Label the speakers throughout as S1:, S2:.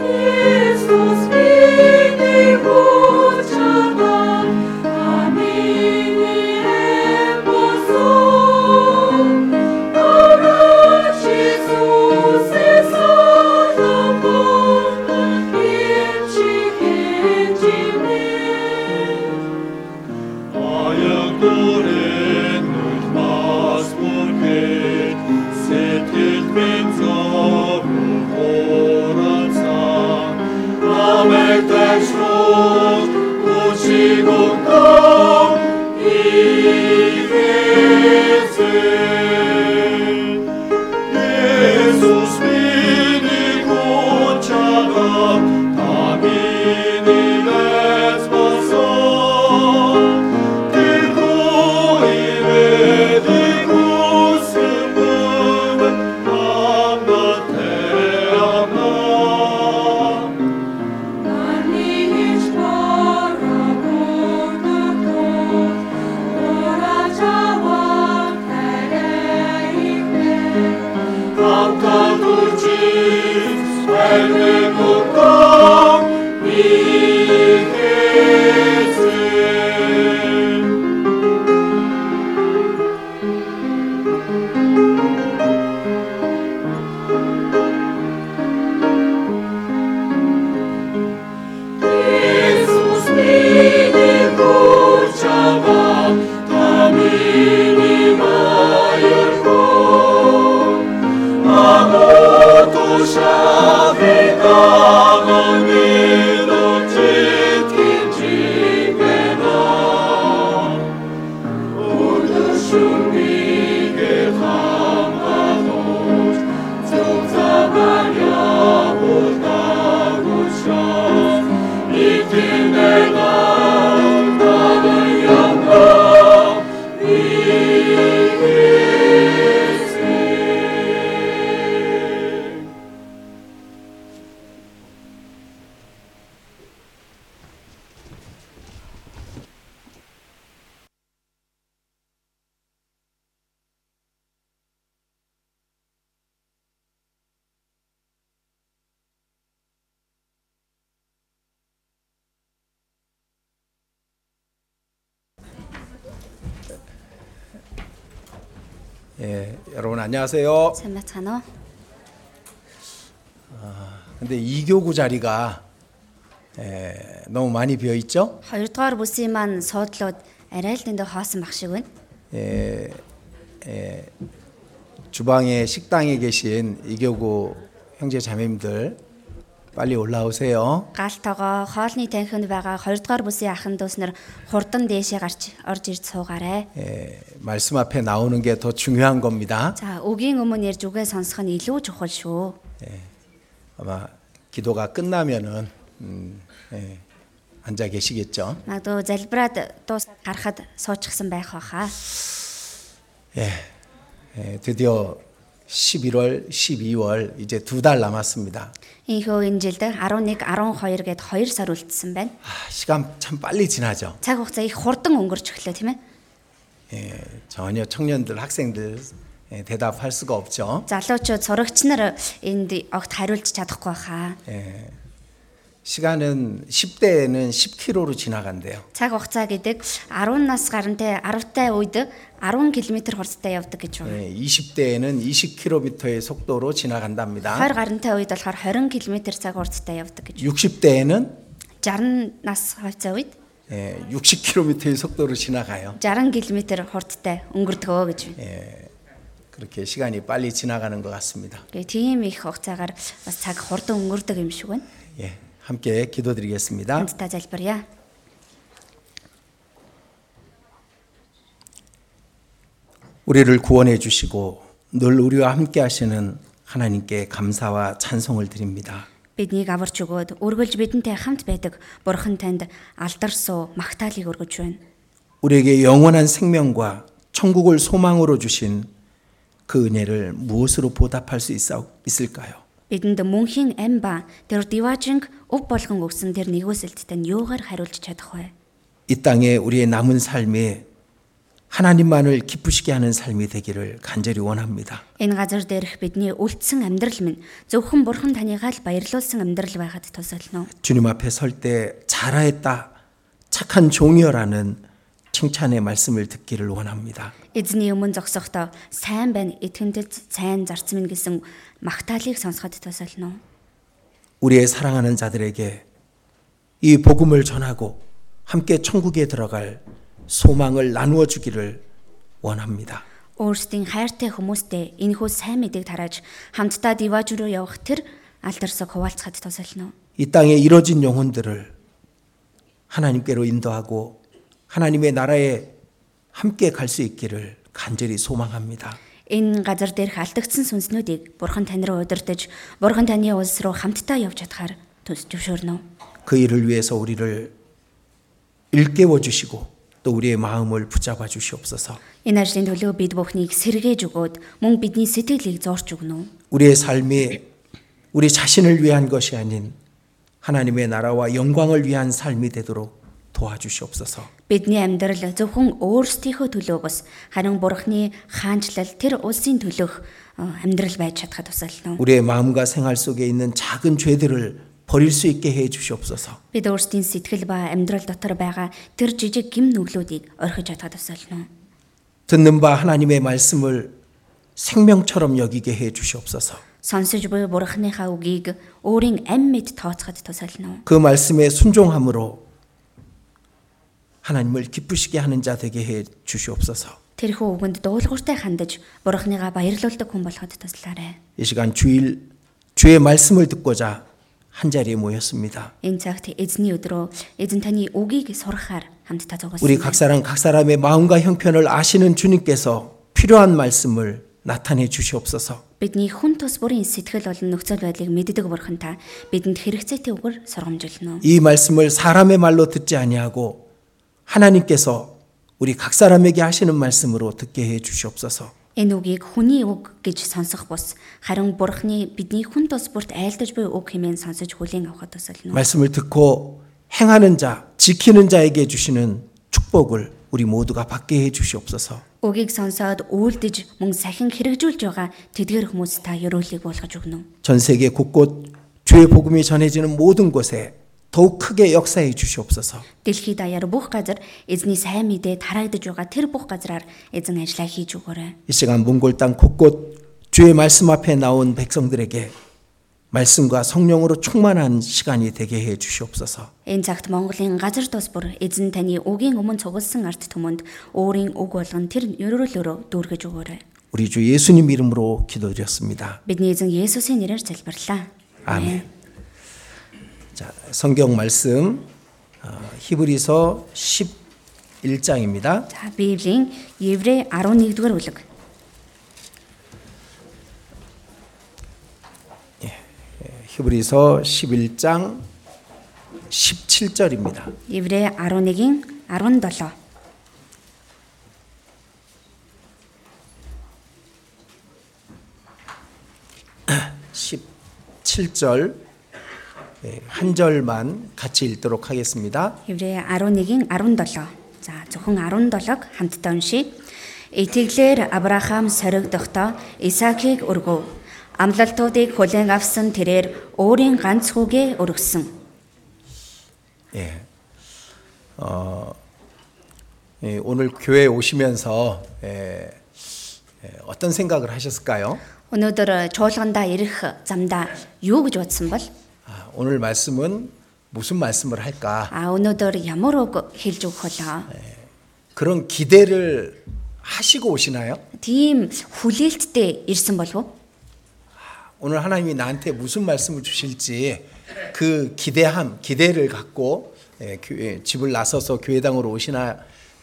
S1: Христос бидний гучадан аминий эмбосон Ороч Иисус эсолопон Ирчи хэнчимэн
S2: Ayak duren utmaz burket, setket ben zavru horatsa. Amek ten shmut, uchi gundam, ivetze. Jezus bini kuchada, ta bini lec basan. Digu ime, digu simbum, amma te amma.
S1: Нарниж борогондот Орачавар тариихтэй
S2: Kanta turcis, verne mukam, iketsin.
S1: Иисус миний гучава, та миний майорко.
S2: Amo tu shave damo mino chitkin chimena Urdushun mi geham adot Zum zabanya urda gutshav Ikinena Tadayanga
S3: 예, 여러분 안녕하세요.
S4: 반갑잖아.
S3: 근데 2교구 자리가 예, 너무 많이 비어 있죠?
S4: Хоёрдугаар бүсийн маань суудлууд арай л дэндээ хоосон баг шиг байна.
S3: 주방에 식당에 계신 2교구 형제 자매님들 빨리 올라오세요.
S4: Гал тогоо хоолны танхимд байгаа хоёрдугаар бүсийн ахын дүүс нар хурдан дээшээ гарч орж ирж суугаарай.
S3: 예, 말씀 앞에 나오는 게 더 중요한 겁니다.
S4: За өгийн өмнө ярьж үгээ сонсох нь илүү чухал шүү.
S3: 아마 기도가 끝나면은 음, 예, 앉아 계시겠죠.
S4: Магадгүй залбираад дуусаад гарахад суучихсан байх байхаа.
S3: 예, 드디어 11월, 12월 이제 두 달 남았습니다.
S4: Ийхүү энэ жилд 11, 12 гээд 2 сар үлдсэн байна.
S3: 아, 시간 참 빨리 지나죠.
S4: Цаг хугацаа их хурдан өнгөрч өглөө тийм ээ.
S3: 예, 전혀 청년들 학생들 예, 대답할 수가 없죠.
S4: Залуучууд сурагч нар энд огт хариулж чадахгүй байхаа.
S3: 시간은 10대에는 10km로 지나간대요.
S4: Цаг хугацаа гэдэг 10 нас гарантай 10тай үед 10 км хурдтай явдаг
S3: 예,
S4: гэж байна.
S3: 20대에는 20km의 속도로
S4: 20
S3: 지나간답니다.
S4: гарантай үед болохоор 20 км цаг хурдтай явдаг гэж.
S3: 60대에는
S4: 60 нас хугацаа үед
S3: 60km의 속도로 지나가요.
S4: 60 км хурдтай өнгөрдөгөө гэж байна.
S3: 그렇게 시간이 빨리 지나가는 것 같습니다.
S4: Тэгээ тийм их хугацаагаар бас цаг хурдан өнгөрдөг юм шиг байна.
S3: 예, 함께 기도드리겠습니다.
S4: Хамтдаа залбирая.
S3: 우리를 구원해 주시고 늘 우리와 함께 하시는 하나님께 감사와 찬송을 드립니다.
S4: Биднийг аварч өгөөд өргөлж бидэнтэй хамт байдаг Бурхан танд алдар суу магтаалыг өргөж байна.
S3: 우리에게 영원한 생명과 천국을 소망으로 주신 그 은혜를 무엇으로 보답할 수 있어- 있을까요?
S4: Бидэнд мөнхийн ам ба тэр диважинг өв болгон өгсөн тэр нэгөөсөлтөд нь юугаар хариулж чадах вэ?
S3: 이 땅에 우리의 남은 삶이 하나님만을 기쁘시게 하는 삶이 되기를 간절히 원합니다.
S4: Энэ газар дээрх бидний үлдсэн амьдрал минь зөвхөн бурхан таньгаа л баярлуулсан амьдрал байхад тусална уу?
S3: 주님 앞에 설 때 잘하였다, 착한 종이여라는 칭찬의 말씀을 듣기를 원합니다.
S4: Эзний өмнө зогсохдоо сайн байна, итгэмдэл сайн зарц минь гэсэн магтаалыг сонсоход тусална уу?
S3: 우리의 사랑하는 자들에게 이 복음을 전하고 함께 천국에 들어갈 소망을 나누어 주기를 원합니다.
S4: Өөрсдийн хайртай хүмүүстээ энэхүү сайн мэдээг тарааж хамтдаа диваж руу явах тэр алдарсаг хуваалцахад тусална уу?
S3: 이 땅에 이뤄진 영혼들을 하나님께로 인도하고 하나님의 나라에 함께 갈 수 있기를 간절히 소망합니다.
S4: Энэ газар дээрх алдагдсан сүнснүүдийг бурхан тань руу удирдах, бурхан таны улс руу хамтдаа явж чадхаар төс зөвшөөрнө үү?
S3: 그 일을 위해서 우리를 일깨워 주시고 또 우리의 마음을 붙잡아 주시옵소서.
S4: Энэ ажлын төлөө бид бүхнийг сэргээж өгөөд мөн бидний сэтгэлийг зорч өгнө. үү?
S3: 우리의 삶이 우리 자신을 위한 것이 아닌 하나님의 나라와 영광을 위한 삶이 되도록 도와주시옵소서.
S4: Бидний амьдрал зөвхөн өөрсдийнхөө төлөө бас харин Бурхны хаанчлал тэр улсын төлөөх э, амьдрал байж чадхад тусална.
S3: 우리의 마음과 생활 속에 있는 작은 죄들을 버릴 수 있게 해 주시옵소서.
S4: Бид өөрсдийн сэтгэл ба амьдрал дотор байгаа тэр жижиг гим нүглүүдийг орхиж чадхад тусална.
S3: 듣는 바 하나님의 말씀을 생명처럼 여기게 해 주시옵소서.
S4: Сонсож буй Бурхныхаа үгийг өөрийн амь мэд тооцоход тусална.
S3: 그 말씀에 순종함으로 하나님을 기쁘시게 하는 자 되게 해 주시옵소서.
S4: Тэрхүү үгэнд дуулууртай хандаж Бурхныгаа баярлуулдаг хүн болоход туслаарай.
S3: 이 시간 주일 주의 말씀을 듣고자 한 자리에 모였습니다.
S4: Энэ цагт эзний өдрөө эзэн таны үгийг сурахаар хамтдаа зугаалсан.
S3: 우리 각 사람 각 사람의 마음과 형편을 아시는 주님께서 필요한 말씀을 나타내 주시옵소서.
S4: Бидний хүн тус бүрийн сэтгэл болон нөхцөл байдлыг мэддэг бурхан та бидэнд хэрэгцээтэй үгээр сургамжилнө.
S3: 이 말씀을 사람의 말로 듣지 아니하고 하나님께서 우리 각 사람에게 하시는 말씀으로 듣게 해 주시옵소서.
S4: Энэ үгийг хүний үг гэж сонсох бус харин бурхны бидний хүн тус бүрт айлдаж буй үг хэмээн сонсож хүлээн авахд тусална.
S3: 말씀을 듣고 행하는 자, 지키는 자에게 주시는 축복을 우리 모두가 받게 해 주시옵소서.
S4: Үгийг сонсоод үйлдэж мөн сахин хэрэгжүүлж байгаа тэдгэр хүмүүс та ёроолыг болгож өгнө.
S3: 전 세계 곳곳 주의 복음이 전해지는 모든 곳에 더욱 크게 역사해 주시옵소서.
S4: Дэлхийд даяар бүх газар эзний сайн мэдээ тараагдж байгаа тэр бүх газраар эзэн ажиллаа хийж өгөөрэй.
S3: 이 시간 몽골 땅 곳곳 주의 말씀 앞에 나온 백성들에게 말씀과 성령으로 충만한 시간이 되게 해 주시옵소서.
S4: Энэ цагт Монголын газар тус бүр эзэн таны үгийн өмнө цугласан арт түмэнд өөрийн үг болгон тэр өрөөлөөрөө дүүргэж өгөөрэй.
S3: 우리 주 예수님 이름으로 기도드렸습니다.
S4: Бидний эзэн Есүсийн нэрээр залбирлаа.
S3: 아멘. 자, 성경 말씀 어, 히브리서 11장입니다.
S4: За Библийн Еврэ 11-р бүлэг.
S3: 히브리서 11장 17절입니다.
S4: Еврэ 11-ийн 17.
S3: 십칠 절 네, 한 절만 같이 읽도록 하겠습니다.
S4: Еврэ 11-ийн 17. За зөвхөн 17-г хамтдаа уншийе. Итгэлээр Авраам соригдохдоо Исаакийг өргөв. Амлалтуудыг хүлээн авсан тэрээр өөрийн ганц хүүгээ өргөсөн.
S3: 예. 어, 예, 오늘 교회 에 오시면서 예, 예, 어떤 생각을 하셨을까요?
S4: Өнөөдөр чуулгандаа ирэх замдаа юу гэж бодсон бол
S3: 아, 오늘 말씀은 무슨 말씀을 할까?
S4: а өнөөдөр ямар үг хэлж өгөх болоо.
S3: 그런 기대를 하시고 오시나요?
S4: Тийм хүлээлттэй ирсэн болов уу?
S3: 오늘 하나님이 나한테 무슨 말씀을 주실지 그 기대함, 기대를 갖고 예, 교회, 집을 나서서 교회당으로 오시나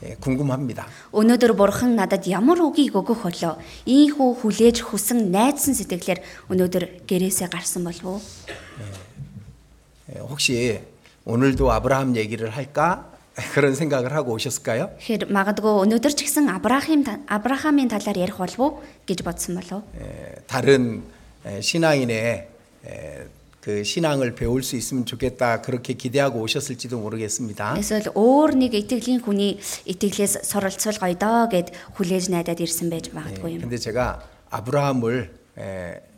S3: 예, 궁금합니다.
S4: Өнөөдөр бурхан надад ямар үгийг өгөх болоо. Ийхүү хүлээж хүсэн найдсан сэтгэлээр өнөөдөр гэрээсээ гарсан болов уу?
S3: 예, 혹시 오늘도 아브라함 얘기를 할까? 그런 생각을 하고 오셨을까요?
S4: Тэгэхээр магадгүй өнөөдөр ч гэсэн Авраахим та- Авраамийн талаар ярих болов уу гэж бодсон болов. уу?
S3: 예, 다른 예, 신앙인의 예, 그 신앙을 배울 수 있으면 좋겠다 그렇게 기대하고 오셨을지도 모르겠습니다.
S4: Эсвэл өөр нэг итгэлийн хүний итгэлээс суралцуулгоё доо гэд хүлээж найдаад ирсэн байж магадгүй юм.
S3: 근데 제가 아브라함을 에,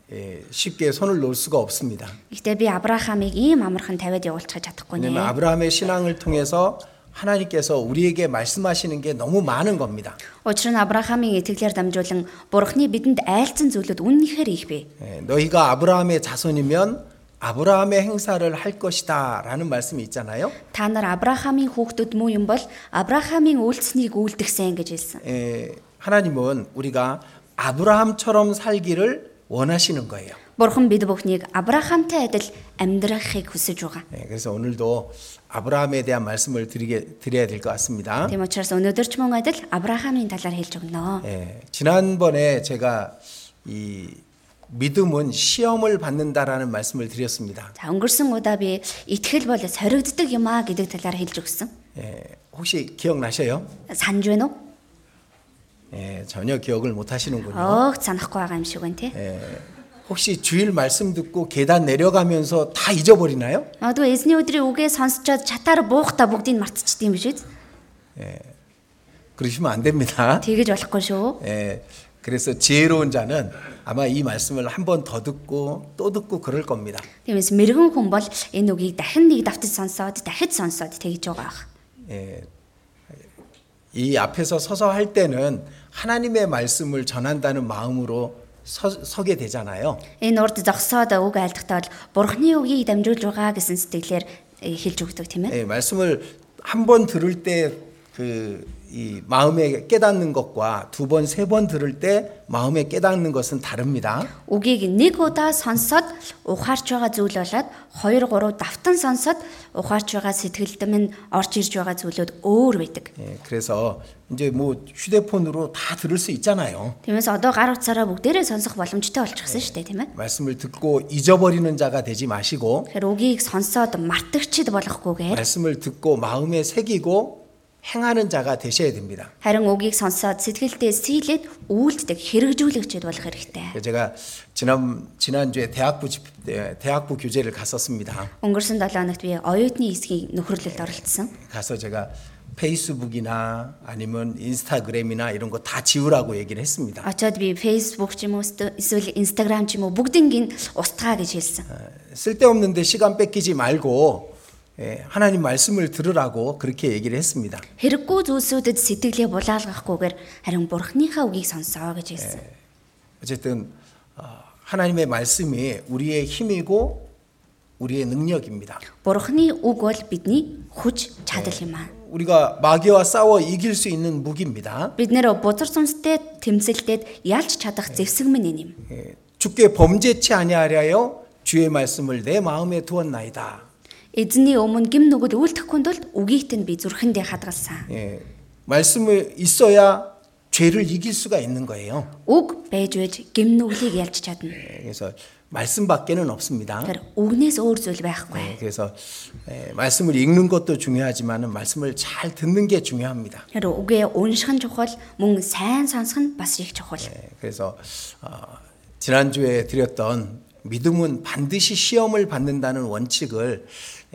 S3: 에, 쉽게 손을 놓을 수가 없습니다.
S4: Гэхдээ би Авраамыг ийм амархан тавиад явуулчих чадахгүй
S3: 왜냐하면
S4: нэ.
S3: 아브라함의 신앙을 통해서 하나님께서 우리에게 말씀하시는 게 너무 많은 겁니다.
S4: Учир нь Авраамын итгэлээр дамжуулан Бурхны бидэнд айлцсан зүйлүүд үнэнхээр их бэ.
S3: 에, 너희가 아브라함의 자손이면 아브라함의 행사를 할 것이다라는 말씀이 있잖아요.
S4: Та нар Авраамын хүүхдүүд муу юм бол Авраамын үйлснийг үлдэхсэн гэж хэлсэн.
S3: 에, 하나님은 우리가 아브라함처럼 살기를 원하시는 거예요.
S4: Бурхан бид бүхнийг Авраамтай адил амьдрахыг хүсэж байгаа.
S3: 예, 그래서 오늘도 아브라함에 대한 말씀을 드리게 드려야 될 것 같습니다.
S4: Тийм учраас өнөөдөр ч мөн адил Авраамын талаар хэлж өгнө.
S3: 예, 지난번에 제가 이 믿음은 시험을 받는다라는 말씀을 드렸습니다.
S4: За өнгөрсөн удаа би итгэл бол соригддаг юм а гэдэг талаар хэлж өгсөн.
S3: 예, 혹시 기억나셔요?
S4: Санаж байна уу?
S3: 예, 전혀 기억을 못 하시는군요.
S4: Оох санахгүй байгаа юм шиг байна те.
S3: 예, 혹시 주일 말씀 듣고 계단 내려가면서 다 잊어버리나요?
S4: Магадгүй эзний өдрийн үгээ сонсчоод чатаар буухта бүгдийг нь мартчихдсан юм биш үү?
S3: 그러시면 안 됩니다.
S4: Тэгэж болохгүй шүү.
S3: 예, 그래서 지혜로운 자는 아마 이 말씀을 한 번 더 듣고 또 듣고 그럴 겁니다.
S4: Тиймээс мэрэгэн хүн бол энэ үгийг дахин нэг давтаж сонсоод дахид сонсоод тэгж байгаа байх.
S3: 예, 이 앞에서 서서 할 때는 하나님의 말씀을 전한다는 마음으로 서, 게 되잖아요.
S4: Энэ урд зогсоод үг айлдахдаа бол бурхны үгийг дамжуулж байгаа гэсэн сэтгэлээр э, хэлж өгдөг тийм
S3: 예,
S4: ээ.
S3: 말씀을 한 번 들을 때 그 이 마음에 깨닫는 것과 두 번, 세 번 들을 때 마음에 깨닫는 것은 다릅니다.
S4: Үгийг нэг удаа сонсоод ухаарч байгаа зүйл болоод 2 3 давтан сонсоод ухаарч байгаа сэтгэлд минь орж ирж байгаа зүйлүүд өөр байдаг.
S3: 예, 그래서 이제 뭐 휴대폰으로 다 들을 수 있잖아요.
S4: Тиймээс одоо гар утсаараа бүгдээрээ сонсох боломжтой болчихсон шүү дээ тийм ээ.
S3: 말씀을 듣고 잊어버리는 자가 되지 마시고
S4: Тэгэхээр үгийг сонсоод мартагчд болохгүйгээр
S3: 말씀을 듣고 마음에 새기고 행하는 자가 되셔야 됩니다.
S4: харин үгийг сонсоод сэтгэлдээ сийлээд үйлддэг хэрэгжүүлэгчд болох хэрэгтэй.
S3: 예, 제가 지난 지난주에 대학부 집- 예, 대학부 교제를 갔었습니다.
S4: Өнгөрсөн 7 хоногт би оюутны эсгийн нөхрөлөлд оролцсон.
S3: 가서 제가 페이스북이나 아니면 인스타그램이나 이런 거 다 지우라고 얘기를 했습니다.
S4: Очоод би Facebook ч юм уу стө- эсвэл Instagram ч юм уу бүгднийг устгаа гэж хэлсэн.
S3: 쓸데없는데 시간 뺏기지 말고 예, 하나님 말씀을 들으라고 그렇게 얘기를 했습니다.
S4: Хэрэггүй зүйлсүүдэд сэтгэлээ булаалгахгүйгээр харин Бурхныхаа үгийг сонсоо гэж хэлсэн.
S3: 어쨌든 어, 하나님의 말씀이 우리의 힘이고 우리의 능력입니다.
S4: Бурхны үг бол бидний хүч чадал юм аа.
S3: 우리가 마귀와 싸워 이길 수 있는 무기입니다.
S4: Бид нэр бузар зүнстэй тэмцэлдээд ялж чадах зэвсэг минь энэ юм.
S3: 예, 주께 범죄치 아니하려 주의 말씀을 내 마음에 두었나이다.
S4: Эзний өмнө гим нүгэл үйлдэхгүй тулд үгийт нь би зүрхэндээ хадгалсан.
S3: 예, 말씀이 있어야 죄를 이길 수가 있는 거예요.
S4: Үг байж байж гим нүглийг ялж чадна.
S3: 예, 그래서 말씀밖에는 없습니다.
S4: Тэгэхээр үгнээс өөр зүйл
S3: 예,
S4: байхгүй.
S3: 그래서 예, 말씀을 읽는 것도 중요하지만 말씀을 잘 듣는 게 중요합니다.
S4: Тэр үгээ унших нь чухал, мөн сайн сонсох нь бас их чухал.
S3: 예, 그래서 어, 지난주에 드렸던 믿음은 반드시 시험을 받는다는 원칙을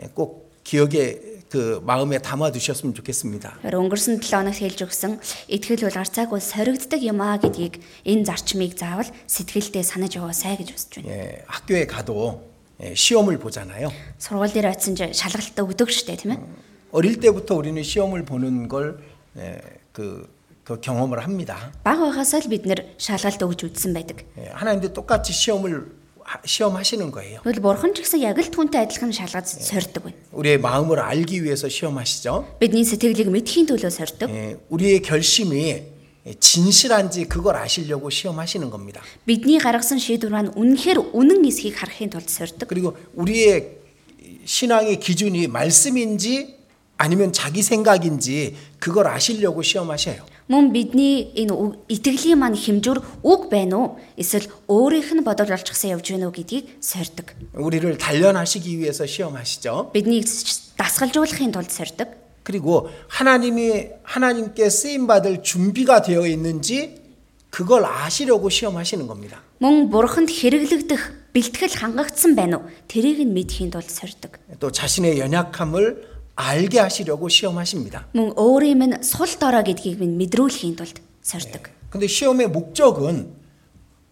S3: 예, 꼭 기억에 그 마음에 담아 두셨으면 좋겠습니다.
S4: Тэр өнгөрсөн 7 хоногт хэлж өгсөн итгэл бол арцааг бол соригддаг юм аа гэдгийг энэ зарчмыг заавал сэтгэлдээ санаж яваасай гэж хүсэж байна.
S3: 예, 학교에 가도 예, 시험을 보잖아요.
S4: Сургууль дээр очсон ч шалгалтаа өгдөг штэ тийм ээ.
S3: 어릴 때부터 우리는 시험을 보는 걸 예, 그, 그 경험을 합니다.
S4: Баг байхасаа л бид нэр шалгалт өгж үзсэн байдаг.
S3: 예, 하나님도 똑같이 시험을 하- 시험하시는 거예요.
S4: Тэгвэл бурхан ч гэсэн яг л түүнтэй адилхан шалгалт сорьдог байна.
S3: 우리의 마음을 알기 위해서 시험하시죠.
S4: Бидний сэтгэлийг мэдхийн төлөө сорьдог.
S3: 예, 우리의 결심이 진실한지 그걸 아시려고 시험하시는 겁니다.
S4: Бидний гаргасан шийдвэр маань үнэхээр үнэн эсхийг харахын тулд сорьдог.
S3: 그리고 우리의 신앙의 기준이 말씀인지 아니면 자기 생각인지 그걸 아시려고 시험하셔요.
S4: Мөн бидний энэ үг- итгэлийн маань хэмжүүр үг байна уу? Эсвэл өөрийнх нь бодол болчихсан явж байна уу гэдгийг сорьдог.
S3: 우리를 단련하시기 위해서 시험하시죠.
S4: Бидний дасгалжуулахын тулд сорьдог.
S3: 그리고 하나님이 하나님께 쓰임 받을 준비가 되어 있는지 그걸 아시려고 시험하시는 겁니다.
S4: Мөн бурханд хэрэглэгдэх бэлтгэл хангагдсан байна уу? Тэрийг нь мэдхийн тулд сордог.
S3: 또 자신의 연약함을 알게 하시려고 시험하십니다.
S4: Мөн өөрийн минь сул дорой гэдгийг минь мэдрүүлэхийн тулд сордог.
S3: 근데 시험의 목적은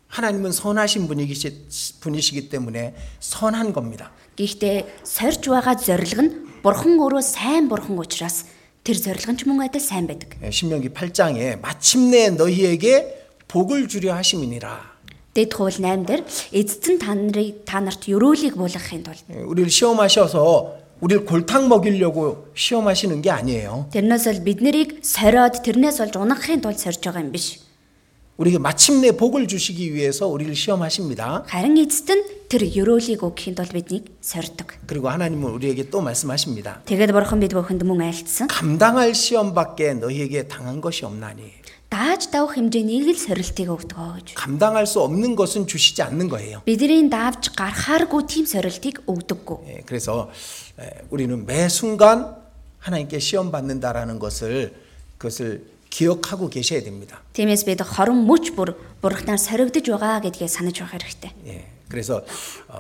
S3: 하나님은 선하신 분이시, 분이시기 때문에 선한 겁니다.
S4: Гэхдээ сорж байгаа зориг нь бурхан өөрөө сайн бурхан учраас тэр зориг нь ч мөн адил сайн байдаг.
S3: 예, 신명기 8장에 마침내 너희에게 복을 주려 하심이니라.
S4: Дэд хууль 8 дээр эзэдэн та нарыг та нарт өрөөлийг буулгахын тулд
S3: 예, 우리를 시험하셔서 우리를 골탕 먹이려고 시험하시는 게 아니에요.
S4: тэрнээс бол бид нарыг сориод тэрнээс олж унахын тулд сорж байгаа юм биш.
S3: 우리에게 마침내 복을 주시기 위해서 우리를 시험하십니다.
S4: Харин эзэд нь тэр өрөөлийг өгөхийн тулд биднийг сордог.
S3: 그리고 하나님은 우리에게 또 말씀하십니다.
S4: Тэгэд бурхан бид бүхэнд мөн айлтсан.
S3: 감당할 시험밖에 너희에게 당한 것이 없나니
S4: Дааж давах хэмжээнийг л сорилтыг өгдөгөө гэж.
S3: 감당할 수 없는 것은 주시지 않는 거예요.
S4: Бидний давж гарахааргүй тийм сорилтыг өгдөггүй.
S3: 예, 그래서 에, 우리는 매 순간 하나님께 시험 받는다라는 것을 그것을 기억하고 계셔야 됩니다.
S4: Тиймээс бид хорон мөч бүр бурхнаар соригдож байгаа гэдгээ санаж байх хэрэгтэй.
S3: 예, 그래서 어,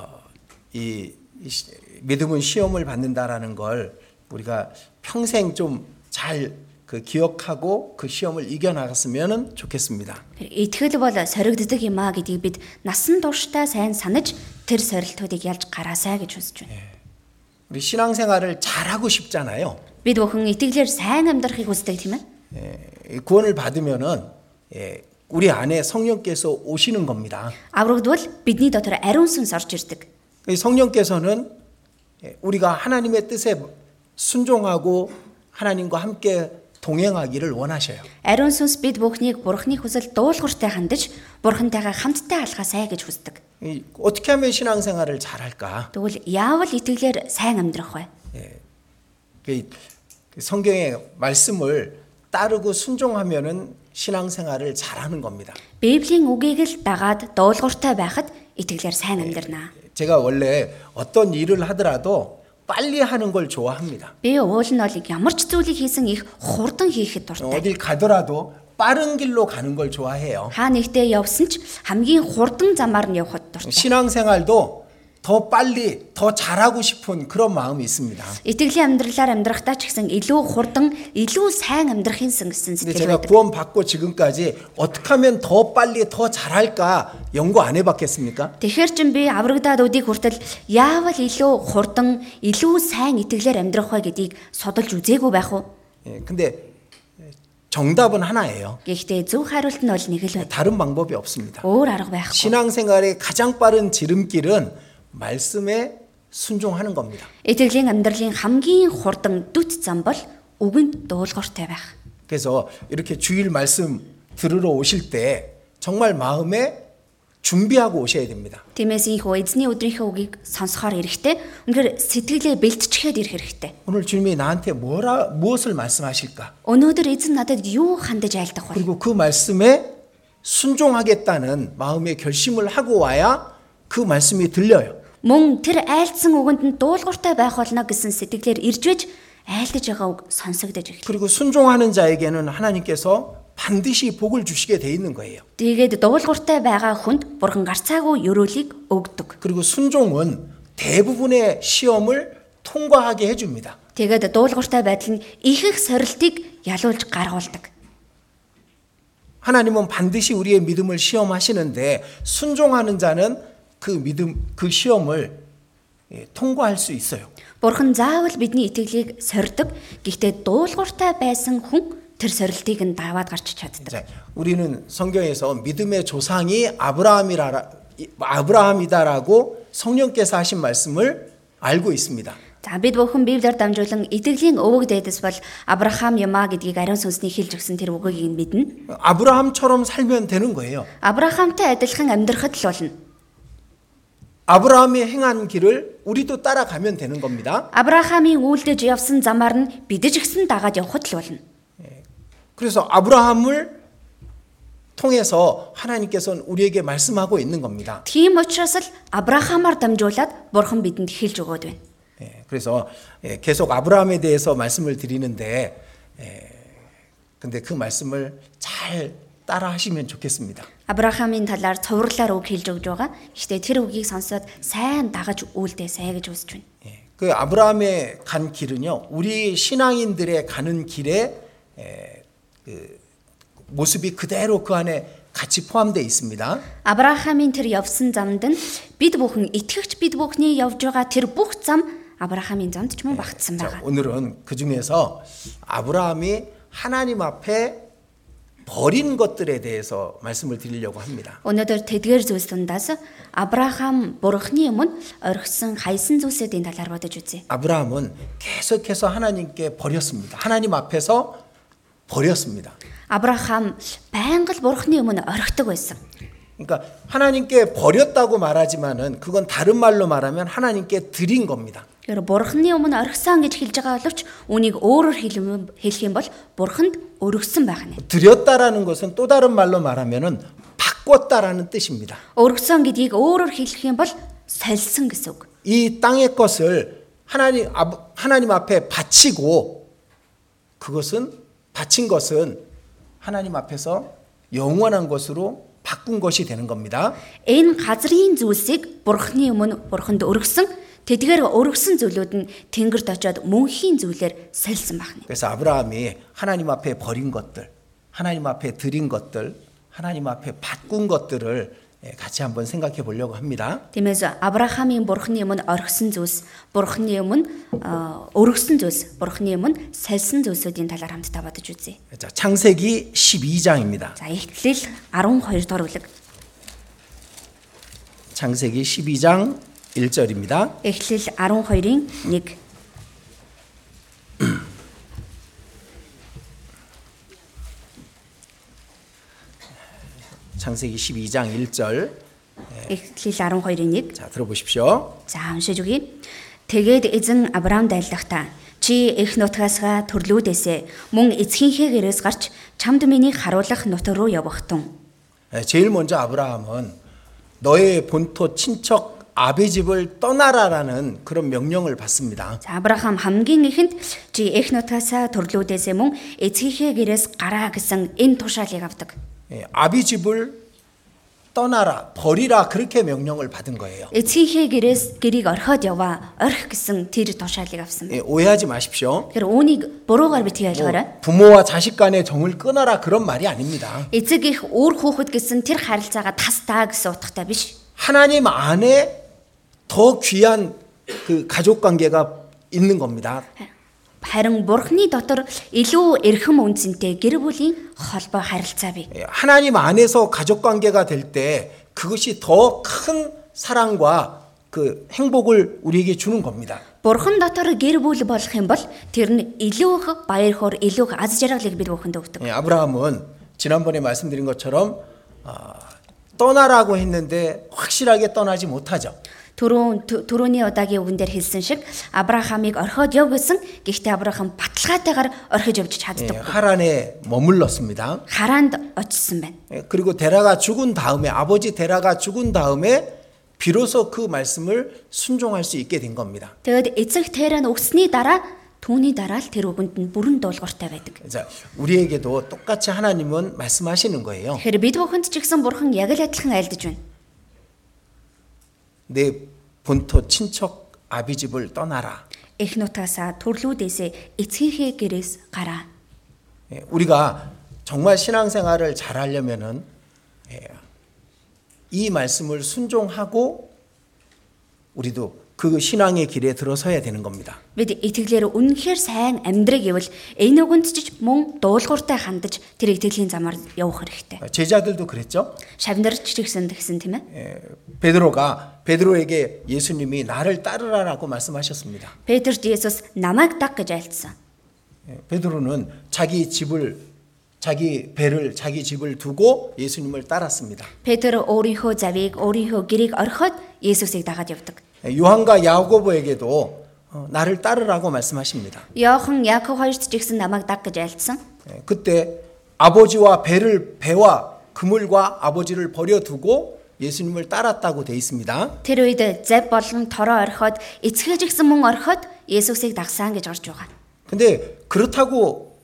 S3: 이, 이 시- 믿음은 시험을 받는다라는 걸 우리가 평생 좀 잘 그 기억하고 그 시험을 이겨나갔으면 좋겠습니다.
S4: Итгэл бол соригддаг юм а гэдгийг бид насан туршдаа сайн санаж тэр сорилтуудыг ялж гараасай гэж хүсэж байна.
S3: 우리 신앙생활을 잘하고 싶잖아요.
S4: Бид бүхэн итгэлээр сайн амьдрахыг хүсдэг тийм ээ.
S3: 예, 이 구원을 받으면은 예, 우리 안에 성령께서 오시는 겁니다.
S4: Аврагдвал бидний дотор ариун сүнс орж ирдэг.
S3: 이 성령께서는 예, 우리가 하나님의 뜻에 순종하고 하나님과 함께 동행하기를 원하셔요.
S4: Ариун сүнс бид бүхнийг бурхны хүсэл дуулууртай хандаж бурхантайгаа хамттай алхаасай гэж хүсдэг.
S3: 이, 어떻게 하면 신앙생활을 잘할까?
S4: Тэгвэл яавал итгэлээр сайн амьдрах вэ?
S3: 그 성경의 말씀을 따르고 순종하면은 신앙생활을 잘하는 겁니다.
S4: Библийн үгийг л дагаад дуулууртай байхад итгэлээр сайн амьдрнаа.
S3: 제가 원래 어떤 일을 하더라도 빨리 하는 걸 좋아합니다.
S4: Би уул нь бол ямар ч зүйлийг хийсэн их хурдан хийхэд дуртай.
S3: 어딜 가더라도 빠른 길로 가는 걸 좋아해요.
S4: Хаа нэгтээ явсан ч хамгийн хурдан замаар нь явхад дуртай.
S3: 신앙생활도 더 빨리 더 잘하고 싶은 그런 마음이 있습니다.
S4: Итгэлийн амьдралаар амьдрахтаа ч гэсэн илүү хурдан, илүү сайн амьдрахын сэн гэсэн
S3: 근데
S4: сэтгэл
S3: 제가
S4: байдаг.
S3: 구원 받고 지금까지 어떻게 하면 더 빨리 더 잘할까 연구 안 해봤겠습니까?
S4: Тэгэхэр чин би аврагдаад үдийг хүртэл яавал илүү хурдан, илүү сайн итгэлээр амьдрах вэ гэдгийг судалж үзээгүй байх уу?
S3: 예, 근데 정답은 하나예요.
S4: Гэхдээ зөв хариулт нь бол нэг л байна.
S3: 다른 방법이 없습니다.
S4: Өөр арга байхгүй.
S3: 신앙생활의 가장 빠른 지름길은 말씀에 순종하는 겁니다.
S4: Итгэлийн амьдралын хамгийн хурдан дүт зам бол үгэнд дуулууртай байх.
S3: 그래서 이렇게 주일 말씀 들으러 오실 때 정말 마음에 준비하고 오셔야 됩니다.
S4: Тиймээс ийхүү эзний өдрийнхөө үгийг сонсохоор эрэхтэй. Үнэхээр сэтгэлээ бэлтчихэд ирэх хэрэгтэй.
S3: 오늘 주님이 나한테 뭐라 무엇을 말씀하실까?
S4: Өнөөдөр эзэн надад юу хандаж айлдах вэ?
S3: 그리고 그 말씀에 순종하겠다는 마음의 결심을 하고 와야 그 말씀이 들려요.
S4: Мөн тэр айлдсан үгэнд нь дуулууртай байх болно гэсэн сэтгэлээр ирж вэж айлдаж байгаа үг сонсогдож эхэллээ.
S3: 그리고 순종하는 자에게는 하나님께서 반드시 복을 주시게 돼 있는 거예요.
S4: Тэгээд дуулууртай байгаа хүнд бурхан гарцаагүй өрөөлийг өгдөг.
S3: 그리고 순종은 대부분의 시험을 통과하게 해줍니다.
S4: Тэгээд дуулууртай байдал нь их их сорилтыг ялуулж гаргуулдаг.
S3: 하나님은 반드시 우리의 믿음을 시험하시는데 순종하는 자는 그 믿음 그 시험을 예, 통과할 수 있어요.
S4: Бурхан заавал бидний итгэлийг сордог. Гэхдээ дуулууртай байсан хүн тэр сорилтыг нь даваад гарч чаддаг.
S3: 자, 우리는 성경에서 믿음의 조상이 아브라함이라 이- 아브라함이다라고 성령께서 하신 말씀을 알고 있습니다.
S4: За бид бүхэн Библиэр дамжуулан итгэлийн өвөг дээдэс бол Авраам юм а гэдгийг ариун сүнсний хэлж өгсөн тэр үгийг нь мэднэ.
S3: 아브라함처럼 살면 되는 거예요.
S4: Авраамтай адилхан амьдрахад л болно.
S3: 아브라함이 행한 길을 우리도 따라가면 되는 겁니다.
S4: Авраамийн үйлдэж явсан замаар нь бидэж гисэн дагаад явхад л болно.
S3: 그래서 아브라함을 통해서 하나님께서는 우리에게 말씀하고 있는 겁니다.
S4: Тийм учраас л Авраамаар дамжуулаад бурхан бидэнд хэлж өгөөд байна.
S3: 예, 그래서 예, 계속 아브라함에 대해서 말씀을 드리는데, 예, 근데 그 말씀을 잘 따라 하시면 좋겠습니다.
S4: Авраамийн талаар цувралаар үг хэлж өгж байгаа. Гэхдээ тэр үгийг сонсоод сайн дагаж үйлдээсэй гэж үсэж байна.
S3: 예, 그 아브라함의 간 길은요, 우리 신앙인들의 가는 길에 에, 그 모습이 그대로 그 안에 같이 포함되어 있습니다.
S4: Авраамийн тэр явсан замд нь бид бүхэн итгэгч бид бүхний явж байгаа тэр бүх зам Авраамийн замд ч мөн багтсан
S3: 자,
S4: байгаа.
S3: 오늘은 그 중에서 아브라함이 하나님 앞에 버린 것들에 대해서 말씀을 드리려고 합니다.
S4: Өнөөдөр тэдгээр зүйлс дундаас Авраам бурхны өмнө орхисон хайсан зүйлсүүдийн талаар бодож үзье.
S3: 아브라함은 계속해서 하나님께 버렸습니다. 하나님 앞에서 버렸습니다.
S4: Авраам байнга л бурхны өмнө орхидог байсан.
S3: 그러니까 하나님께 버렸다고 말하지만은 그건 다른 말로 말하면 하나님께 드린 겁니다.
S4: Тэр бурхны өмнө орхисон гэж хэлж байгаа боловч үнийг өөрөөр хэлэм- хэлэх юм бол бурханд өргөсөн байх нь.
S3: 드렸다라는 것은 또 다른 말로 말하면은 바꿨다라는 뜻입니다.
S4: Өргөсөн гэдгийг өөрөөр хэлэх юм бол сольсон гэсэн үг.
S3: 이 땅의 것을 하나님 앞- 하나님 앞에 바치고 그것은 바친 것은 하나님 앞에서 영원한 것으로 바꾼 것이 되는 겁니다.
S4: Энэ газрын зүйлсийг бурхны өмнө бурханд өргөсөн тэдгээр өргөсөн зүйлүүд нь тэнгэрт очиод мөнхийн зүйлээр сольсон байна.
S3: 그래서 아브라함이 하나님 앞에 버린 것들, 하나님 앞에 드린 것들, 하나님 앞에 바꾼 것들을 예, 같이 한번 생각해 보려고 합니다.
S4: Тиймээс Авраамийн бурхны өмнө оргисон зүйлс, бурхны өмнө аа, өргөсөн зүйлс, бурхны өмнө сольсон зүйлсүүдийн талаар хамтдаа бодож үзье.
S3: 자, 창세기 12장입니다.
S4: За, Эхлэл 12 дугаар бүлэг.
S3: 창세기 12장 1절입니다.
S4: Эхлэл 12-ийн 1.
S3: 창세기 12장 1절.
S4: Эхлэл 12-ийн 1.
S3: 자, 들어보십시오.
S4: За уншиж үгэй. Тэгээд эзэн Авраам дайлахтаа чи их нутгаасгаа төрлүүдээсэ мөн эцгийнхээ гэрээс гарч чамд миний харуулах нутаг руу явахтун.
S3: 예, 제일 먼저 아브라함은 너의 본토 친척 아비 집을 떠나라라는 그런 명령을 받습니다.
S4: За Авраам хамгийн ихэнд чи их нутгаасаа төрлүүдээсэ мөн эцгийнхээ гэрээс гараа гэсэн энэ тушаалыг авдаг.
S3: 예, 아비 집을 떠나라, 버리라 그렇게 명령을 받은 거예요.
S4: Эцгийнхээ гэрээс гэрийг орхиод яваа орх гэсэн тэр тушаалыг авсан.
S3: 예, 오해하지 마십시오.
S4: Тэгэхээр үүнийг буруугаар битгий ойлгоорой.
S3: 부모와 자식 간의 정을 끊어라 그런 말이 아닙니다.
S4: Эцэг их өөр хүүхэд гэсэн тэр харилцаагаа тастаа гэсэн утгатай биш.
S3: 하나님 안에 더 귀한 그 가족 관계가 있는 겁니다.
S4: Харин бурхны дотор илүү эрхэм үнцэнтэй гэр бүлийн холбоо харилцаа бий.
S3: 예, 하나님 안에서 가족 관계가 될 때 그것이 더 큰 사랑과 그 행복을 우리에게 주는 겁니다.
S4: Бурхан дотор гэр бүл болох юм бол тэр нь илүү их баяр хөөр, илүү их аз жаргалыг бид бүхэнд өгдөг.
S3: 예, 아브라함은 지난번에 말씀드린 것처럼 아, 떠나라고 했는데 확실하게 떠나지 못하죠.
S4: Төрөө тө- төрөөний удаагийн үгэн дээр хэлсэн шиг Авраамыг орхиод яв гэсэн. Гэхдээ Авраам баталгаатайгаар орхиж
S3: 예,
S4: явж чаддаг.
S3: 하란에 머물렀습니다.
S4: Хараанд очсон байна.
S3: 예, 그리고 데라가 죽은 다음에 아버지 데라가 죽은 다음에 비로소 그 말씀을 순종할 수 있게 된 겁니다.
S4: Тэгэд эцэг Терэн өгсний дараа түүний дараа л тэр үгэнд нь бүрэн дуулууртай байдаг.
S3: 자, 우리에게도 똑같이 하나님은 말씀하시는 거예요.
S4: Тэгэхээр бид бүхэнд ч гэсэн бурхан яг л адилхан айлдаж байна.
S3: 내 본토 친척 아비 집을 떠나라.
S4: Эх нутаасаа төрлүүдээсээ эцгийнхээ гэрээс гараа.
S3: 예, 우리가 정말 신앙생활을 잘하려면은 예, 이 말씀을 순종하고 우리도 그 신앙의 길에 들어서야 되는 겁니다.
S4: Бид итгэлээр үнэхээр сайн амьдрыг ивэл энэ үгэнд ч мөн дуулууртай хандаж тэр итгэлийн замаар явах хэрэгтэй.
S3: 제자들도 그랬죠.
S4: Шавнарч чигсэн гэсэн тийм ээ.
S3: 예, 베드로가 베드로에게 예수님이 나를 따르라라고 말씀하셨습니다.
S4: Петерт Есүс намайг даг гэж айлцсан.
S3: 예, 베드로는 자기 집을 자기 배를 자기 집을 두고 예수님을 따랐습니다.
S4: Петр өөрийнхөө завийг, өөрийнхөө гэрийг орхиод Есүсийг дагаад явдаг.
S3: 예, 요한과 야고보에게도 어, 나를 따르라고 말씀하십니다.
S4: Йохан, Яков хоёрт ч гэсэн намайг даг гэж айлцсан.
S3: 예, 그때 아버지와 배를 배와 그물과 아버지를 버려두고 예수님을 따랐다고 돼 있습니다.
S4: Тэр үед зав болон тороо орхиод эцгээж гисэн мөн орхиод Есүсийг дагсан гэж орж байгаа.
S3: 근데 그렇다고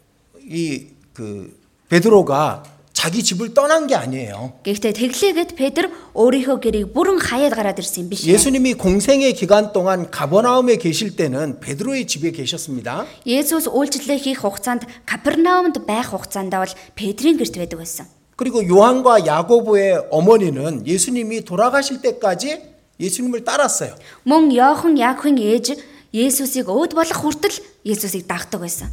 S3: 이 그 베드로가 자기 집을 떠난 게 아니에요.
S4: Гэхдээ тэглээгээд Петр өөрийнхөө гэрийг бүрэн хаяад гараад ирсэн юм биш үү?
S3: 예수님이 공생의 기간 동안 가버나움에 계실 때는 베드로의 집에 계셨습니다.
S4: Есүс үйлчлэлээ хийх хугацаанд Капернаумд байх хугацаанд бол Петрийн гэрт байдаг байсан.
S3: 그리고 요한과 야고보의 어머니는 예수님이 돌아가실 때까지 예수님을 따랐어요.
S4: Мөн Йохан Яаковын ээж Есүсийг өөд болох хүртэл Есүсийг дагдаг байсан.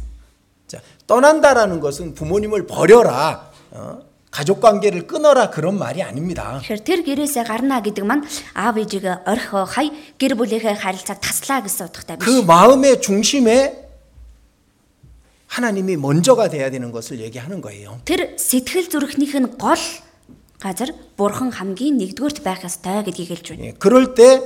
S3: 자, 떠난다라는 것은 부모님을 버려라, 어? 가족 관계를 끊어라 그런 말이 아닙니다.
S4: Тэгэхээр тэр гэрээсээ гарнаа гэдэг маань аав ээжигээ орхио хай гэр бүлийнхээ харилцааг таслаа гэсэн утгатай
S3: 그
S4: биш.
S3: 마음의 중심에 하나님이 먼저가 돼야 되는 것을 얘기하는 거예요.
S4: Тэр сэтгэл зүрхнийх нь гол газар бурхан хамгийн нэгдүгээрт байх ёстой гэдгийг хэлж байна.
S3: 예, 그럴 때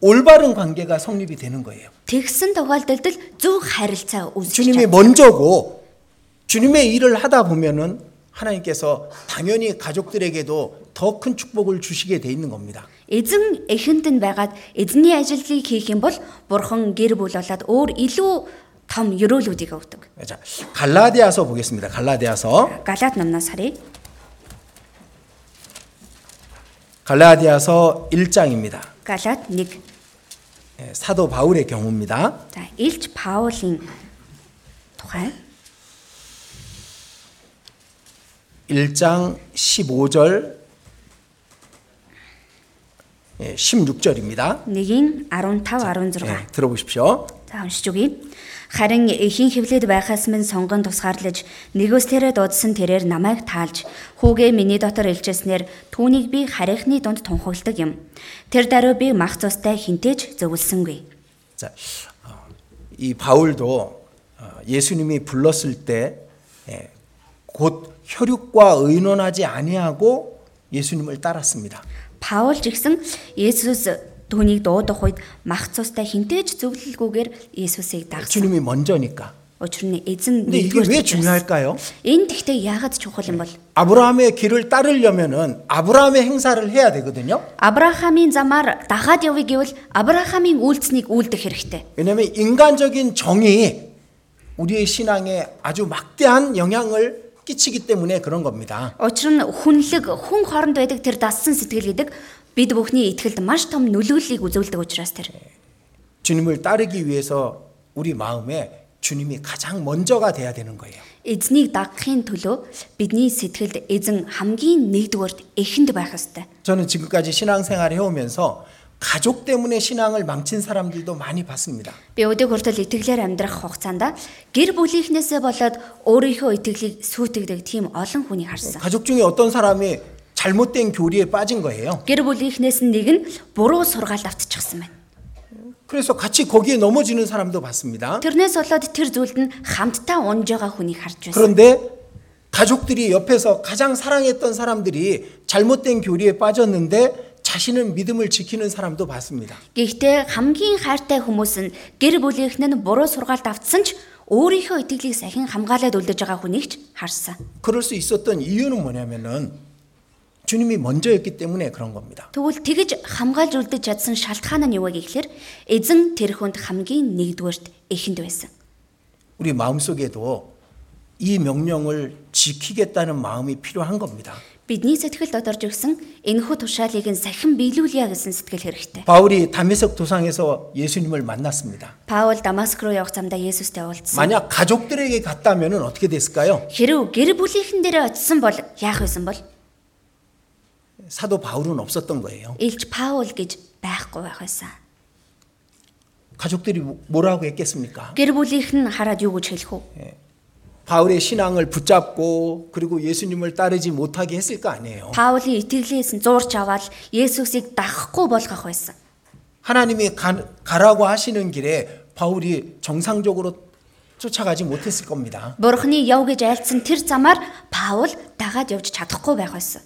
S3: 올바른 관계가 성립이 되는 거예요.
S4: Тэгсэн тохиолдолд л зөв харилцаа
S3: 주님이
S4: үүсгэж
S3: 먼저고 주님의 일을 하다 보면은 하나님께서 당연히 가족들에게도 더 큰 축복을 주시게 돼 있는 겁니다.
S4: эзэн эхэнд нь байгаад эзний ажилыг хийх юм бол бурхан гэр бүл болоод өөр илүү том ёроолуудыг өгдөг.
S3: 자, 갈라디아서 보겠습니다. 갈라디아서
S4: Галаат номноос харъя.
S3: 갈라디아서 1장입니다.
S4: Галаат 1.
S3: 예, 사도 바울의 경우입니다.
S4: За, Илж Паулийн тухай
S3: 1장 15절 예, 16절입니다. 예,
S4: 1-ийн 15 16.
S3: 들어보십시오.
S4: За уншиж үгэй. Харин эхийн хөвлөд байхаас минь сонгон тусгаарлаж нэгөөс тэрэ дуудсан тэрээр намайг таалж хүүгээ миний дотор илжсэнээр түүнийг би харийнхны дунд тунхагладаг юм. Тэр даруй би мах цустай хинтэж зөвлөсөнгүй.
S3: 자, 어, 이 바울도 어, 예수님이 불렀을 때 예, 곧 혈육과 의논하지 아니하고 예수님을 따랐습니다.
S4: Паул ч гэсэн Есүс түүнийг дуудах үед мах цустай хинтэж зөвлөлгүйгээр Есүсийг дагсан.
S3: 주님이 먼저니까.
S4: Учир нь эзэн
S3: 근데 이게
S4: нэгдүгээр
S3: 왜
S4: зүйл байсан.
S3: 중요할까요?
S4: Энэ гэхдээ яагаад чухал юм бол?
S3: 아브라함의 길을 따르려면은 아브라함의 행사를 해야 되거든요.
S4: Авраамийн замаар дагаад явъя гэвэл Авраамийн үйлцнийг үлдэх хэрэгтэй.
S3: 왜냐하면 인간적인 정이 우리의 신앙에 아주 막대한 영향을 끼치기 때문에 그런 겁니다.
S4: Учир нь хүнлэг, хүн хооронд байдаг тэр дассан сэтгэл гэдэг бид бүхний итгэлд маш том нөлөөллийг үзүүлдэг учраас тэр.
S3: 주님을 따르기 위해서 우리 마음에 주님이 가장 먼저가 돼야 되는 거예요.
S4: Эзнийг дагахын төлөө бидний сэтгэлд эзэн хамгийн нэгдүгээрт эхэнд байх ёстой.
S3: 저는 지금까지 신앙생활 해오면서 가족 때문에 신앙을 망친 사람들도 많이 봤습니다.
S4: Би өдөө хүртэл итгэлээр амьдрах хугацаанд гэр бүлийнхнээсээ болоод өөрийнхөө итгэлийг сүйтгэдэг тийм олон хүний харсан.
S3: 가족 중에 어떤 사람이 잘못된 교리에 빠진 거예요.
S4: Гэр бүлийнхнээс нэг нь буруу сургаалт автчихсан байна.
S3: 그래서 같이 거기에 넘어지는 사람도 봤습니다.
S4: Тэрнээс болоод тэр зүйлд нь хамтдаа унж байгаа хүнийг харж байсан.
S3: 그런데 가족들이 옆에서 가장 사랑했던 사람들이 잘못된 교리에 빠졌는데 자신은 믿음을 지키는 사람도 봤습니다.
S4: Гэхдээ хамгийн хайртай хүмүүс нь гэр бүлийнхэн нь буруу сургаалт автсан ч өөрийнхөө итгэлийг сахин хамгаалаад үлдэж байгаа хүнийг ч харсан.
S3: 그럴 수 있었던 이유는 뭐냐면은 주님이 먼저였기 때문에 그런 겁니다.
S4: Тэгвэл тэгж хамгаалж үлдэж чадсан шалтгаан нь юу вэ гэхээр эзэн тэр хүнд хамгийн нэгдүгээрт эхэнд байсан.
S3: 우리 마음속에도 이 명령을 지키겠다는 마음이 필요한 겁니다.
S4: Бидний сэтгэлд одорж өгсөн энэхүү тушаалыг нь сахин биелүүлье гэсэн сэтгэл хэрэгтэй.
S3: 바울이 담메색 도상에서 예수님을 만났습니다.
S4: Паул Дамаск руу явах замдаа Есүстэй уулзсан.
S3: 만약 가족들에게 갔다면은 어떻게 됐을까요?
S4: Хэрв гэр бүлийнхэн дээрээ очисон бол яах байсан бол?
S3: 사도 바울은 없었던 거예요.
S4: Илж Паул гэж байхгүй байх байсан.
S3: 가족들이 뭐라고 했겠습니까?
S4: Гэр бүлийнхэн хараад юу гэж хэлэх вэ?
S3: 바울의 신앙을 붙잡고 그리고 예수님을 따르지 못하게 했을 거 아니에요.
S4: Паулийн итгэлээс нь зуурч аваад Есүсийг дагахгүй болгох байсан.
S3: 하나님이 가, 가라고 하시는 길에 바울이 정상적으로 쫓아가지 못했을 겁니다.
S4: Бурхны яв гэж айлцсан тэр замаар Паул дагаад явж чадахгүй байх байсан.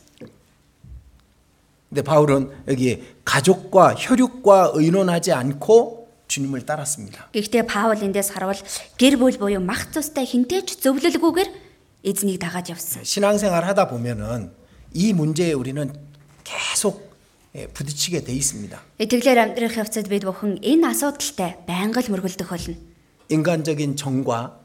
S3: 근데 바울은 여기 가족과 혈육과 의논하지 않고 주님을 따랐습니다.
S4: Гэхдээ Паул эндээс харвал гэр бүл буюу мах цустай хинтээч зөвлөлгүйгээр эзнийг дагаад явсан.
S3: 신앙생활 하다 보면은 이 문제에 우리는 계속 예, 부딪히게 돼 있습니다.
S4: Итгэлээр амьдрах явцад бид бүхэн энэ асуудалтай байнга л мөргөлдөх болно.
S3: 인간적인 정과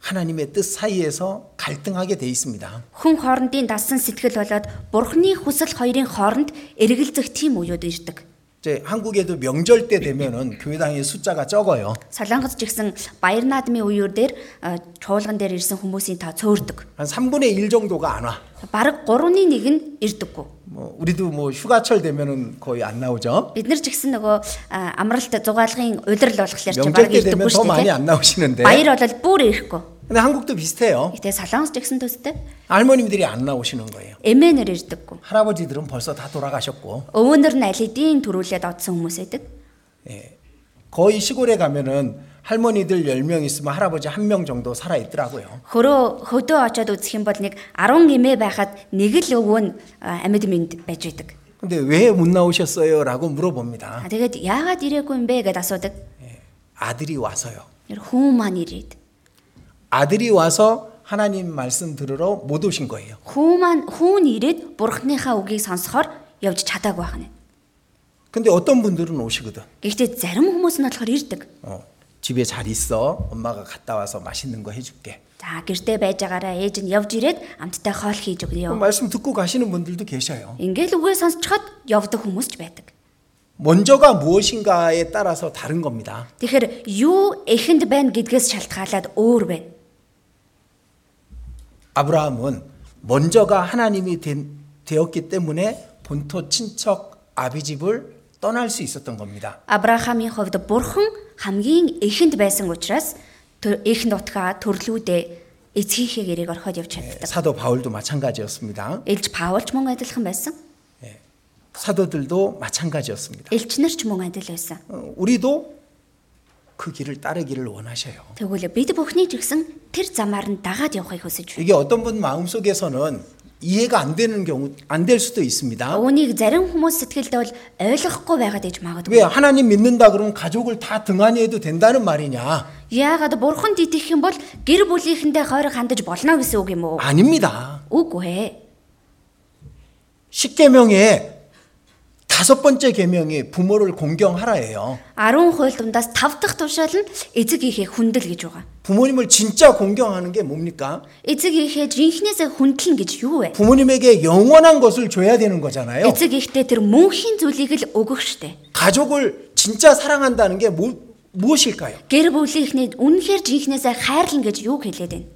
S3: 하나님의 뜻 사이에서 갈등하게 돼 있습니다.
S4: Хүн хоорондын дасан сэтгэл болоод бурхны хүсэл хоёрын хооронд эргэлзэх тийм үеуд ирдэг.
S3: 이제 한국에도 명절 때 되면은 교회당의 숫자가 적어요.
S4: Солонгос ч гэсэн баяр наадмын үеэр дээр э, чуулган дээр ирсэн хүмүүсийн та цөөрдөг.
S3: 한 3분의 1 정도가 안 와.
S4: Бараг 3-ны 1 нь ирдэггүй.
S3: 뭐 우리도 뭐 휴가철 되면은 거의 안 나오죠.
S4: Бид нар ч гэсэн нөгөө э, амралт зугаалгын улирал болохоор ч
S3: 명절
S4: бараг
S3: 때 되면
S4: ирдэггүй
S3: 더
S4: шүү
S3: 많이
S4: дээ.
S3: 안 나오시는데.
S4: тийм. Баяр болол бүр ирэхгүй.
S3: 근데 한국도 비슷해요.
S4: Гэтэ солонгос ч гэсэн төстэй
S3: 할머님들이 안 나오시는 거예요.
S4: эмээнэр ирдэггүй.
S3: 할아버지들은 벌써 다 돌아가셨고
S4: Өвөнөр нь алидийн төрүүлээд одсон хүмүүс байдаг.
S3: 예. 거의 시골에 가면은 할머니들 10명 있으면 할아버지 1명 정도 살아 있더라고요.
S4: Хөрөө хөдөө очоод үзэх юм бол нэг 10 эмээ байхад нэг л өвөө нь э, амьд мэнд байж байдаг.
S3: 근데 왜 못 나오셨어요라고 물어봅니다.
S4: А тэгээд яагаад ирээгүй юм бэ гэд асуудаг.
S3: 아들이 와서요.
S4: Нэр хүн маань ирээд.
S3: 아들이 와서 하나님 말씀 들으러 못 오신 거예요.
S4: Хүн маань хүн ирээд бурхныхаа үгийг сонсохоор явж чадаагүй байна.
S3: 근데 어떤 분들은 오시거든.
S4: Гэхдээ зарим хүмүүс нь болохоор ирдэг.
S3: 어, 집에 잘 있어. 엄마가 갔다 와서 맛있는 거 해줄게.
S4: За гэртээ байжгаараа ээж нь явж ирээд амттай хоол хийж
S3: 그럼
S4: өгнө.
S3: 말씀 듣고 가시는 분들도 계셔요.
S4: Ингээл үгээ сонсчиход явдаг хүмүүс ч байдаг.
S3: 먼저가 무엇인가에 따라서 다른 겁니다.
S4: Тэгэхээр юу эхэнд байна гэдгээс шалтгаалаад өөр байна.
S3: 아브라함은 먼저가 하나님이 된- 되었기 때문에 본토 친척 아비집을 떠날 수 있었던 겁니다.
S4: Авраамийн хувьд бурхан хамгийн эхэнд байсан учраас төр- эхэнд утгаа төрлүүдээ эцгийнхээ гэрийг орхиод явж чаддаг.
S3: 사도 바울도 마찬가지였습니다.
S4: Элж Паулч мөн адилхан байсан.
S3: 사도들도 마찬가지였습니다.
S4: Элчнэр ч мөн адил байсан.
S3: 어, 우리도 그 길을 따르기를 원하셔요.
S4: Тэгвэл бид бүхний ч гэсэн тэр замаар нь дагаад явахыг хүсэж байна.
S3: 이게 어떤 분 마음속에서는 이해가 안 되는 경우 안 될 수도 있습니다.
S4: Үүнийг зарим хүмүүс сэтгэлдээ бол ойлгохгүй байгаад ээж
S3: 왜
S4: магадгүй.
S3: 하나님 믿는다 그러면 가족을 다 등한히해도 된다는 말이냐?
S4: Яагаад бурханд идэх юм бол гэр бүлийнхэндээ хойрог хандаж болно гэсэн үг юм уу?
S3: 아닙니다.
S4: Үгүй ээ.
S3: 십계명의 다섯 번째 계명이 부모를 공경하라예요.
S4: 10 хуйлдундаас 5 дахь тушаал нь эцэг ихээ хүндэл гэж байгаа.
S3: 부모님을 진짜 공경하는 게 뭡니까?
S4: Эцэг ихээ жинхнээсээ хүндэлнэ гэж юу вэ?
S3: 부모님에게 영원한 것을 줘야 되는 거잖아요.
S4: Эцэг ихтэй тэр мөнхийн зүйлийг л өгөх штэ.
S3: 가족을 진짜 사랑한다는 게 뭐, 무엇일까요?
S4: Гэр бүлийнхний үнэхээр жинхнээсээ хайрлна гэж юу хэлээд байна?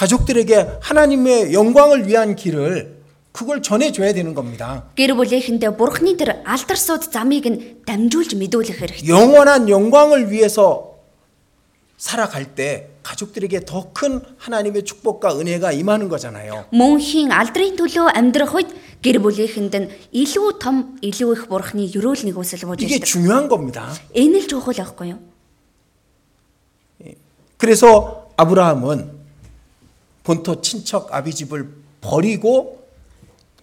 S3: 가족들에게 하나님의 영광을 위한 길을 그걸 전해줘야 되는 겁니다.
S4: Гэр бүлийнхэндээ бурхны тэр алдар суд замыг нь дамжуулж мэдүүлэх хэрэгтэй.
S3: 영원한 영광을 위해서 살아갈 때 가족들에게 더 큰 하나님의 축복과 은혜가 임하는 거잖아요.
S4: Мөнхийн алдрын төлөө амьдрах үед гэр бүлийнхэнд нь илүү том, илүү их бурхны өрөөлнийг үсэл бууж
S3: 이게
S4: ирдэг.
S3: 중요한 겁니다.
S4: Энэ л чухал байхгүй юу?
S3: 그래서 아브라함은 본토 친척 아비 집을 버리고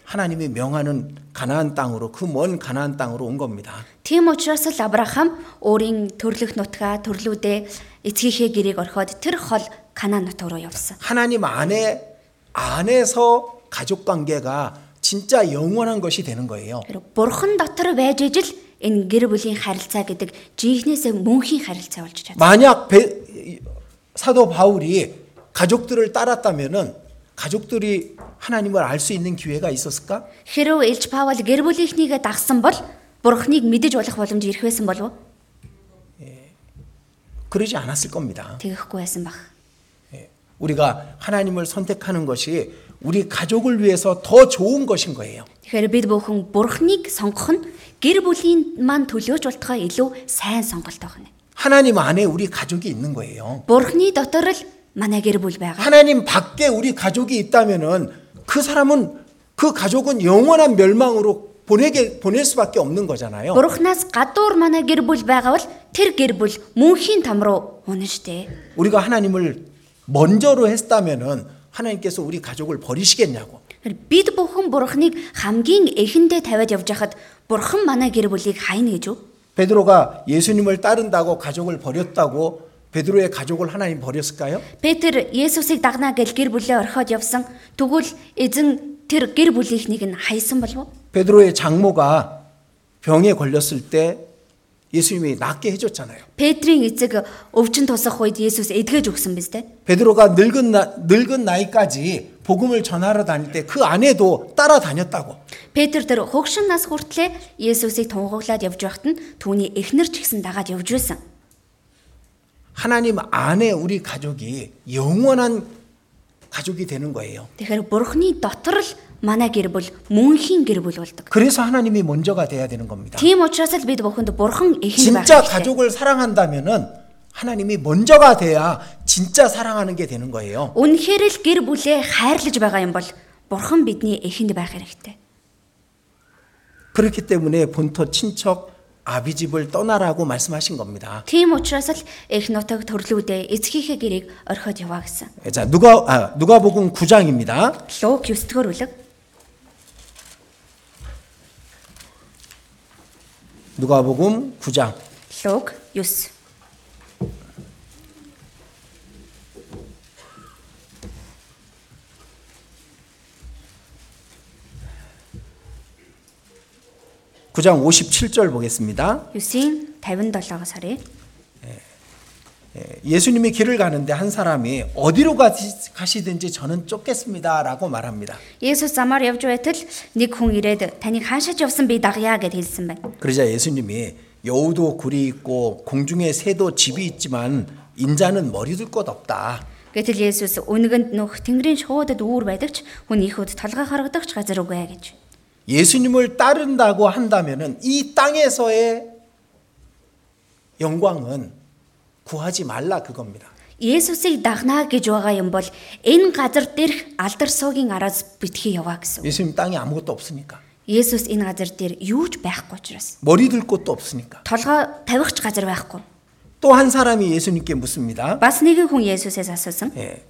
S3: 하나님이 명하는 가나안 땅으로 그 먼 가나안 땅으로 온 겁니다.
S4: Тийм учраас л Авраам өөрийн төрлөх нутгаа төрлүүдээ эцгийнхээ гэрээг орхиод тэр хол Канаан нутаг руу явсан.
S3: 하나님 안에 안에서 가족 관계가 진짜 영원한 것이 되는 거예요.
S4: Тэр бурхан дотор байж ижил энэ гэр бүлийн харилцаа гэдэг жинхнээсээ мөнхийн харилцаа болж чадсан.
S3: 만약 배- 이- 사도 바울이 가족들을 따랐다면은 가족들이 하나님을 알 수 있는 기회가 있었을까?
S4: Хэрвээ Илж Паул гэр бүлийнхнийгээ дагсан бол бурханыг мэдэж болох боломж ирэх байсан болов уу?
S3: 그러지 않았을 겁니다.
S4: Тэгэхгүй байсан баг.
S3: 우리가 하나님을 선택하는 것이 우리 가족을 위해서 더 좋은 것인 거예요.
S4: Тэгэхээр бид бүхэн бурханыг сонгох нь гэр бүлийн маань төлөөж болтгоо илүү сайн сонголт байна.
S3: 하나님 안에 우리 가족이 있는 거예요.
S4: Бурханы дотор л манай гэр бүл байгаа.
S3: 하나님 밖에 우리 가족이 있다면은 그 사람은 그 가족은 영원한 멸망으로 보내게 보낼 수밖에 없는 거잖아요.
S4: Бурханаас гадуур манай гэр бүл байгавал тэр гэр бүл мөнхийн там руу унах штэ.
S3: 우리가 하나님을 먼저로 했다면은 하나님께서 우리 가족을 버리시겠냐고.
S4: Тэгэхээр Бид бүхэн бурханыг хамгийн эхэндээ тавиад явж хахад бурхан манай гэр бүлийг хайна гэж үү?
S3: 베드로가 예수님을 따른다고 가족을 버렸다고 베드로의 가족을 하나님 버렸을까요?
S4: Петр Есүсийг дагнаа гэж гэр бүлээ орхиод явсан. Тэгвэл эзэн тэр гэр бүлийнхнийг нь хайсан болов уу?
S3: 베드로의 장모가 병에 걸렸을 때 예수님이 낫게 해줬잖아요.
S4: Петрийн эцэг өвчин тусах үед Есүс эдгэж өгсөн биз дээ.
S3: 베드로가 늙은 나, 늙은 나이까지 복음을 전하러 다닐 때 그 아내도 따라다녔다고.
S4: Петр тэр хөгшин нас хүртлээр Есүсийг тунгаглаад явж байхад нь түүний эхнэр ч гэсэн дагаад явж байсан.
S3: 하나님 안에 우리 가족이 영원한 가족이 되는 거예요.
S4: Тэгэхээр Бурхны дотор л манай гэр бүл мөнхийн гэр бүл болдог.
S3: 그래서 하나님이 먼저가 돼야 되는 겁니다.
S4: Тийм учраас л бид бүхэнд Бурхан эхэн байх
S3: 진짜
S4: хэрэгтэй.
S3: 가족을 사랑한다면은 하나님이 먼저가 돼야 진짜 사랑하는 게 되는 거예요.
S4: Үнэхээр л гэр бүлээ хайрлаж байгаа юм бол Бурхан бидний эхэнд байх хэрэгтэй.
S3: 그렇기 때문에 본토 친척 아비집을 떠나라고 말씀하신 겁니다.
S4: Тийм учраас л эх нутаг төрлүүдээ эцгийнхээ гэрийг орхиод яваа гэсэн.
S3: 자, 누가 아, 누가복음 9장입니다.
S4: Луг 9-р бүлэг
S3: 누가복음 9장
S4: Луг 9.
S3: 구장 57절 보겠습니다.
S4: 9-ийн 57-аас харъя.
S3: 예, 예수님이 길을 가는데 한 사람이 어디로 가시- 가시든지 저는 쫓겠습니다라고 말합니다.
S4: Есүс замаар явж байтал нэг хүн ирээд таныг хаашаач явсан би дагъя гэд хэлсэн байна.
S3: 그러자 예수님이 여우도 굴이 있고 공중에 새도 집이 있지만 인자는 머리둘 곳 없다.
S4: Гэтэл Есүс үнэгэнд нөх Тэнгэрийн шуудад үүр байдагч хүн ихүүд толгой харагдагч газар үгүй гэж.
S3: 예수님을 따른다고 한다면은 이 땅에서의 영광은 구하지 말라 그겁니다.
S4: Есүсийг дагнаа гэж байгаа юм бол энэ газар дээрх алдар суугийн араас битгий яваа гэсэн.
S3: 예수님 땅에 아무것도 없으니까
S4: Есүс энэ газар дээр юу ч байхгүй учраас
S3: 머리둘 곳도 없으니까.
S4: толгой тавихч газар байхгүй.
S3: 또 한 사람이 예수님께 묻습니다.
S4: Бас нэгэн хүн Есүсээс асуусан.
S3: 예.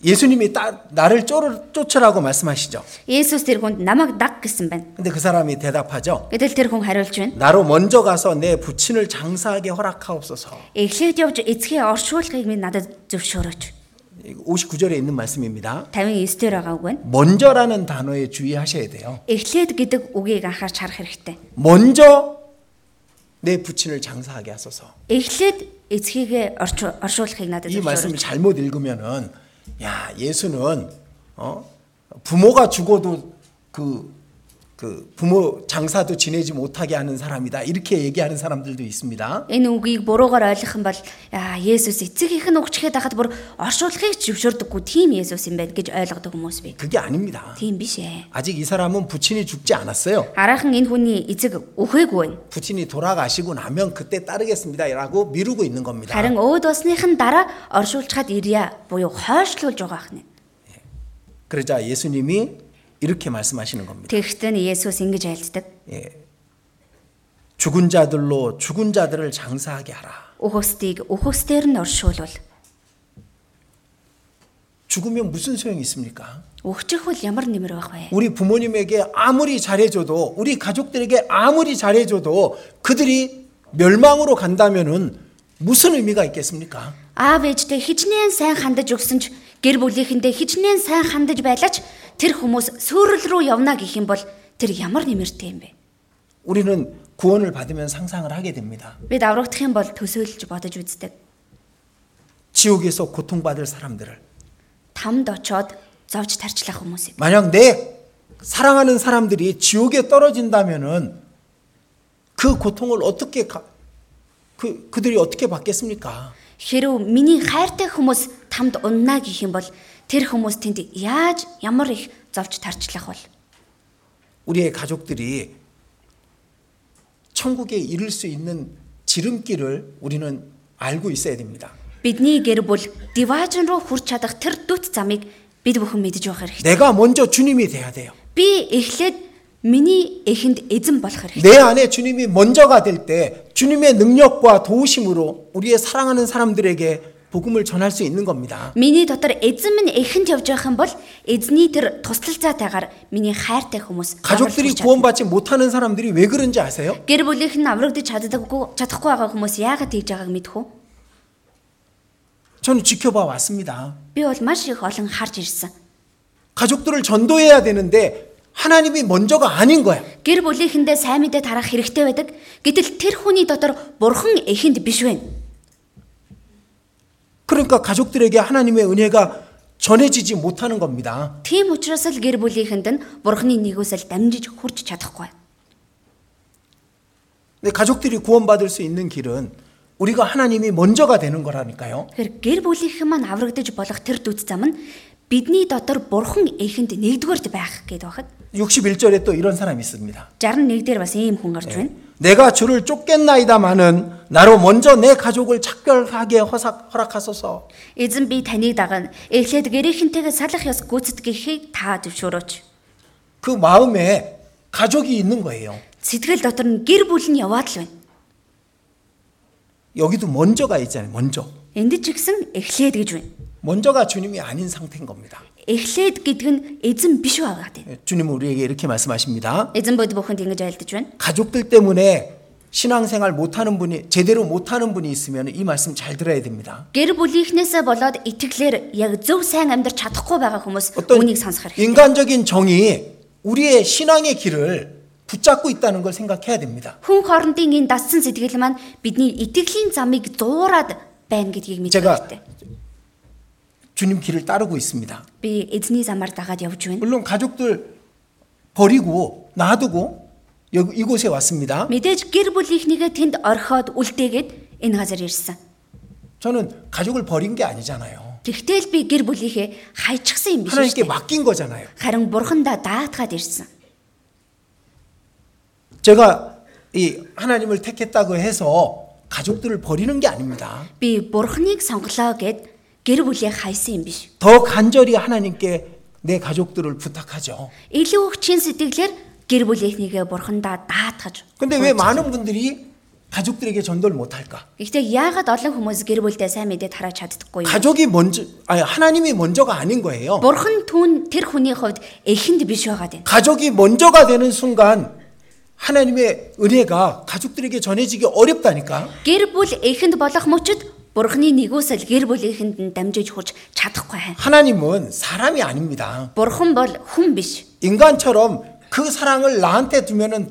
S3: 예수님이 따, 나를 쫓으, 쫓으라고 말씀하시죠.
S4: Есүс тэр хүнд намайг даг гэсэн байна.
S3: 근데 그 사람이 대답하죠.
S4: Гэтэл тэр хүн хариулж байна.
S3: 나로 먼저 가서 내 부친을 장사하게 허락하옵소서.
S4: Эхлээд явж эцгийн оршуулгыг минь надад зөвшөөрөөч.
S3: 59절에 있는 말씀입니다.
S4: 59 дээр байгаа үг байна.
S3: 먼저라는 단어에 주의하셔야 돼요.
S4: Эхлээд гэдэг үгийг анхаарч харах хэрэгтэй.
S3: 먼저 내 부친을 장사하게 하소서.
S4: Эхлээд эцгийгэ орч- оршуулгыг надад
S3: 이 말씀을
S4: зөвшөөрөөч.
S3: 잘못 읽으면은 야 예수는 어? 부모가 죽어도 그, 그 부모 장사도 지내지 못하게 하는 사람이다 이렇게 얘기하는 사람들도 있습니다.
S4: Энэ үгийг буруугаар ойлгох юм бол аа Есүс эцгийнх нь угчгээд хахад бүр оршуулгыг ч зөвшөөрдөггүй тийм Есүс юм байна гэж ойлгодог хүмүүс бий.
S3: 그게 아닙니다.
S4: Тийм биш ээ.
S3: 아직 이 사람은 부친이 죽지 않았어요.
S4: Хараахан энэ хүний эцэг үхээгүй байна.
S3: 부친이 돌아가시고 나면 그때 따르겠습니다라고 미루고 있는 겁니다.
S4: Харин өөд усных нь дараа оршуулчаад ирья буюу хойшлуулж байгаа хнэ.
S3: 그러자 예수님이 이렇게 말씀하시는 겁니다.
S4: Тэгэхдээ нь Есүс ингэж айлддаг.
S3: 죽은 자들로 죽은 자들을 장사하게 하라.
S4: Өхөстийг өхөстээр нь оршуулвал
S3: 죽으면 무슨 소용이 있습니까?
S4: өгчихвөл ямар нэмэр байх вэ?
S3: 우리 부모님에게 아무리 잘해줘도 우리 가족들에게 아무리 잘해줘도 그들이 멸망으로 간다면은 무슨 의미가 있겠습니까?
S4: Аав ээжтэй хичнээн сайн хандаж өгсөн ч гэр бүлийнхэнтэй хичнээн сайн хандаж байлаач тэр хүмүүс сүрэл рүү явна гэх юм бол тэр ямар нэмэртэй юм бэ?
S3: 우리는 구원을 받으면 상상을 하게 됩니다.
S4: Бид аврагдах юм бол төсөөлж бодож үздэг.
S3: 지옥에서 고통받을 사람들을
S4: Тамд очоод зовж тарчлах хүмүүсийг.
S3: 만약 내 사랑하는 사람들이 지옥에 떨어진다면은 그 고통을 어떻게 가, 그 그들이 어떻게 받겠습니까?
S4: Хэрв миний хайртай хүмүүс тамд уннаа гэх юм бол тэр хүмүүс тэнд яаж ямар их зовж тарчлах бол
S3: 우리의 가족들이 천국에 이를 수 있는 지름길을 우리는 알고 있어야 됩니다.
S4: бидний гэр бүл диважн руу хүрч чадах тэр дүт замыг бид бүхэн мэдж байх хэрэгтэй.
S3: 내가 먼저 주님이 돼야 돼요.
S4: Би эхлээд миний эхэнд эзэн болох хэрэгтэй.
S3: 내 안에 주님이 먼저가 될 때 주님의 능력과 도우심으로 우리의 사랑하는 사람들에게 복음을 전할 수 있는 겁니다.
S4: Миний дотор эзэн минь эхэнд явж байх юм бол эзний тэр туслалцаатайгаар миний хайртай хүмүүс
S3: 가족들이
S4: аврагдаж чадна.
S3: 구원받지 못하는 사람들이 왜 그런지 아세요?
S4: гэр бүлийнх нь аврагдаж чаддаггүй чадахгүй байгаа хүмүүс яагаад тэгж байгааг мэдхүү.
S3: 저는 지켜봐 왔습니다.
S4: Би бол маш их олон харж ирсэн.
S3: 가족들을 전도해야 되는데 하나님이 먼저가 아닌 거야.
S4: гэр бүлийнхэндээ сайн мэдээ тарах хэрэгтэй байдаг. Гэтэл тэр хүний дотор бурхан эхэнд биш вэ.
S3: 그러니까 가족들에게 하나님의 은혜가 전해지지 못하는 겁니다.
S4: Тийм учраас л гэр бүлийнхэнд нь бурханы нэгөөсөл дамжиж хурж чадахгүй.
S3: 근데 가족들이 구원받을 수 있는 길은 우리가 하나님이 먼저가 되는 거라니까요.
S4: Тэгэхээр гэр бүлийнхэн маань аврагдаж болох тэр дүд зам нь бидний дотор бурхан эхэнд нэгдүгээрд байх гэдэг бахад
S3: 61절에 또 이런 사람이 있습니다.
S4: 61 дээр бас ийм хүн гарч байна.
S3: 내가 주를 쫓겠나이다마는 나로 먼저 내 가족을 작별하게 허삭, 허락하소서.
S4: Эзэн би таныг дагана. Эхлээд гэрийнхэнтэйгээ салах ёс гүйцэтгэхийг та зөвшөөрөөч.
S3: 그 마음에 가족이 있는 거예요.
S4: Сэтгэл дотор нь гэр бүл нь яваад л байна.
S3: 여기도 먼저가 있잖아요. 먼저.
S4: Энд ч гэсэн эхлээд гэж байна.
S3: 먼저가 주님이 아닌 상태인 겁니다.
S4: Эхлээд гэдэг нь эзэн биш байгаад байна.
S3: 예, 주님은 우리에게 이렇게 말씀하십니다.
S4: Эзэн бод бүхэнд ингэж айлдаж байна.
S3: 가족들 때문에 신앙생활 못하는 분이 제대로 못하는 분이 있으면 이 말씀 잘 들어야 됩니다.
S4: Гэр бүлийнхнээсээ болоод итгэлээр яг зөв сайн амьдрч чадахгүй байгаа хүмүүс
S3: 어떤
S4: үнийг сонсох хэрэгтэй.
S3: 인간적인 정이 우리의 신앙의 길을 붙잡고 있다는 걸 생각해야 됩니다.
S4: Хүн хоорондын энэ дассан сэтгэл маань бидний итгэлийн замыг зуураад байна гэдгийг мэдэх
S3: Чага.
S4: хэрэгтэй.
S3: 주님 길을 따르고 있습니다.
S4: Би эзний замаар дагаад явж байна.
S3: 물론 가족들 버리고 놔두고 여기 이곳에 왔습니다.
S4: Мэдээж гэр бүлийнхнийгээ тэнд орхиод үлдээгээд энэ газар ирсэн.
S3: 저는 가족을 버린 게 아니잖아요.
S4: Тэгтэл би гэр бүлийнхээ хайчихсан юм биш
S3: 하나님께
S4: үү?
S3: 맡긴 거잖아요.
S4: Харин бурхандаа даатгаад ирсэн.
S3: 제가 이 하나님을 택했다고 해서 가족들을 버리는 게 아닙니다.
S4: Би бурханыг сонглоо гэд гэр бүлийг хайсан юм биш.
S3: 더 간절히 하나님께 내 가족들을 부탁하죠.
S4: Илүү их чин сэтгэлээр гэр бүлийнхнийгээ бурхандаа даатгаж.
S3: 근데 왜
S4: 그렇죠.
S3: 많은 분들이 가족들에게 전도를 못 할까?
S4: Гэхдээ яагаад олон хүмүүс гэр бүлдээ сайн мэдээ тараа чаддаггүй юм?
S3: 가족이 먼저 아니 하나님이 먼저가 아닌 거예요.
S4: Бурхан түн тэр хүний хувьд эхэнд биш байгаад байна.
S3: 가족이 먼저가 되는 순간 하나님의 은혜가 가족들에게 전해지기 어렵다니까.
S4: Гэр бүл эхэнд болох мөчид бурханы нэгөөсөл гэр бүлийнхэнд нь дамжиж хурж чадахгүй хань.
S3: 하나님은 사람이 아닙니다.
S4: Бурхан бол хүн биш.
S3: 인간처럼 그 사랑을 나한테 두면은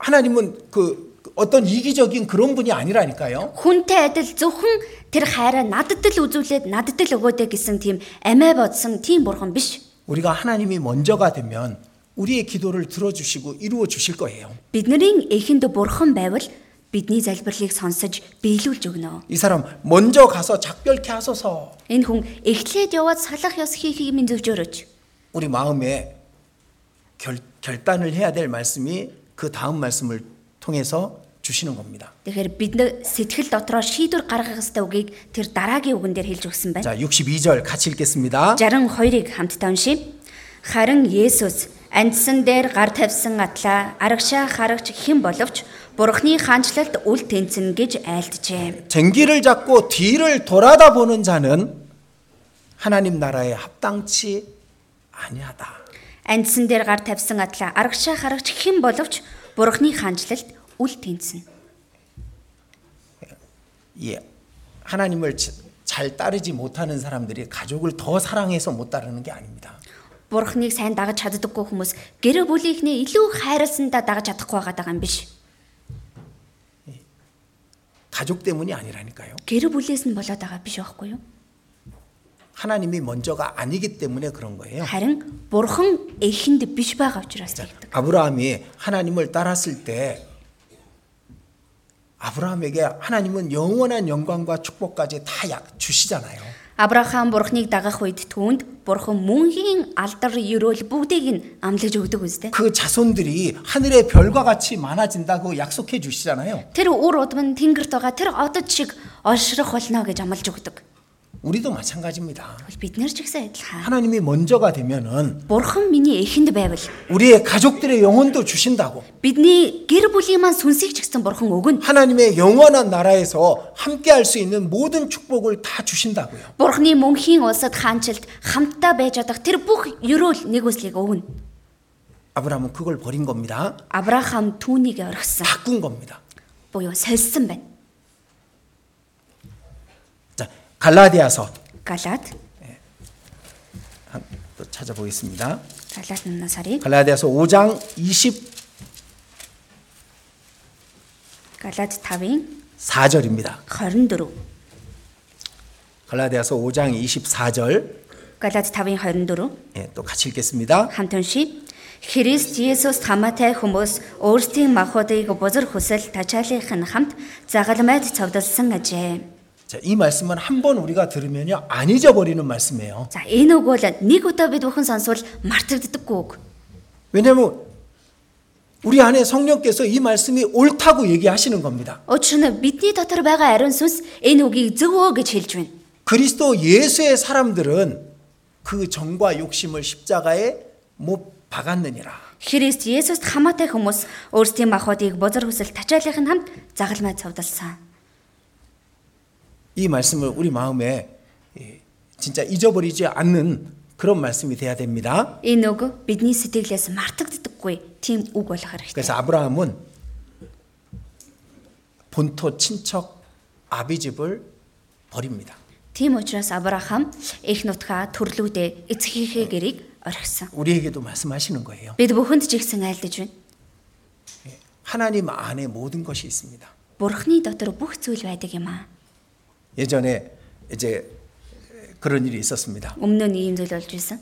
S3: 하나님은 그 어떤 이기적인 그런 분이 아니라니까요.
S4: Хүнтэй адил зөвхөн тэр хайраа надад л үзүүлээд надад л өгөөдэй гэсэн тийм амиа бодсон тийм бурхан биш.
S3: 우리가 하나님이 먼저가 되면 우리의 기도를 들어주시고 이루어 주실 거예요.
S4: Бидний эхэнд бурхан байвал бидний залбирлыг сонсож биелүүлж өгнө.
S3: 이 사람 먼저 가서 작별케 하소서.
S4: Энэ хүн эхлээд яваад салах ёс хийхийг минь зөвжөөрөөч.
S3: 우리 마음에 결, 결단을 해야 될 말씀이 그 다음 말씀을 통해서 주시는 겁니다.
S4: Тэгэхээр бид нэ- сэтгэл дотроо шийдвэр гаргах ёстой үгийг тэр дараагийн үгэн дээр хэлж өгсөн байна.
S3: 자, 62절 같이 읽겠습니다.
S4: 62-ыг хамтдаа уншийе. Харин Есүс амьдсан дээр гар тавьсан атлаа арагшаа харагч хэн боловч Бурхны хаанчлалд үл тэнцэн гэж айлтжээ.
S3: 쟁기를 잡고 뒤를 돌아다 보는 자는 하나님 나라에 합당치 아니하다.
S4: Амьдсан дээр гар тавьсан атлаа арагшаа харагч хэн боловч Бурхны хаанчлалд үл тэнцэн.
S3: 예. 하나님을 지- 잘 따르지 못하는 사람들이 가족을 더 사랑해서 못 따르는 게 아닙니다.
S4: Бурхныг сайн дагаж чаддаггүй хүмүүс гэр бүлийнхнээ илүү хайрласандаа дагаж чадахгүй байгаа юм биш.
S3: 가족 때문이 아니라니까요.
S4: Гэр бүлээс нь болоод байгаа биш байхгүй юу?
S3: 하나님이 먼저가 아니기 때문에 그런 거예요.
S4: Харин Бурхан эхэнд биш байгаа учраас тэгдэг.
S3: 아브라함이 하나님을 따랐을 때 아브라함에게 하나님은 영원한 영광과 축복까지 다 약 주시잖아요.
S4: Авраам Бурхныг дагах үед түүнд Бурхан мөнхийн алдар ерөөл бүгдийг нь амлаж өгдөг үстэй.
S3: 그 자손들이 하늘의 별과 같이 많아진다고 약속해 주시잖아요.
S4: Тэр үр удам нь тэнгэрт байгаа тэр одод шиг олширах болно гэж амлаж өгдөг.
S3: 우리도 마찬가지입니다.
S4: Тэгвэл бид нэр ч гэсэн адилхан.
S3: 하나님이 먼저가 되면은
S4: Бурхан миний эхэнд байвал
S3: 우리의 가족들의 영혼도 주신다고
S4: бидний гэр бүлийн маань сүнсийг ч гэсэн Бурхан өгнө.
S3: 하나님의 영원한 나라에서 함께 할 수 있는 모든 축복을 다 주신다고요.
S4: Бурхны мөнхийн улсад хаанчлалд хамтдаа байж чадах тэр бүх ерөөл нэгүслийг өгнө.
S3: 아브라함은 그걸 버린 겁니다.
S4: Авраам түүнийг орхисон.
S3: 바꾼 겁니다.
S4: Буюу сольсон байна.
S3: 자, 갈라디아서
S4: Галаад
S3: 한- 또 찾아보겠습니다.
S4: Галаат нунаа сарын
S3: 갈라디아서 5장 20
S4: Галаад 5-ын
S3: 4절입니다.
S4: 24.
S3: 갈라디아서 5장 24절
S4: Галаад 5-ын 24.
S3: 예, 또 같이 읽겠습니다.
S4: хамт уншия. Христ Есүс хамаатай хүмүүс өөрсдийн махуудыг бузар хүсэл тачаалийнх нь хамт загалмайд цовдолсон ажээ.
S3: 자, 이 말씀은 한 번 우리가 들으면요 안 잊어버리는 말씀이에요.
S4: За энэ үг бол нэг удаа бид бүхэн сонсвол мартагддаггүй үг.
S3: 왜냐하면 우리 안에 성령께서 이 말씀이 옳다고 얘기하시는 겁니다.
S4: Учир нь бидний дотор байгаа ариун сүнс энэ үгийг зөвөө гэж хэлж байна.
S3: 그리스도 예수의 사람들은 그 정과 욕심을 십자가에 못 박았느니라.
S4: Христ Есүст хамаатай хүмүүс өөрсдийн махуудыг бузар хүсэл тачаалийнх нь хамт загалмайд цовдолсон.
S3: 이 말씀을 우리 마음에 예, 진짜 잊어버리지 않는 그런 말씀이 돼야 됩니다.
S4: Энэ үг бидний сэтгэлээс мартагддаггүй тийм үг болох
S3: 그래서
S4: хэрэгтэй.
S3: 아브라함은 본토 친척 아비집을 버립니다.
S4: Тийм учраас Авраам их нутгаа төрлүүдээ эцгийнхээ гэрийг орхисон.
S3: 우리에게도 말씀하시는 거예요.
S4: Бид бүхэнд ч ихсэн айлдж байна.
S3: 하나님 안에 모든 것이 있습니다.
S4: Бурхны дотор бүх зүйл байдаг юм аа.
S3: 예전에 이제 그런 일이 있었습니다.
S4: Өмнө нь ийм зүйл болж байсан.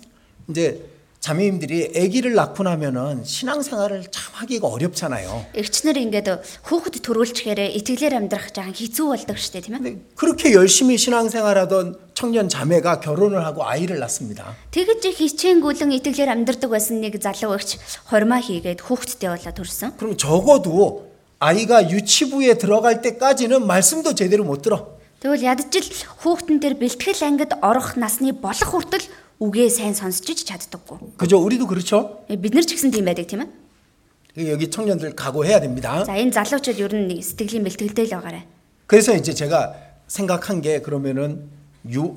S3: 이제 자매님들이 아기를 낳고 나면은 신앙생활을 참 하기가 어렵잖아요.
S4: Эгчнэр ингээд хүүхэд төрүүлчихээрээ итгэлээр амьдрах жаахан хэцүү болдог штэ тийм ээ.
S3: 그렇게 열심히 신앙생활하던 청년 자매가 결혼을 하고 아이를 낳습니다.
S4: Тэгэж их хичээнгүлэн итгэлээр амьдрдаг байсан нэг залуу эгч хормоо хийгээд хүүхэдтэй болоо төрсөн.
S3: 그럼 적어도 아이가 유치부에 들어갈 때까지는 말씀도 제대로 못 들어.
S4: Тэгвэл ядчил хүүхдэн дээр бэлтгэл ангид орох насны болох хүртэл үгээ сайн сонсч иж чаддаггүй. Э,
S3: 그죠? 우리도 그렇죠?
S4: Бид нар ч гэсэн тийм байдаг тийм ээ.
S3: 여기 청년들 각오해야 됩니다.
S4: За энэ залуучууд ер нь нэг сэтгэлийн бэлтгэлтэй л байгаарэ.
S3: 그래서 이제 제가 생각한 게 그러면은 유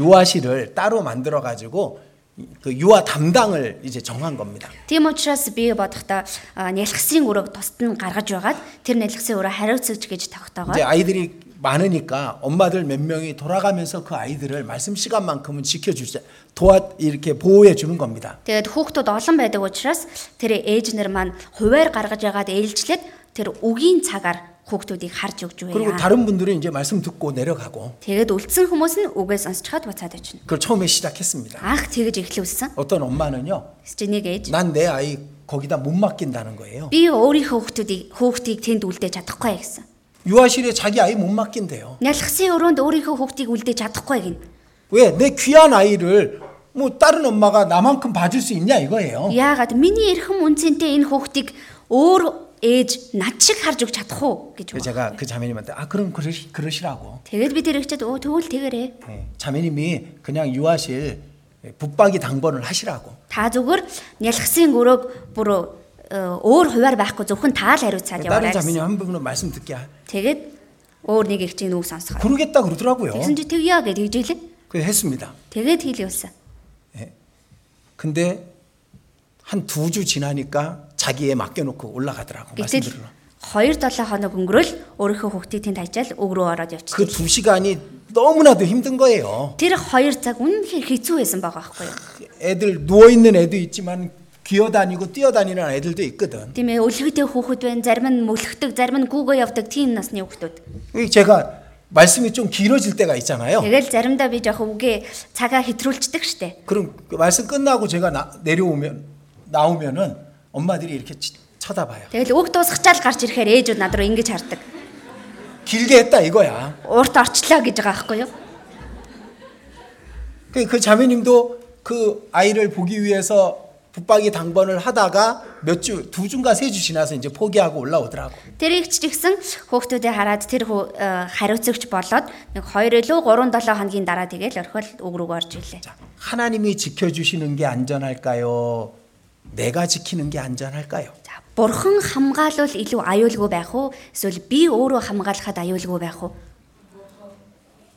S3: 유아실을 따로 만들어 가지고 그 유아 담당을 이제 정한 겁니다.
S4: Тийм учраас би бодохдоо а, нялхсрын өрөөг тусад нь гаргаж байгаад тэр нялхсрын өрөө хариуцагч гэж
S3: 이제
S4: тогтоогоо.
S3: 아이들이 많으니까 엄마들 몇 명이 돌아가면서 그 아이들을 말씀 시간만큼은 지켜주자 도와 이렇게 보호해 주는 겁니다.
S4: Тэгээд хүүхдүүд олон байдаг учраас тэр ээжнэр маань хуваар гаргаж ягаад ээлжлээд тэр үгийн цагаар хүүхдүүдийг харж өгч
S3: 그리고
S4: байна.
S3: 다른 분들은 이제 말씀 듣고 내려가고
S4: Тэгээд үлдсэн хүмүүс нь үгээ сонсчихад буцаад очино.
S3: 그걸 처음에 시작했습니다.
S4: Анх тэгж эхлүүлсэн.
S3: 어떤 엄마는요,
S4: Счнийг ээж
S3: 난 내 아이 거기다 못 맡긴다는 거예요.
S4: би өөрийнхөө хүүхдүүдийг хүүхдийг тэнд үлдээж чадахгүй гэсэн.
S3: 유아실에 자기 아이 못 맡긴대요.
S4: Нялхсын өрөөнд өөрийнхөө хүүхдийг үлдээж чадахгүй гин.
S3: 왜 내 귀한 아이를 뭐 다른 엄마가 나만큼 봐줄 수 있냐 이거예요.
S4: Яагаад миний эрхэм үнцэнтэй энэ хүүхдийг өөр ээж над шиг харж өгч чадах уу гэж
S3: 그래서
S4: байна.
S3: 제가 그 자매님한테 아 그럼 그러시, 그러시라고.
S4: Тэгэл би тэр эгчэд өө тэгвэл тэгэрээ.
S3: 예, 자매님이 그냥 유아실 붙박이 당번을 하시라고.
S4: Та зүгээр нялхсын өрөөг бүр э, өөр хуваар байхгүй зөвхөн таал хариуцаад яваарай.
S3: 다른
S4: гэсэн.
S3: 자매님 한 분은 말씀 듣게 하.
S4: Тэгээд өөр нэг эгчийн үг сонсгоо.
S3: 그러겠다 그러더라고요.
S4: Тэгсэн чи тэгье гэж хижээлээ.
S3: 그 했습니다.
S4: Тэгээд хийлээсэн.
S3: 근데 한 두 주 지나니까 자기에 맡겨놓고 올라가더라고.
S4: Гэтэл
S3: 말씀드리러.
S4: 2-7 хоног өнгөрөөл өөрийнхөө хүүхдийг тэнд хажаал өг рүү ороод
S3: 그
S4: явчихлаа.
S3: 두 시간이 너무나도 힘든 거예요. 그
S4: Тэр 2 цаг үнэхээр хэцүү байсан байгаа байхгүй юу?
S3: 애들 누워 있는 애도 있지만 기어다니고 뛰어다니는 애들도 있거든.
S4: Тийм ээ, өлгөдөө хүүхэд байна, зарим нь мөлхдөг, зарим нь гүүгөө явдаг тийм насны хүүхдүүд.
S3: 이 제가 말씀이 좀 길어질 때가 있잖아요.
S4: Тэгэл заримдаа би жоох үгээ цагаа хэтрүүлцдэг штэ.
S3: 그럼 그 말씀 끝나고 제가 나, 내려오면 나오면은 엄마들이 이렇게 치- 쳐다봐요.
S4: Тэгэл үг дуусгачаал гарч ирэхээр ээжүүд над руу ингэж хардаг.
S3: 길게 했다 이거야.
S4: Урт орчлоо гэж байгаа байхгүй юу?
S3: 그, 그 자매님도 그 아이를 보기 위해서 붙박이 당번을 하다가 몇 주, 두 주인가 세 주 지나서 이제 포기하고 올라오더라고.
S4: Тэр ихч гэсэн хүүхдүүдээ хараад тэр хүү- э, хариуцөгч болоод нэг 2 илүү 3-7 хоногийн дараа тэгэл орхиол үг рүү орж илээ.
S3: 자, 하나님이 지켜주시는 게 안전할까요? 내가 지키는 게 안전할까요?
S4: За бурхан хамгаалвал илүү аюулгүй байх уу? Эсвэл би өөрөө хамгаалахад аюулгүй байх уу?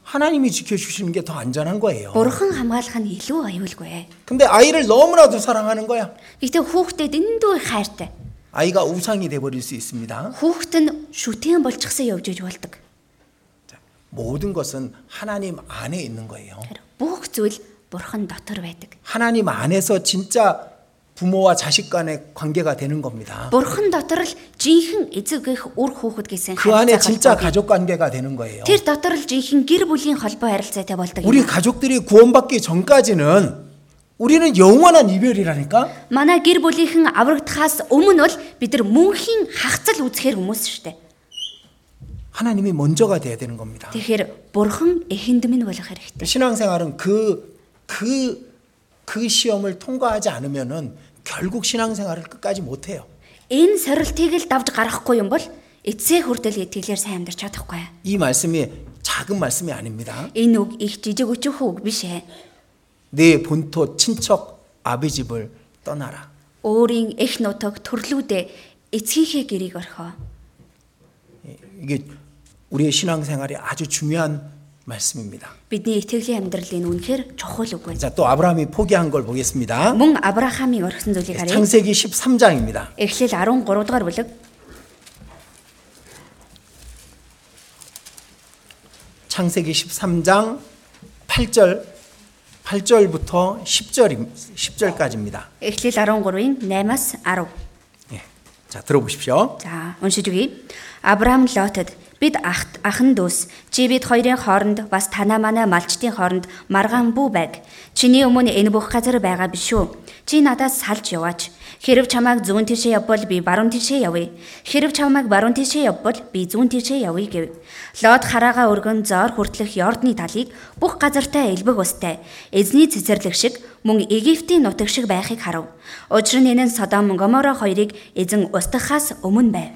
S3: 하나님이 지켜주시는 게 더 안전한 거예요.
S4: Бурхан хамгаалах нь илүү аюулгүй ээ.
S3: 근데 아이를 너무나도 사랑하는 거야.
S4: Гэтэ хүүхдэд эндүү их хайртай.
S3: 아이가 우상이 돼버릴 수 있습니다.
S4: Хүүхэд нь шүтэн болчихсан явж иж болдог.
S3: 자, 모든 것은 하나님 안에 있는 거예요.
S4: Тэр бүх зүйл бурхан дотор байдаг.
S3: 하나님 안에서 진짜 부모와 자식 간의 관계가 되는 겁니다.
S4: Бурхан дотор л жинхэнэ эзэг гэх үр хүүхэд гэсэн
S3: 그 안에
S4: харилцаа
S3: 진짜
S4: холбоо бий.
S3: 가족 관계가 되는 거예요.
S4: Тэр дотор л жинхэнэ гэр бүлийн холбоо харилцаатай болдог.
S3: 우리
S4: юм.
S3: 가족들이 구원받기 전까지는 우리는 영원한 이별이라니까.
S4: Манай гэр бүлийнхэн аврагдахаас өмнө бол бид нар мөнхийн хагцал үзэхэр хүмүүс шүү дээ.
S3: 하나님이 먼저가 돼야 되는 겁니다.
S4: Тэгэхээр бурхан эхэнд минь болох хэрэгтэй.
S3: 신앙생활은 그, 그, 그 시험을 통과하지 않으면은 결국 신앙생활을 끝까지 못해요.
S4: Энэ сорилтыг л давж гарахгүй юм бол эцсийн хүртэл итгэлээр сайн амьдарч чадахгүй.
S3: 이 말씀이 작은 말씀이 아닙니다.
S4: Энэ үг их жижиг өчөх үг биш ээ.
S3: 내 본토 친척 아비집을 떠나라.
S4: Өөрийн эх нутаг төрлүүдээ эцгийнхээ гэрийг орхоо.
S3: 이게 우리의 신앙생활이 아주 중요한 말씀입니다.
S4: Бидний итгэлийн амьдрал энэ үнэхээр чухал үг байна.
S3: 자, 또 아브라함이 포기한 걸 보겠습니다.
S4: Мөн Авраамийн орхисон зүйлийг харъя.
S3: 창세기 13장입니다.
S4: Эхлэл 13 дугаар бүлэг.
S3: 창세기 13장 8절 8절부터 10절 10절까지입니다. 예.
S4: Эхлэл 13-ийн 8-аас 10.
S3: 자, 들어보십시오.
S4: За, уншиж үгэй. Авраам Лотод бид ахт ахан дүүс чи бид хоёрын хооронд бас танаа манай малчтын хооронд маргаан бүү байг. Чиний өмнө энэ бүх газар байгаа биш үү? Чи надаас салж яваач. Хэрв чамайг зүүн тишээ явбал би баруун тишээ явъя. Хэрв чамайг баруун тишээ явбал би зүүн тишээ явъя гэв. Лот хараага өргөн зоор хүртлэх Йордны талыг бүх газартай элбэг устай эзний цэцэрлэг шиг мөн Египтийн нутаг шиг байхыг харав. Учир нь энэ нь Содом Гоморо хоёрыг эзэн устгахаас өмнө байв.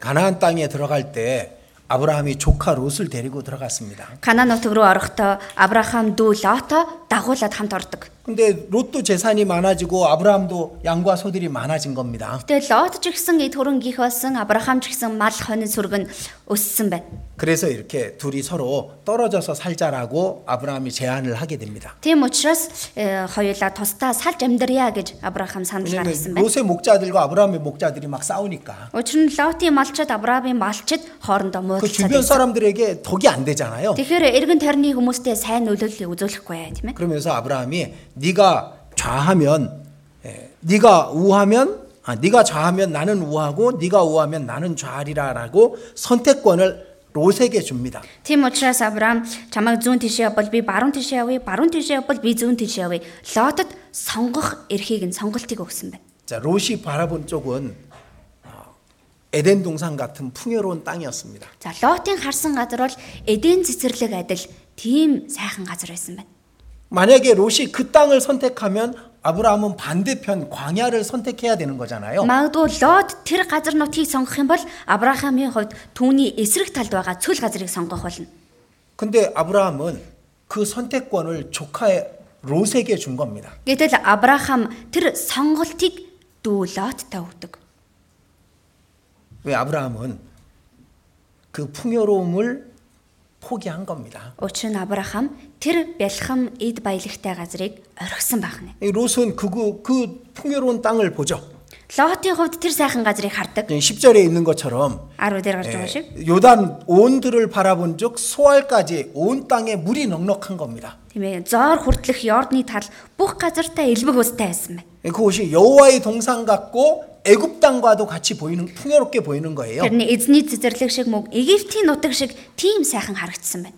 S3: 가나안 땅에 들어갈 때 아브라함이 조카 롯을 데리고 들어갔습니다.
S4: Кана нутаг руу орохдоо Авраам дүү Лото дагуулад хамт ордог.
S3: 근데 롯도 재산이 많아지고 아브라함도 양과 소들이 많아진 겁니다.
S4: Гэтэл Лот ч гэсэн эд хөрөнгө их болсон, Авраам ч гэсэн мал хонь сүрэг нь өссөн байна.
S3: 그래서 이렇게 둘이 서로 떨어져서 살자라고 아브라함이 제안을 하게 됩니다.
S4: Тийм учраас э, хоёулаа тусдаа салж амьдрья гэж Авраам санал
S3: 왜냐면
S4: гаргасан байна.
S3: 롯의 목자들과 아브라함의 목자들이 막 싸우니까
S4: Учир нь Лотын малчид Авраамын малчид хоорондоо
S3: 그
S4: муудалцаад
S3: 주변
S4: байсан.
S3: 사람들에게 덕이 안 되잖아요.
S4: Тэгэхээр эргэн тойрны хүмүүстэй сайн нөлөөлөл үзүүлэхгүй яа тийм ээ.
S3: 그러면서 아브라함이 네가 좌하면 에, 네가 우하면 아 네가 좌하면 나는 우하고 네가 우하면 나는 좌하리라라고 선택권을 롯에게 줍니다.
S4: Тийм учраас Авраам чамайг зүүн тишээ явбал би баруун тишээ явъя, баруун тишээ явбал би зүүн тишээ явъя. Лотод сонгох эрхийг нь сонголтыг өгсөн байна.
S3: 자, 롯이 바라본 쪽은 어, 에덴 동산 같은 풍요로운 땅이었습니다.
S4: За Лотын харсан газар бол Эден цэцэрлэг адил тийм сайхан газар байсан байна.
S3: 만약에 롯이 그 땅을 선택하면 아브라함은 반대편 광야를 선택해야 되는 거잖아요.
S4: Магадгүй Лот тэр газар нутгийг сонгох юм бол Авраамийн хувьд түүний эсрэг талд байгаа цөл газрыг сонгох болно.
S3: 근데 아브라함은 그 선택권을 조카의 롯에게 준 겁니다.
S4: Гэтэл Авраам тэр сонголтыг дүү Лоттой өгдөг.
S3: 왜 아브라함은 그 풍요로움을 포기한 겁니다.
S4: Учир нь Авраам тэр бэлхам эд баялагтай газрыг орхисон байна.
S3: 이 롯은 그, 그, 그 풍요로운 땅을 보죠.
S4: Лотын хувьд тэр сайхан газрыг хардаг.
S3: 10절에 있는 것처럼
S4: 10 дээр гарч
S3: 예,
S4: байгаа шиг.
S3: 요단 온들을 바라본 즉 소알까지 온 땅에 물이 넉넉한 겁니다.
S4: Тийм ээ. Зоор хүртлэх Йордны тал бүх газартай элбэг устай байсан байна.
S3: 예, 그것이 여호와의 동산 같고 애굽 땅과도 같이 보이는 풍요롭게 보이는 거예요.
S4: Тэр нь эзний цэцэрлэг шиг мөг Египтийн нутаг шиг тийм сайхан харагдсан байна.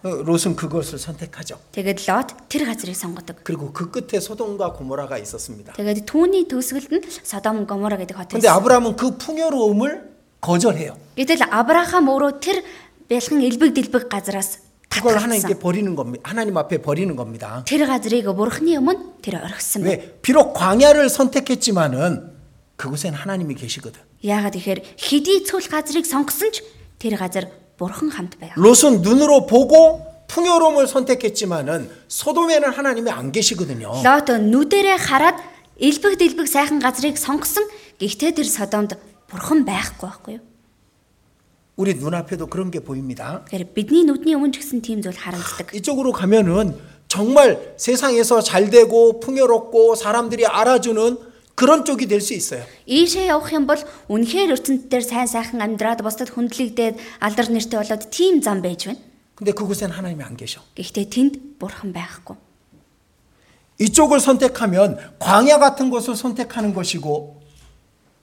S3: 어, 롯은 그것을 선택하죠.
S4: Тэгэд Лот тэр газрыг сонгодог.
S3: 그리고 그 끝에 소돔과 고모라가 있었습니다.
S4: Тэгэд түүний төгсгөлд нь Содом Гомора гэдэг хот
S3: 근데
S4: байсан.
S3: 아브라함은 그 풍요로움을 거절해요.
S4: Гэтэл Авраам өөрөө тэр бэлхэн элбэг дэлбэг газраас
S3: 그걸 하나님께
S4: татгалсан.
S3: 버리는 겁니다. 하나님 앞에 버리는 겁니다.
S4: Тэр газрыг бурхны өмнө тэр орхисон байна.
S3: 왜 비록 광야를 선택했지만은 그곳엔 하나님이 계시거든.
S4: Яагаад тэгэхээр хэдий цөл газрыг сонгосон ч тэр газар бурхан хамт байга.
S3: 롯은 눈으로 보고 풍요로움을 선택했지만은 소돔에는 하나님이 안 계시거든요.
S4: Лот нүдэрэ хараад элбэг дэлбэг сайхан газрыг сонгосон. Гэхдээ тэр Содомд бурхан байхгүй байхгүй юу?
S3: 우리 눈앞에도 그런 게 보입니다.
S4: Тэгэхээр бидний нүдний өмнө ч гэсэн тийм зүйл харагддаг.
S3: 이쪽으로 가면은 정말 세상에서 잘 되고 풍요롭고 사람들이 알아주는 그런 쪽이 될 수 있어요.
S4: Ийшээ явах юм бол үнэхээр ертөнд дээр сайн сайхан амьдраад бусдад хүндлэгдээд алдар нэртэй болоод тийм зам байж байна.
S3: 근데 그곳엔 하나님이 안 계셔.
S4: Гэхдээ тэнд бурхан байхгүй.
S3: 이쪽을 선택하면 광야 같은 곳을 선택하는 것이고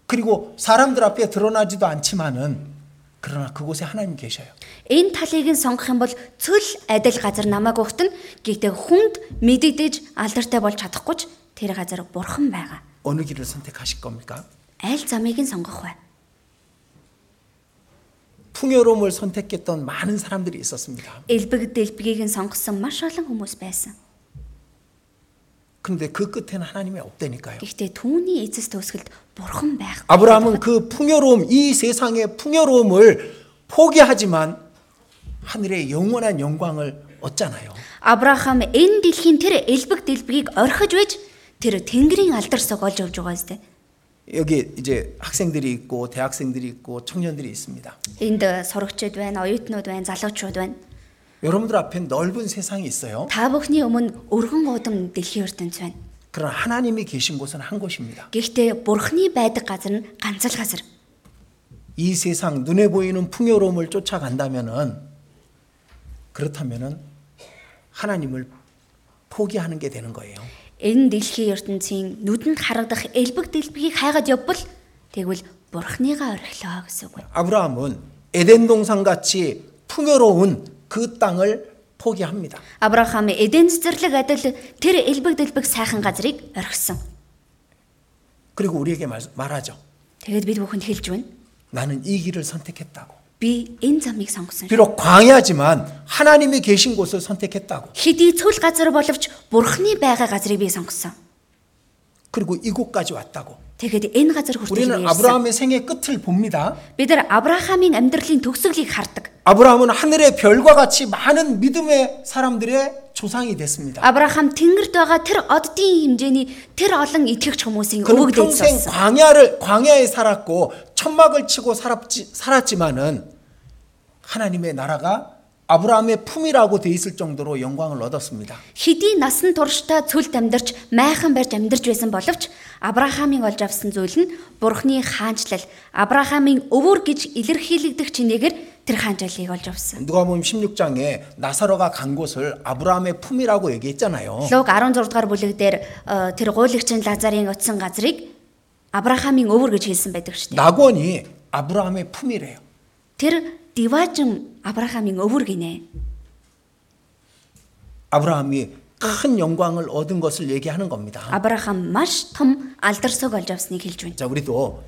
S3: 그리고 사람들 앞에 드러나지도 않지만은 그러나 그곳에 하나님 계셔요.
S4: Энэ талыг нь сонгох юм бол цөл адил газар намааг ухтана. Гэхдээ хүнд мэдэгдэж алдартай болж чадахгүй ч тэр газар бурхан байгаа.
S3: 어느 길을 선택하실 겁니까?
S4: Аль замыг нь сонгох вэ?
S3: 풍요로움을 선택했던 많은 사람들이 있었습니다.
S4: Элбэг дэлбэгийг нь сонгосон маш олон хүмүүс байсан.
S3: 그런데 그 끝에는 하나님이 없다니까요.
S4: Гэхдээ түүний эцэс төгсгөлд бурхан байх.
S3: 아브라함은 그 풍요로움, 이 세상의 풍요로움을 포기하지만 하늘의 영원한 영광을 얻잖아요.
S4: Авраам энэ дэлхийн тэр элбэг дэлбэгийг орхиж байж тэр тэнгэрийн алдар сог олж явж байгаа зү.
S3: 여기 이제 학생들이 있고 대학생들이 있고 청년들이 있습니다.
S4: Энд сурагчид байна, оюутнууд байна, залуучууд байна.
S3: 여러분들 앞에 넓은 세상이 있어요.
S4: Та бүхний өмнө өргөн уудам дэлхийн ертөнц байна.
S3: 그러나 하나님이 계신 곳은 한 곳입니다.
S4: Гэхдээ бурхны байдаг газар нь ганц л газар.
S3: 이 세상 눈에 보이는 풍요로움을 쫓아간다면은 그렇다면은 하나님을 포기하는 게 되는 거예요.
S4: Энэ дэлхийн ертөнцийн нүдэнд харагдах элбэг дэлбэгийг хайгаад явбал тэгвэл бурхныгаа орхилоо гэсэн үг. байна.
S3: 아브라함은 에덴 동산 같이 풍요로운 그 땅을 포기합니다.
S4: Авраам эден цэцэрлэг адил тэр элбэг дэлбэг сайхан газрыг орхисон.
S3: 그리고 우리에게 말, 말하죠.
S4: Тэгэд бид бүхэнд хэлж байна.
S3: 나는 이 길을 선택했다고.
S4: Би энэ замыг сонгосон.
S3: 비록 광야지만 하나님이 계신 곳을 선택했다고.
S4: Хэдий цөл газар боловч бурхны байгаа газрыг би сонгосон.
S3: 그리고 이곳까지 왔다고.
S4: Тэгэхэд энэ газар хүртэл
S3: 우리는 아브라함의 생애 끝을 봅니다.
S4: Бид нар Авраамийн амьдралын төгсгөлийг хардаг.
S3: 아브라함은 하늘의 별과 같이 많은 믿음의 사람들의 조상이 됐습니다.
S4: Авраам тэнгэрт байгаа тэр оддын хэмжээний тэр олон итгэгч хүмүүсийн
S3: 그는
S4: өвөг
S3: 평생
S4: дэвссэн.
S3: 광야를 광야에 살았고 천막을 치고 살았지, 살았지만은 하나님의 나라가 아브라함의 품이라고 돼 있을 정도로 영광을 얻었습니다.
S4: Хэдий насан туршдаа цөлд амьдарч майхан барьж амьдарч байсан боловч Авраамийн олж авсан зүйл нь Бурхны хаанчлал, Авраамийн өвөр гэж илэрхийлэгдэх чинээгээр тэр хаанчлалыг олж авсан.
S3: 누가복음 16장에 나사로가 간 곳을 아브라함의 품이라고 얘기했잖아요.
S4: Луг 16 дугаар бүлэг дээр э, тэр гуулагчин Лазарын утсан газрыг Авраамийн өвөр гэж хэлсэн байдаг шүү дээ.
S3: 낙원이 아브라함의 품이래요.
S4: Тэр Диважин Авраамийн өвөр гинэ.
S3: 아브라함이 큰 영광을 얻은 것을 얘기하는
S4: 아-
S3: 겁니다.
S4: Авраам маш том алдар суг олж авсныг хэлж байна.
S3: 자, 우리도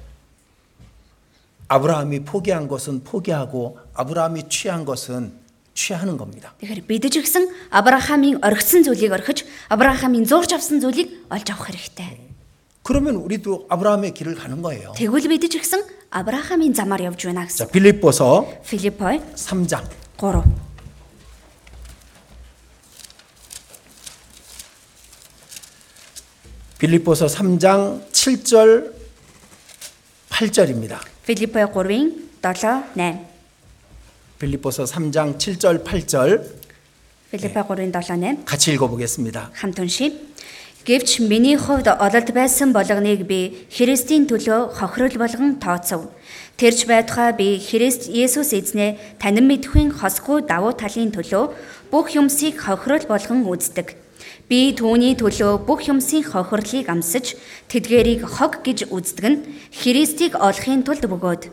S3: 아브라함이 포기한 것은 포기하고 아브라함이 취한 것은 취하는 겁니다.
S4: Тэгэхээр бид ч гэсэн Авраамийн орхисон зүйлийг орхиж, Авраамийн зуурч авсан зүйлийг олж авах хэрэгтэй.
S3: 그러면 우리도 아브라함의 길을 가는 거예요.
S4: Тэгвэл бид ч гэсэн Авраамийн замаар явж байна
S3: 자,
S4: гэсэн.
S3: 빌립보서
S4: Филиппой
S3: 3장
S4: 3.
S3: 빌립보서 3장 7절 8절입니다.
S4: Филиппой 3-ын 7, 8.
S3: 빌립보서 3장 7절 8절
S4: Филиппой 3-ын 7, 8.
S3: 같이 읽어 보겠습니다.
S4: хамт уншийе. Гэвч миний хувьд ололд байсан болгоныг би Христийн төлөө хохирол болгон тооцов. Тэрч байтугай би Христ Есүс эзнээ танин мэдхүйн хосгүй давуу талын төлөө бүх юмсыг хохирол болгон үздэг. Би түүний төлөө бүх юмсийн хохирлыг амсаж тэдгэрийг хог гэж үздэг нь Христийг олохын тулд бөгөөд.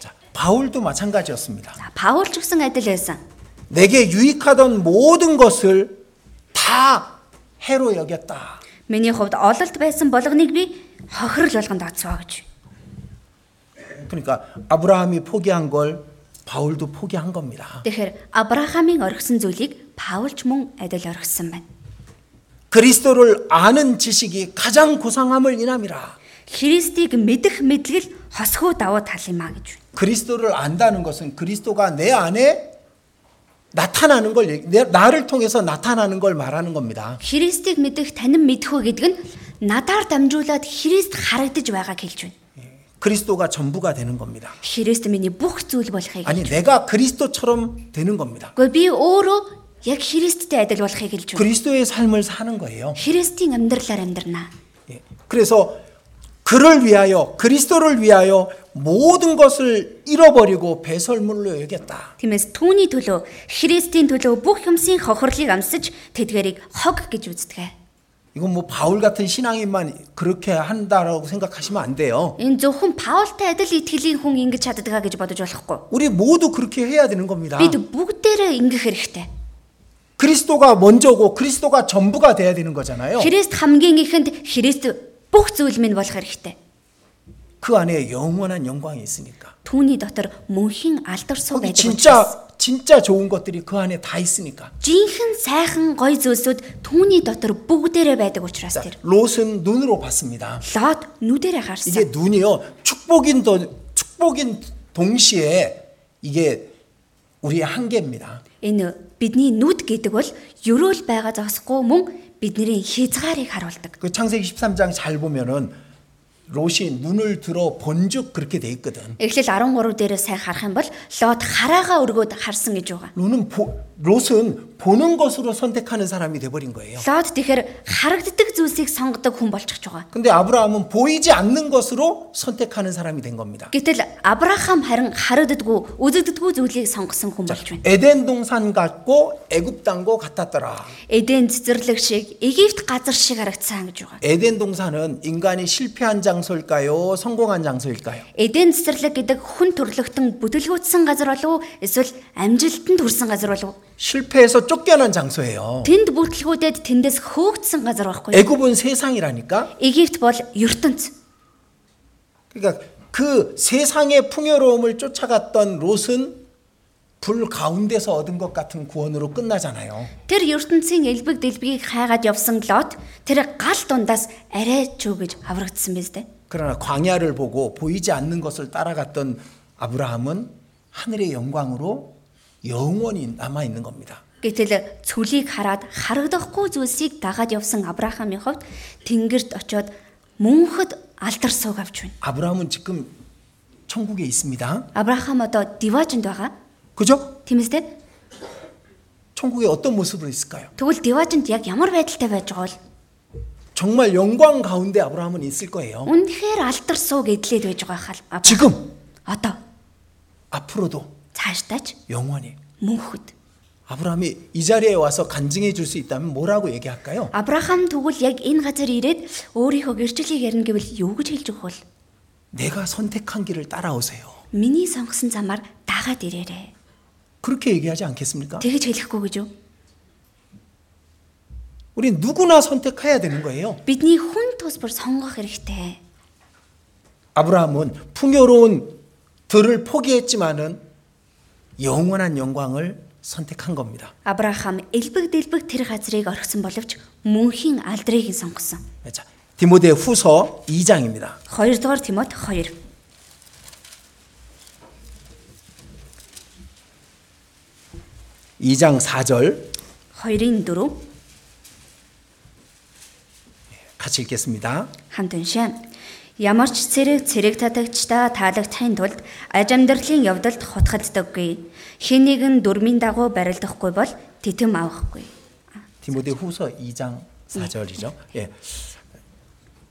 S3: 자, 바울도 마찬가지였습니다.
S4: За Паул ч гэсэн адил байсан.
S3: 내게 유익하던 모든 것을 다 해로 여겼다.
S4: Миний хувьд ололд байсан болгоныг би хохирол болгон тооцоо гэж.
S3: 그러니까 아브라함이 포기한 걸 바울도 포기한 겁니다.
S4: Тэгэхээр Авраамийн орхисон зүйлийг Паулч мөн адил орхисон байна.
S3: 그리스도를 아는 지식이 가장 고상함을 인함이라.
S4: Христийг мэдэх мэдлэг л хосхоо давуу тал юм а гэж байна.
S3: 그리스도를 안다는 것은 그리스도가 내 안에 나타나는 걸 얘기- 내- 나를 통해서 나타나는 걸 말하는 겁니다.
S4: Христийг мэдэх танин мэдхүү гэдэг нь надаар дамжуулаад Христ харагдаж байгааг хэлж байна.
S3: 그리스도가 전부가 되는 겁니다.
S4: Христ миний бүх зүйл болохыг.
S3: 아니 내가 그리스도처럼 되는 겁니다.
S4: Гэхдээ би өөрөө яг Христтэй адил болохыг хэлж байна.
S3: 그리스도의 삶을 사는 거예요.
S4: Христийн амьдралаар амьдрнаа.
S3: 예. 그래서 그를 위하여 그리스도를 위하여 모든 것을 잃어버리고 배설물로 여겼다.
S4: Тиймээс түүний төлөө Христийн төлөө бүх юмсийн хохирлыг амсаж тэдгэрийг хог гэж үздэг.
S3: 이건 뭐 바울 같은 신앙인만 그렇게 한다라고 생각하시면 안 돼요.
S4: Энэ зөвхөн Паултай адил итгэлийн хүн ингэж чаддаг гэж бодож болохгүй.
S3: 우리 모두 그렇게 해야 되는 겁니다.
S4: Бид бүгдээрээ ингэх хэрэгтэй.
S3: 그리스도가 먼저고 그리스도가 전부가 돼야 되는 거잖아요.
S4: Христ хамгийн ихэнд Христ бүх зүйл минь болох хэрэгтэй.
S3: 그 안에 영원한 영광이 있으니까.
S4: Түүний дотор мөнхийн алдар суу
S3: 거기
S4: байдаг. учраас
S3: 진짜 진짜 좋은 것들이 그 안에 다 있으니까.
S4: жинхэнэ сайхан гой зүйлсүүд түүний дотор бүгдээрээ байдаг учраас
S3: 자,
S4: тэр
S3: 롯은 눈으로 봤습니다.
S4: Лот нүдэрэ
S3: 이게
S4: гарсан.
S3: 눈이요 축복인 더 축복인 동시에 이게 우리의 한계입니다.
S4: Энэ бидний нүд гэдэг бол ерөөл байгаа зогсгүй мөн бидний хязгаарыг харуулдаг.
S3: 그 창세기 13장 잘 보면은 롯이 눈을 들어 본즉 그렇게 돼 있거든.
S4: Эхлэл 13 дээрээ сайн харах юм бол Лот хараага өргөөд харсан гэж байгаа.
S3: 롯은 보, 롯은 보는 것으로 선택하는 사람이 돼 버린 거예요.
S4: Лот тэгэхэр харагддаг зүйлсийг сонгодог хүн болчихж байгаа.
S3: 근데 아브라함은 보이지 않는 것으로 선택하는 사람이 된 겁니다.
S4: Гэтэл Авраам харин харагддаггүй, үзэгддэггүй зүйлийг сонгосон хүн болж байна.
S3: 에덴 동산 같고 애굽 땅과 같았더라.
S4: Эден цэцэрлэг шиг, Египт газар шиг харагдсан гэж байгаа.
S3: 에덴 동산은 인간이 실패한 장소일까요? 성공한 장소일까요?
S4: Эден цэцэрлэг гэдэг хүн төрлөختөн бүтлгүүцсэн газар болов уу? Эсвэл амжилтанд хүрсэн газар болов уу?
S3: 실패해서 쫓겨난 장소예요.
S4: Тэнд бүтлгүүдэд тэндээс хөөгдсөн газар байхгүй юу?
S3: 애굽은 세상이라니까.
S4: Египт бол ертөнц.
S3: 그러니까 그 세상의 풍요로움을 쫓아갔던 롯은 불 가운데서 얻은 것 같은 구원으로 끝나잖아요.
S4: Тэр ертөнцийн элбэг дэлбэгийг хайгаад явсан Лот тэр гал дундаас арай ч юу гэж аврагдсан биз дээ.
S3: 그러나 광야를 보고 보이지 않는 것을 따라갔던 아브라함은 하늘의 영광으로 영원히 남아 있는 겁니다.
S4: Гэтэл цүлийг хараад харагдахгүй зүйлсийг дагаад явсан Авраамийн хувьд тэнгэрт очиод мөнхөд алдар сууг авч байна.
S3: 아브라함은 지금 천국에 있습니다.
S4: Авраам одоо диважинд байгаа.
S3: 그죠?
S4: Тиймээс дээ
S3: 천국에 어떤 모습으로 있을까요?
S4: Тэгвэл диважинд яг ямар байдалтай байж байгаа бол
S3: 정말 영광 가운데 아브라함은 있을 거예요.
S4: үнэхээр алдар сууг эдлээд байж байгаа хаал.
S3: 지금
S4: Одоо
S3: 앞으로도
S4: цаашдаач
S3: 영원히
S4: мөнхөд
S3: 아브라함이 이 자리에 와서 간증해 줄 수 있다면 뭐라고 얘기할까요?
S4: Авраам тэгвэл яг энэ газар ирээд өөрийнхөө гэрчлэлийг ярина гэвэл юу гэж хэлж өгөх вэ?
S3: 내가 선택한 길을 따라오세요.
S4: Миний сонгосон замаар дагаад ирээрээ.
S3: 그렇게 얘기하지 않겠습니까?
S4: Тэгэж хэлэхгүй гэж юу?
S3: 우리 누구나 선택해야 되는 거예요.
S4: Бидний хүн тус бүр сонгох хэрэгтэй.
S3: 아브라함은 풍요로운 들을 포기했지만은 영원한 영광을 선택한 겁니다.
S4: Авраам элбэг дэлбэг тэр газрыг орхисон боловч мөнхийн алдрыг нь сонгосон.
S3: 자, 디모데 후서 2장입니다.
S4: 2 дугаар Тимот 2.
S3: 이장 4절
S4: 2-ын 4
S3: 같이 읽겠습니다.
S4: хамт уншаа. Ямар ч зэрэг зэрэг татагчдаа таалагтахын тулд аж амьдралын явдалд хутгалдаггүй. Хэн нэгэн дүрмийн дагуу барилдахгүй бол титэм авахгүй.
S3: 디모데 후서 2장 4절이죠. 예.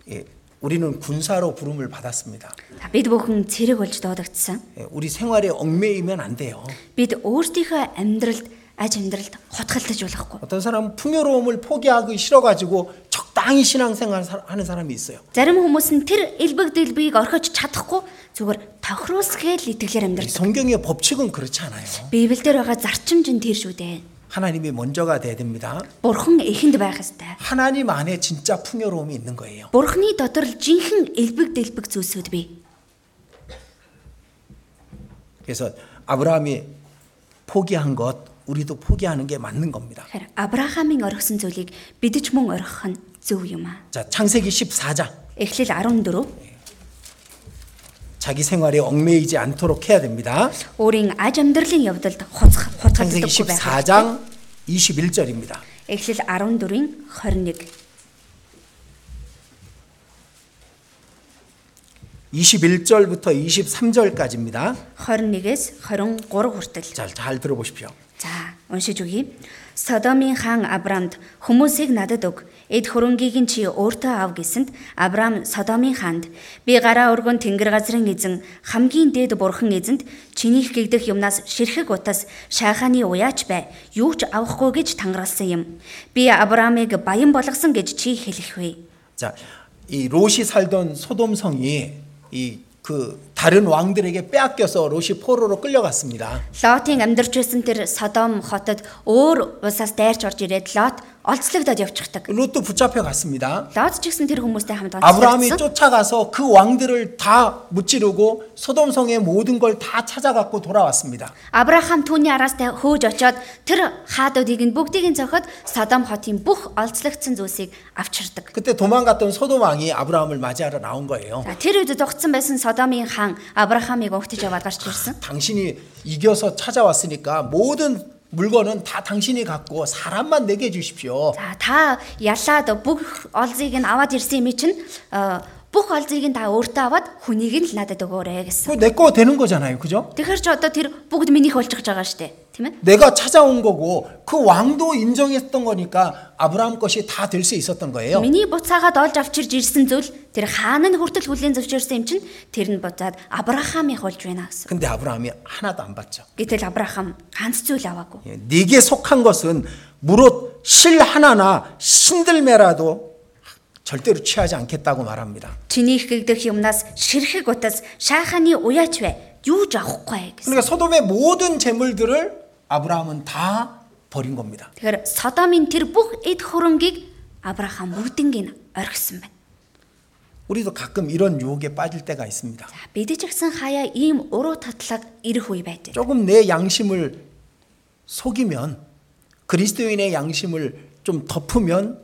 S3: 예. 우리는 군사로 부름을 받았습니다.
S4: За, Бид бүхэн зэрэг болж доодагдсан.
S3: 예, 우리 생활에 얽매이면 안 돼요.
S4: Бид өөрсдийнхөө амьдралд аж амьдралд хутгалдаж болохгүй.
S3: 어떤 사람은 풍요로움을 포기하기 싫어가지고 적당히 신앙생활 사- 하는 사람이 있어요.
S4: Зарим хүмүүс нь тэр элбэг дэлбэгийг орхиж чадахгүй зүгээр тохируулсгээл итгэлээр
S3: 이
S4: амьдрдаг.
S3: 성경의 법칙은 그렇지 않아요.
S4: Библиэлд байгаа зарчимч нь тэр шүү дээ.
S3: 하나님이 먼저가 돼야 됩니다.
S4: Бурхан эхэнд байх ёстой.
S3: 하나님 안에 진짜 풍요로움이 있는 거예요.
S4: Бурханы дотор л жинхэнэ элбэг дэлбэг зүйлсүүд бий.
S3: 그래서 아브라함이 포기한 것 우리도 포기하는 게 맞는 겁니다.
S4: Тэгэхээр Авраамийн орхисон зүйлийг бид ч мөн орхих нь зөв юм аа.
S3: 자, 창세기 14장.
S4: Эхлэл 14
S3: 자기 생활에 얽매이지 않도록 해야 됩니다.
S4: өөрийн аж амьдралын явдалд хуцах
S3: 창세기
S4: хутгалдаггүй байх.
S3: 14장 21절입니다.
S4: Эхлэл 14-ийн 21.
S3: 21절부터 23절까지입니다.
S4: 21-с 23 хүртэл.
S3: 잘, 잘 들어보십시오.
S4: За, уншиж өгье. Содомын хаан Авраамд хүмүүсийг надад өг. Эд хөрөнгийг нь чи өөртөө ав гэсэнд Авраам Содомын хаанд би гараа өргөн тэнгэр газрын эзэн хамгийн дээд бурхан эзэнд чинийх гэгдэх юмнаас ширхэг утас шайхааны уяач бай. Юу ч авахгүй гэж тангаралсан юм. Би Авраамыг баян болгосон гэж чи хэлэхвээ.
S3: 자, 이 롯이 살던 소돔 성이 이 그 다른 왕들에게 빼앗겨서 롯이 포로로 끌려갔습니다.
S4: Лотын амьдарч байсан тэр Содом хотод өөр улсаас дайрч орж ирээд Лот олцлогдоод явчихдаг.
S3: 그 롯도 붙잡혀 갔습니다.
S4: Лот ч гэсэн тэр хүмүүстэй хамт
S3: 아브라함이
S4: онцлогдсон.
S3: 쫓아가서 그 왕들을 다 무찌르고 소돔 성의 모든 걸 다 찾아갖고 돌아왔습니다.
S4: Авраам түүний араастай хөөж очоод тэр хаадуудыг нь бүгдийг нь цохоод Содом хотын бүх олцлогдсон зүйлсийг авчирдаг.
S3: 그때 도망갔던 소돔 왕이 아브라함을 맞이하러 나온 거예요.
S4: За тэр үед зогтсон байсан Содомын хаан Авраамыг өгтөж аваад гарч ирсэн.
S3: 당신이 이겨서 찾아왔으니까 모든 물건은 다 당신이 갖고 사람만 내게 주십시오.
S4: За та ялаад бүх олзыг нь аваад ирсэн юм чинь э, бүх олзыг нь та өөртөө аваад хүнийг нь л надад өгөөрэй
S3: 그거
S4: гэсэн.
S3: 내거 되는 거잖아요. 그죠?
S4: Тэгэхэр ч одоо тэр бүгд минийх болчих жоо байгаа штэ. Тийм ээ?
S3: 내가 찾아온 거고 그 왕도 인정했던 거니까 아브라함 것이 다 될 수 있었던 거예요.
S4: Миний буцаагаад олж авчирж ирсэн зүйл тэр хаан нь хүртэл хүлийн зөвшөөрсөн юм чинь тэр нь буцаад Авраамыг олж байна гэсэн.
S3: 근데 아브라함이 하나도 안 받죠.
S4: Гэтэл Авраам ганц зүйл аваагүй.
S3: 예, 네게 속한 것은 무릇 실 하나나 신들매라도 절대로 취하지 않겠다고 말합니다.
S4: Чиний их гэгдэх юмнаас ширхэг утас шайхааны уяач бай. Юу ч авахгүй гэсэн.
S3: 그러니까 소돔의 모든 재물들을 아브라함은 다 버린 겁니다.
S4: Тэгэхээр Содомын тэр бүх эд хөрөнгийг Авраам бүгднийг нь орхисон байна.
S3: 우리도 가끔 이런 유혹에 빠질 때가 있습니다.
S4: За, Бид ч гэсэн хаяа ийм уруу татлаг ирэх үе байдаг.
S3: 조금 내 양심을 속이면 그리스도인의 양심을 좀 덮으면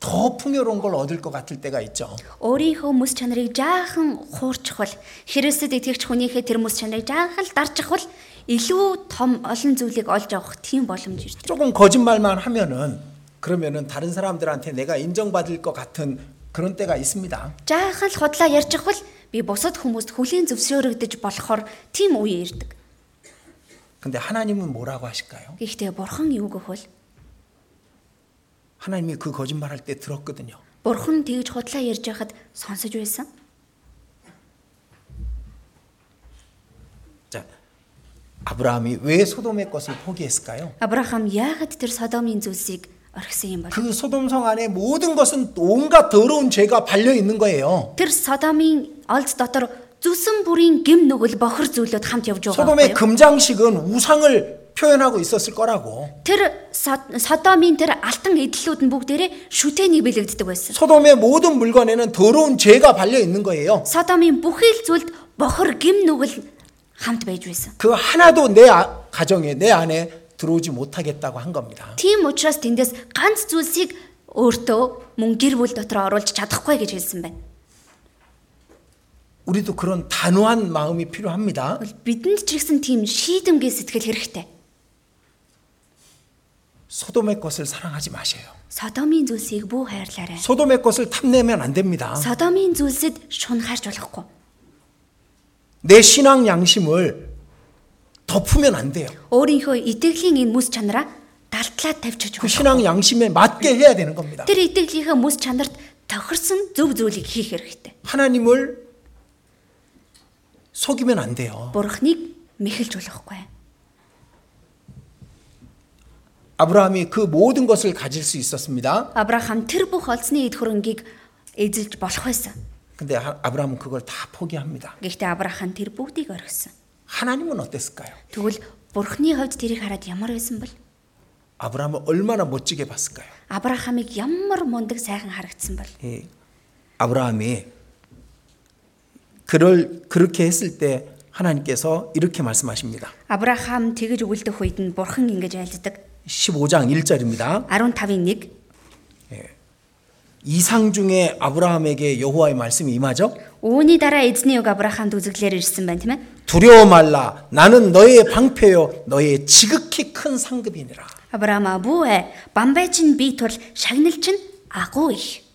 S3: 더 풍요로운 걸 얻을 것 같을 때가 있죠.
S4: Өөрийнхөө мөс чанарыг жаахан хуурчихвал Христэд итгэгч хүнийхээ тэр мөс чанарыг жаахан л дарчихвал илүү том олон зүйлийг олж авах тийм боломж ирдэг.
S3: 조금 거짓말만 하면은 그러면은 다른 사람들한테 내가 인정받을 것 같은 그런 때가 있습니다.
S4: Жаахан л худлаа ярьчихвал би бусад хүмүүст хүлийн зөвшөөрөгдөж болохоор тийм үе ирдэг.
S3: 근데 하나님은 뭐라고 하실까요?
S4: Гэхдээ бурхан юу гэвэл
S3: 하나님이 그 거짓말할 때 들었거든요.
S4: бурхан тэгж худлаа ярьж байхад сонсож байсан.
S3: 자, 아브라함이 왜 소돔의 것을 포기했을까요?
S4: Авраам яагаад тэр Содомын зүйлсийг орхисон юм бол?
S3: 그 소돔 성 안에 모든 것은 온갖 더러운 죄가 발려 있는 거예요.
S4: Тэр Содомын олд дотор зүсэн бүрийн гим нүгэл бохор зүйлүүд хамт явж байгаа
S3: 소돔의
S4: байхгүй юу?
S3: 금장식은 우상을 표현하고 있었을 거라고.
S4: Тэр Сод- Содомын тэр алтан эдлүүд нь бүгдээрээ шүтэнийг бэлэгддэг байсан.
S3: 소돔의 모든 물건에는 더러운 죄가 발려 있는 거예요.
S4: Содомын бүхий л зүйлд бохор гим нүгэл хамт байж байсан.
S3: 그 하나도 내 아- 가정에 내 안에 들어오지 못하겠다고 한 겁니다.
S4: Тийм учраас тэндээс ганц зүйлсийг өөртөө мөн гэр бүл дотор оруулж чадахгүй гэж хэлсэн байна.
S3: 우리도 그런 단호한 마음이 필요합니다.
S4: Тэгвэл Бидэнд ч гэсэн тийм шийдэмгээ сэтгэл хэрэгтэй.
S3: 소돔의 것을 사랑하지 마세요.
S4: Содомын зүйлсийг бүү хайрлаарай.
S3: 소돔의 것을 탐내면 안 됩니다.
S4: Содомын зүйлсэд шун харж болохгүй.
S3: 내 신앙 양심을 덮으면 안 돼요.
S4: Өөрийнхөө итгэлийн энэ мөс чанараа далтлаад тавьчих
S3: 그
S4: жоо.
S3: 신앙 양심에 맞게 해야 되는 겁니다.
S4: Тэр итгэлийнхээ мөс чанарт тохирсон зөв зүйлийг хийх хэрэгтэй.
S3: 하나님을 속이면 안 돼요.
S4: Бурхныг мэхэлж болохгүй.
S3: 아브라함이 그 모든 것을 가질 수 있었습니다.
S4: Авраам тэр бүх олзны эд хөрөнгийг эзэлж болох байсан.
S3: 근데 하- 아브라함은 그걸 다 포기합니다.
S4: Гэхдээ Авраам тэр бүгдийг орхисон.
S3: 하나님은 어땠을까요?
S4: Тэгвэл Бурхны хойд тэрийг хараад ямар байсан бэл?
S3: 아브라함을 얼마나 멋지게 봤을까요?
S4: Авраамыг ямар мундаг сайхан харагдсан бэл?
S3: 이 아브라함이 그를 그렇게 했을 때 하나님께서 이렇게 말씀하십니다.
S4: Авраам тэгж өгөлдөх үед нь Бурхан ингэж айлддаг.
S3: 15장 1절입니다.
S4: 15-ийн 1
S3: 이상 중에 아브라함에게 여호와의 말씀이 임하죠.
S4: Үүний дараа эзний үг Авраамд үзэглээр ирсэн байна, тийм ээ?
S3: 두려워 말라 나는 너의 방패요 너의 지극히 큰 상급이니라.
S4: Авраама бүү ээ, э, бамбай чинь би тул шагнал чинь агуу их.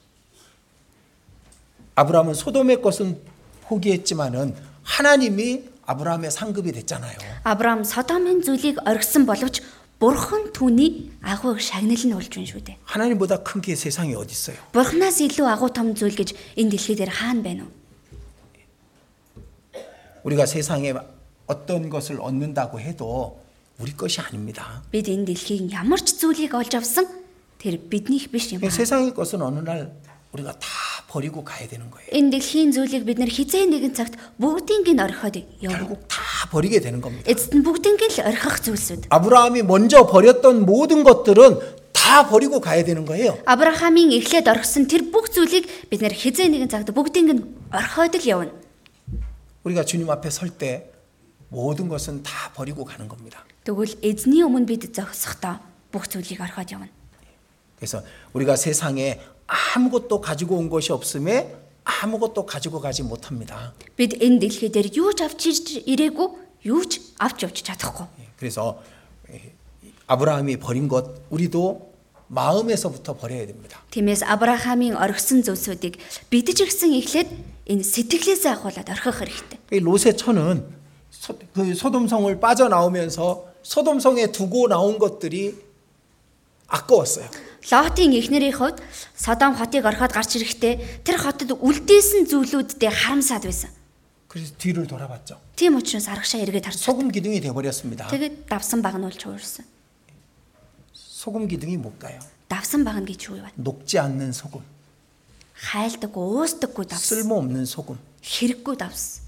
S3: 아브라함은 소돔의 것은 포기했지만은 하나님이 아브라함의 상급이 됐잖아요.
S4: Авраам Содомын зүйлийг оргисон боловч Бурхан түүний агууг шагнал нь болж байна шүү дээ.
S3: 하나님보다 큰 게 세상에 어디 있어요?
S4: Бурханаас илүү агуу том зүйл гэж энэ дэлхий дээр хаана байна вэ?
S3: 우리가 세상에 어떤 것을 얻는다고 해도 우리 것이 아닙니다.
S4: Бид энэ дэлхийн ямар ч зүйлийг олж авсан тэр биднийх биш юм.
S3: 그냥
S4: аа.
S3: 세상의 것은 어느 날 우리가 다 버리고 가야 되는 거예요.
S4: Энэ дэлхийн зүйлийг бид нар хизээ нэгэн цагт бүгдийг нь орхиод явна.
S3: 결국 다 버리게 되는 겁니다.
S4: Эцэст нь бүгдийг л орхих зүйлсүүд.
S3: 아브라함이 먼저 버렸던 모든 것들은 다 버리고 가야 되는 거예요.
S4: Авраамийн эхлээд орхисон тэр бүх зүйлийг бид нар хизээ нэгэн цагт бүгдийг нь орхиод л явна.
S3: 우리가 주님 앞에 설 때 모든 것은 다 버리고 가는 겁니다.
S4: Тэгвэл эзний өмнө бид зогсохдоо бүх зүйлийг орхиод явна.
S3: 그래서 우리가 세상에 아무것도 가지고 온 것이 없음에 아무것도 가지고 가지 못합니다.
S4: Бид энэ дэлхий дээр юу ч авч ирж ирээгүй, юу ч авч явж чадахгүй.
S3: 예, 그래서 예, 아브라함이 버린 것 우리도 마음에서부터 버려야 됩니다.
S4: Тиймээс Авраамийн оргисон зүйлсүүдийг бидж ирсэн эхлээд энэ сэтгэлээсээ ахуулаад орхих хэрэгтэй.
S3: 이 롯의 천은 소, 그 소돔성을 빠져나오면서 소돔성에 두고 나온 것들이 아까웠어요.
S4: Лотын эхнэрийн хувьд Содом хотыг орхиод гарч ирэхдээ тэр хотод үлдээсэн зүйлүүддээ харамсаад байсан.
S3: 그래서 뒤를 돌아봤죠.
S4: Тийм учраас аргашаа эргээд харж
S3: 소금 기둥이 돼버렸습니다.
S4: тэгээд давсан баг нь уулж хуурсан.
S3: 소금 기둥이 뭘까요?
S4: Давсан баг нь гэж юу вэ?
S3: 녹지 않는 소금,
S4: Хайлдаггүй, уустдаггүй давсан.
S3: 쓸모없는 소금.
S4: Хэрэггүй давсан.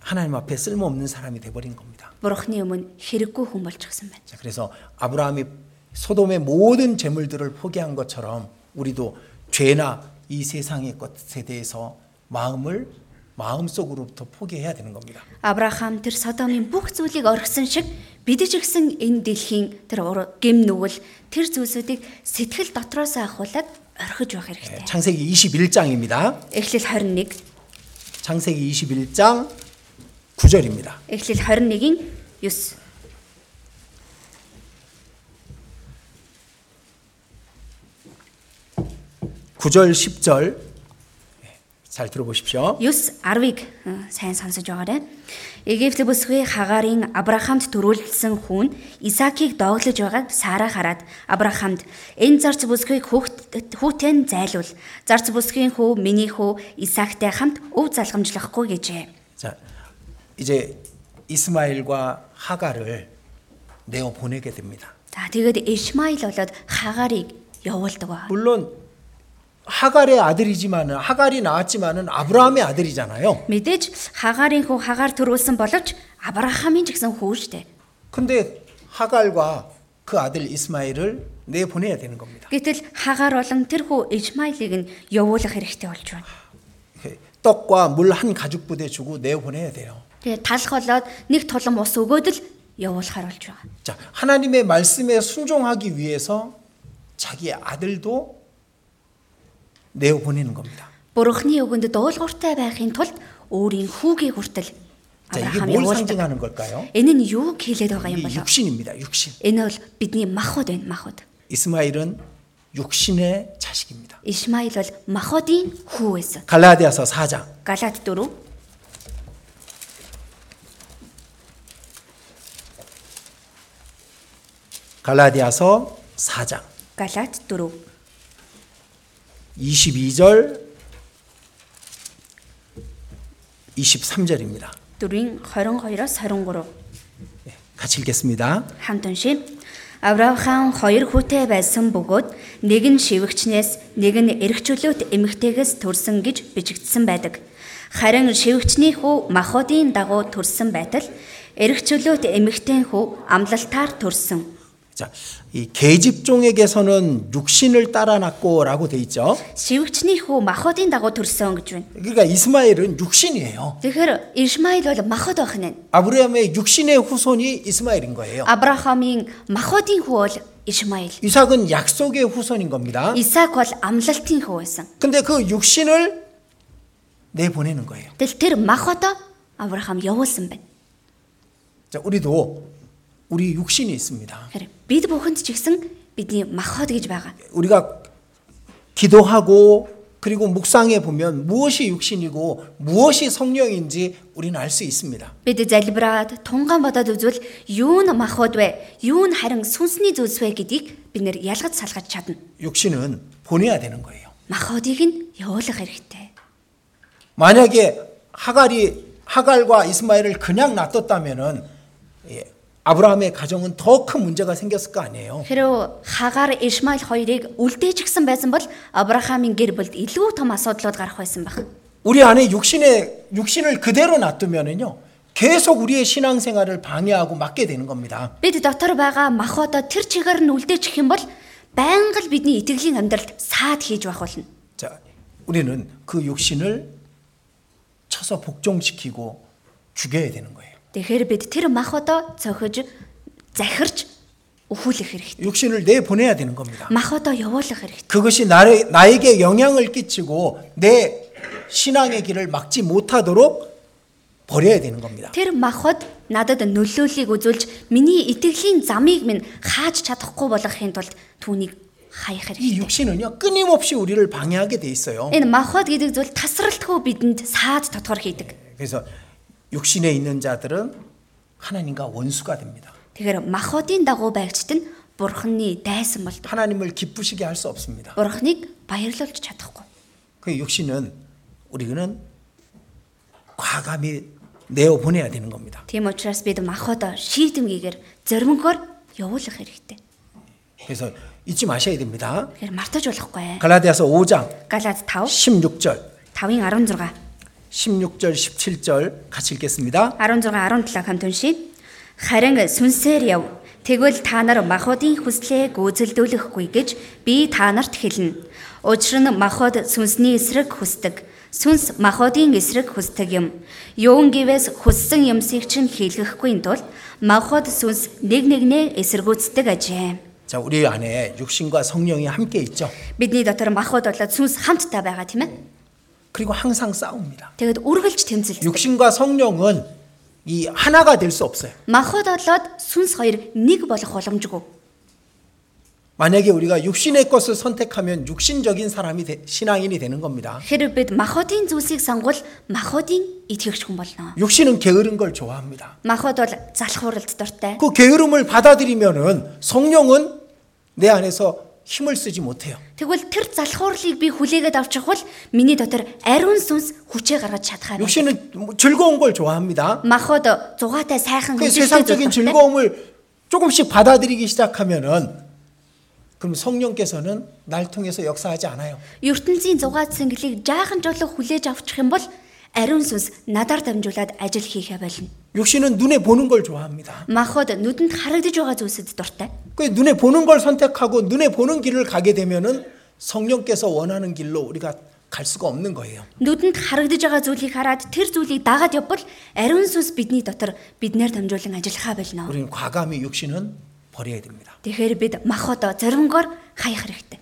S3: 하나님 앞에 쓸모없는 사람이 돼버린 겁니다.
S4: Бурхны өмнө хэрэггүй хүн болчихсон байна.
S3: 자, 그래서 아브라함이 소돔의 모든 재물들을 포기한 것처럼 우리도 죄나 이 세상의 것에 대해서 마음을 마음속으로부터 포기해야 되는 겁니다.
S4: Авраам тэр Содомын бүх зүйлийг орхисон шиг бидэж гисэн энэ дэлхийн тэр ур- гим нүгэл тэр зүйлсүүдийг сэтгэл дотроос ахуулаад орхиж явах
S3: 예,
S4: хэрэгтэй.
S3: 창세기 21장입니다.
S4: Эхлэл 21,
S3: 창세기 21장 9절입니다.
S4: Эхлэл 21-ийн 9.
S3: 구절 10절 네, 잘 들어보십시오.
S4: 9:10-ыг э, сайн сонсож байгаарай. Египт бүсгүй Хагарын Авраамд төрүүлсэн хүүн Исаакийг доглож байгааг Сара хараад Авраамд энэ зарц бүсгүйг хүүхэд- хүүтэн зайлуул. Зарц бүсгийн хүү миний хүү Исаактай хамт өв залгамжлахгүй гэжээ.
S3: 자, 이제 이스마엘과 하가를 내어 보내게 됩니다.
S4: За тэгээд Ишмаил болоод Хагарыг явуулдаг баг.
S3: 물론 하갈의 아들이지만은 하갈이 낳았지만은 아브라함의 아들이잖아요.
S4: Мэдээж Хагарын хүү Хагаар төрүүлсэн боловч Авраамийн ч гэсэн хүү шүү дээ.
S3: 근데 하갈과 그 아들 이스마엘을 내 보내야 되는 겁니다.
S4: Гэтэл Хагаар болон тэр хүү Ишмаилыг нь явуулах хэрэгтэй болж байна.
S3: 이렇게 그 떡과 물 한 가죽 부대 주고 내 보내야 돼요.
S4: Тэгээ талх болоод нэг тулам ус өгөөд л явуулахар болж байгаа.
S3: 자, 하나님의 말씀에 순종하기 위해서 자기의 아들도 내어 보내는 겁니다.
S4: Бурхны өгөнд дуулууртай байхын тулд өөрийн хүүгийн хүртэл
S3: 자, 이게
S4: Авраам
S3: 뭘
S4: явуулдаг.
S3: 상징하는 걸까요?
S4: Энэ нь юу хэлээд байгаа юм
S3: 이게
S4: болов?
S3: 육신입니다. 육신.
S4: Энэ бол бидний махуд байна, махуд.
S3: 이스마일은 육신의 자식입니다.
S4: Ишмаил бол махуудын хүү байсан.
S3: 갈라디아서 4장
S4: Галаат 4
S3: 갈라디아서 4장
S4: Галаат 4
S3: 22절 23절입니다.
S4: 4-ийн 22-оос 23
S3: 같이 읽겠습니다.
S4: хамт уншийе. Авраам хоёр хүүтэй байсан бөгөөд нэг нь шивгчнээс нэг нь эргчлөөт эмэгтэйгээс төрсөн гэж бичигдсэн байдаг. Харин шивгчний хүү махуудын дагуу төрсөн байтал эргчлөөт эмэгтэй хүү амлалтаар төрсөн.
S3: 자, 이 계집종에게서는 육신을 따라 낳고라고 돼 있죠.
S4: Шивгчний хүү махуудын дагуу төрсөн гэж байна.
S3: 그러니까 이스마엘은 육신이에요.
S4: Тэгэхээр Ишмаил бол махуд байх нь.
S3: 아브라함의 육신의 후손이 이스마엘인 거예요.
S4: Авраамийн махуудын хүү бол Ишмаил.
S3: 이삭은 약속의 후손인 겁니다.
S4: Исаак бол амлалтын хүү байсан.
S3: 근데 그 육신을 내보내는 거예요.
S4: Тэгэл тэр махото Авраам явуулсан байна.
S3: 자, 우리도 우리 육신이 있습니다.
S4: Тэгэхээр бид бүхэнд ч гэсэн бидний махот гэж байгаа.
S3: 우리가 기도하고 그리고 묵상해 보면 무엇이 육신이고 무엇이 성령인지 우리는 알 수 있습니다.
S4: Бид залбираад тунгаан бодоод үзвэл юу нь махбод вэ? Юу нь харин сүнсний зүйлс вэ гэдгийг бид нэр ялгаж салгаж чадна.
S3: 육신은 보내야 되는 거예요.
S4: Махбодыг нь явуулах хэрэгтэй.
S3: 만약에 하갈이 하갈과 이스마엘을 그냥 놔뒀다면은 예, 아브라함의 가정은 더 큰 문제가 생겼을 거 아니에요.
S4: Хэрэв Хагаар Ишмаил хоёрыг үлдээчихсэн байсан бол Авраамийн гэр бүлд илүү том асуудлууд гарах байсан байх.
S3: 우리 안에 육신의 육신을 그대로 놔두면은요 계속 우리의 신앙생활을 방해하고 막게 되는 겁니다.
S4: Бид дотор байгаа махбодоо тэр чигээр нь үлдээчих юм бол байнга л бидний итгэлийн амьдралд саад хийж байх болно.
S3: 자, 우리는 그 육신을 쳐서 복종시키고 죽여야 되는 거예요.
S4: Тэгэхээр бид тэр махбодоо цохиж захирч өхүүлэх хэрэгтэй.
S3: 육신을 내 보내야 되는 겁니다.
S4: Махбодоо явуулах хэрэгтэй.
S3: 그것이 나를, 나에게 영향을 끼치고 내 신앙의 길을 막지 못하도록 버려야 되는 겁니다.
S4: Тэр махад надад нөлөөллийг үзүүлж миний итгэлийн замыг минь хааж чадахгүй болгохын тулд түүнийг хаях
S3: 이
S4: хэрэгтэй.
S3: 육신은요 끊임없이 우리를 방해하게 돼 있어요.
S4: Энэ махад гэдэг зүйл тасралтгүй бидэнд саад тотгор хийдэг.
S3: 그래서 육신에 있는 자들은 하나님과 원수가 됩니다.
S4: Тэгэхээр махадын дагуу байгчт нь бурхны дайсан болдог.
S3: 하나님을 기쁘시게 할 수 없습니다.
S4: Бурхныг баярлуулж чадахгүй.
S3: 그 육신은 우리는 과감히 내어 보내야 되는 겁니다.
S4: Тийм учраас бид махад шийдэмгийгээр зоримгоор явуулах хэрэгтэй.
S3: 그래서 잊지 마셔야 됩니다.
S4: Тэгэхээр мартаж болохгүй.
S3: 갈라디아서 5장
S4: Галаад 5
S3: 16절,
S4: 5-ын 16
S3: 16절, 17절 같이 읽겠습니다.
S4: 16 17 хамт уншийе. Харин сүнсээр яв. Тэгвэл та нар махуудын хүслээ гүйцэлдүүлэхгүй гэж би та нарт хэлнэ. Учир нь махууд сүнсний эсрэг хүсдэг. Сүнс махуудын эсрэг хүсдэг юм. Юун гэвээс хүссэн юмсыг чинь хийлгэхгүй тул махууд сүнс нэг нэгнээ эсэргүүцдэг ажээ.
S3: 자, 우리 안에 육신과 성령이 함께 있죠.
S4: Бидний дотор махууд болоод сүнс хамтдаа байгаа тийм ээ.
S3: 그리고 항상 싸웁니다.
S4: Тэгэд үргэлж тэмцэлдэг.
S3: 육신과 성령은 이 하나가 될 수 없어요.
S4: Махууд болоод сүнс хоёр нэг болох боломжгүй.
S3: 만약에 우리가 육신의 것을 선택하면 육신적인 사람이 되, 신앙인이 되는 겁니다.
S4: Хэрв бид махуудын зүйлсийг сонгвол махуудын итгэгч хүн болно.
S3: 육신은 게으른 걸 좋아합니다.
S4: Махууд бол залхууралд дуртай.
S3: 그 게으름을 받아들이면은 성령은 내 안에서 힘을 쓰지 못해요.
S4: Тэгвэл тэр залхуурлыг би хүлээгээд авчихвал миний дотор ариун сүнс хүчээ гаргаж чадхаа. байна.
S3: 육신은 뭐 즐거운 걸 좋아합니다.
S4: Махууд зугаатай сайхан
S3: 그
S4: хүндрэлтэй
S3: 세상적인
S4: зүйл дуртай.
S3: 즐거움을 조금씩 받아들이기 시작하면은 그럼 성령께서는 날 통해서 역사하지 않아요.
S4: ертөнцийн зугаа цэнгэлийг жаахан жолоо хүлээж авчих юм бол ариун сүнс надаар дамжуулаад ажил хийхэ болно.
S3: 육신은 눈에 보는 걸 좋아합니다.
S4: Махууд нүдэнд харагдаж байгаа зүйлсэд дуртай.
S3: 그 눈에 보는 걸 선택하고 눈에 보는 길을 가게 되면은 성령께서 원하는 길로 우리가 갈 수가 없는 거예요.
S4: Нүдэнд харагдаж байгаа зүйлийг хараад тэр зүйлийг дагаад явбал ариун сүнс бидний дотор биднээр дамжуулан ажиллахаа болно.
S3: 우리는 과감히 육신은 버려야 됩니다.
S4: Тэгэхээр бид махото зоримгоор хаях хэрэгтэй.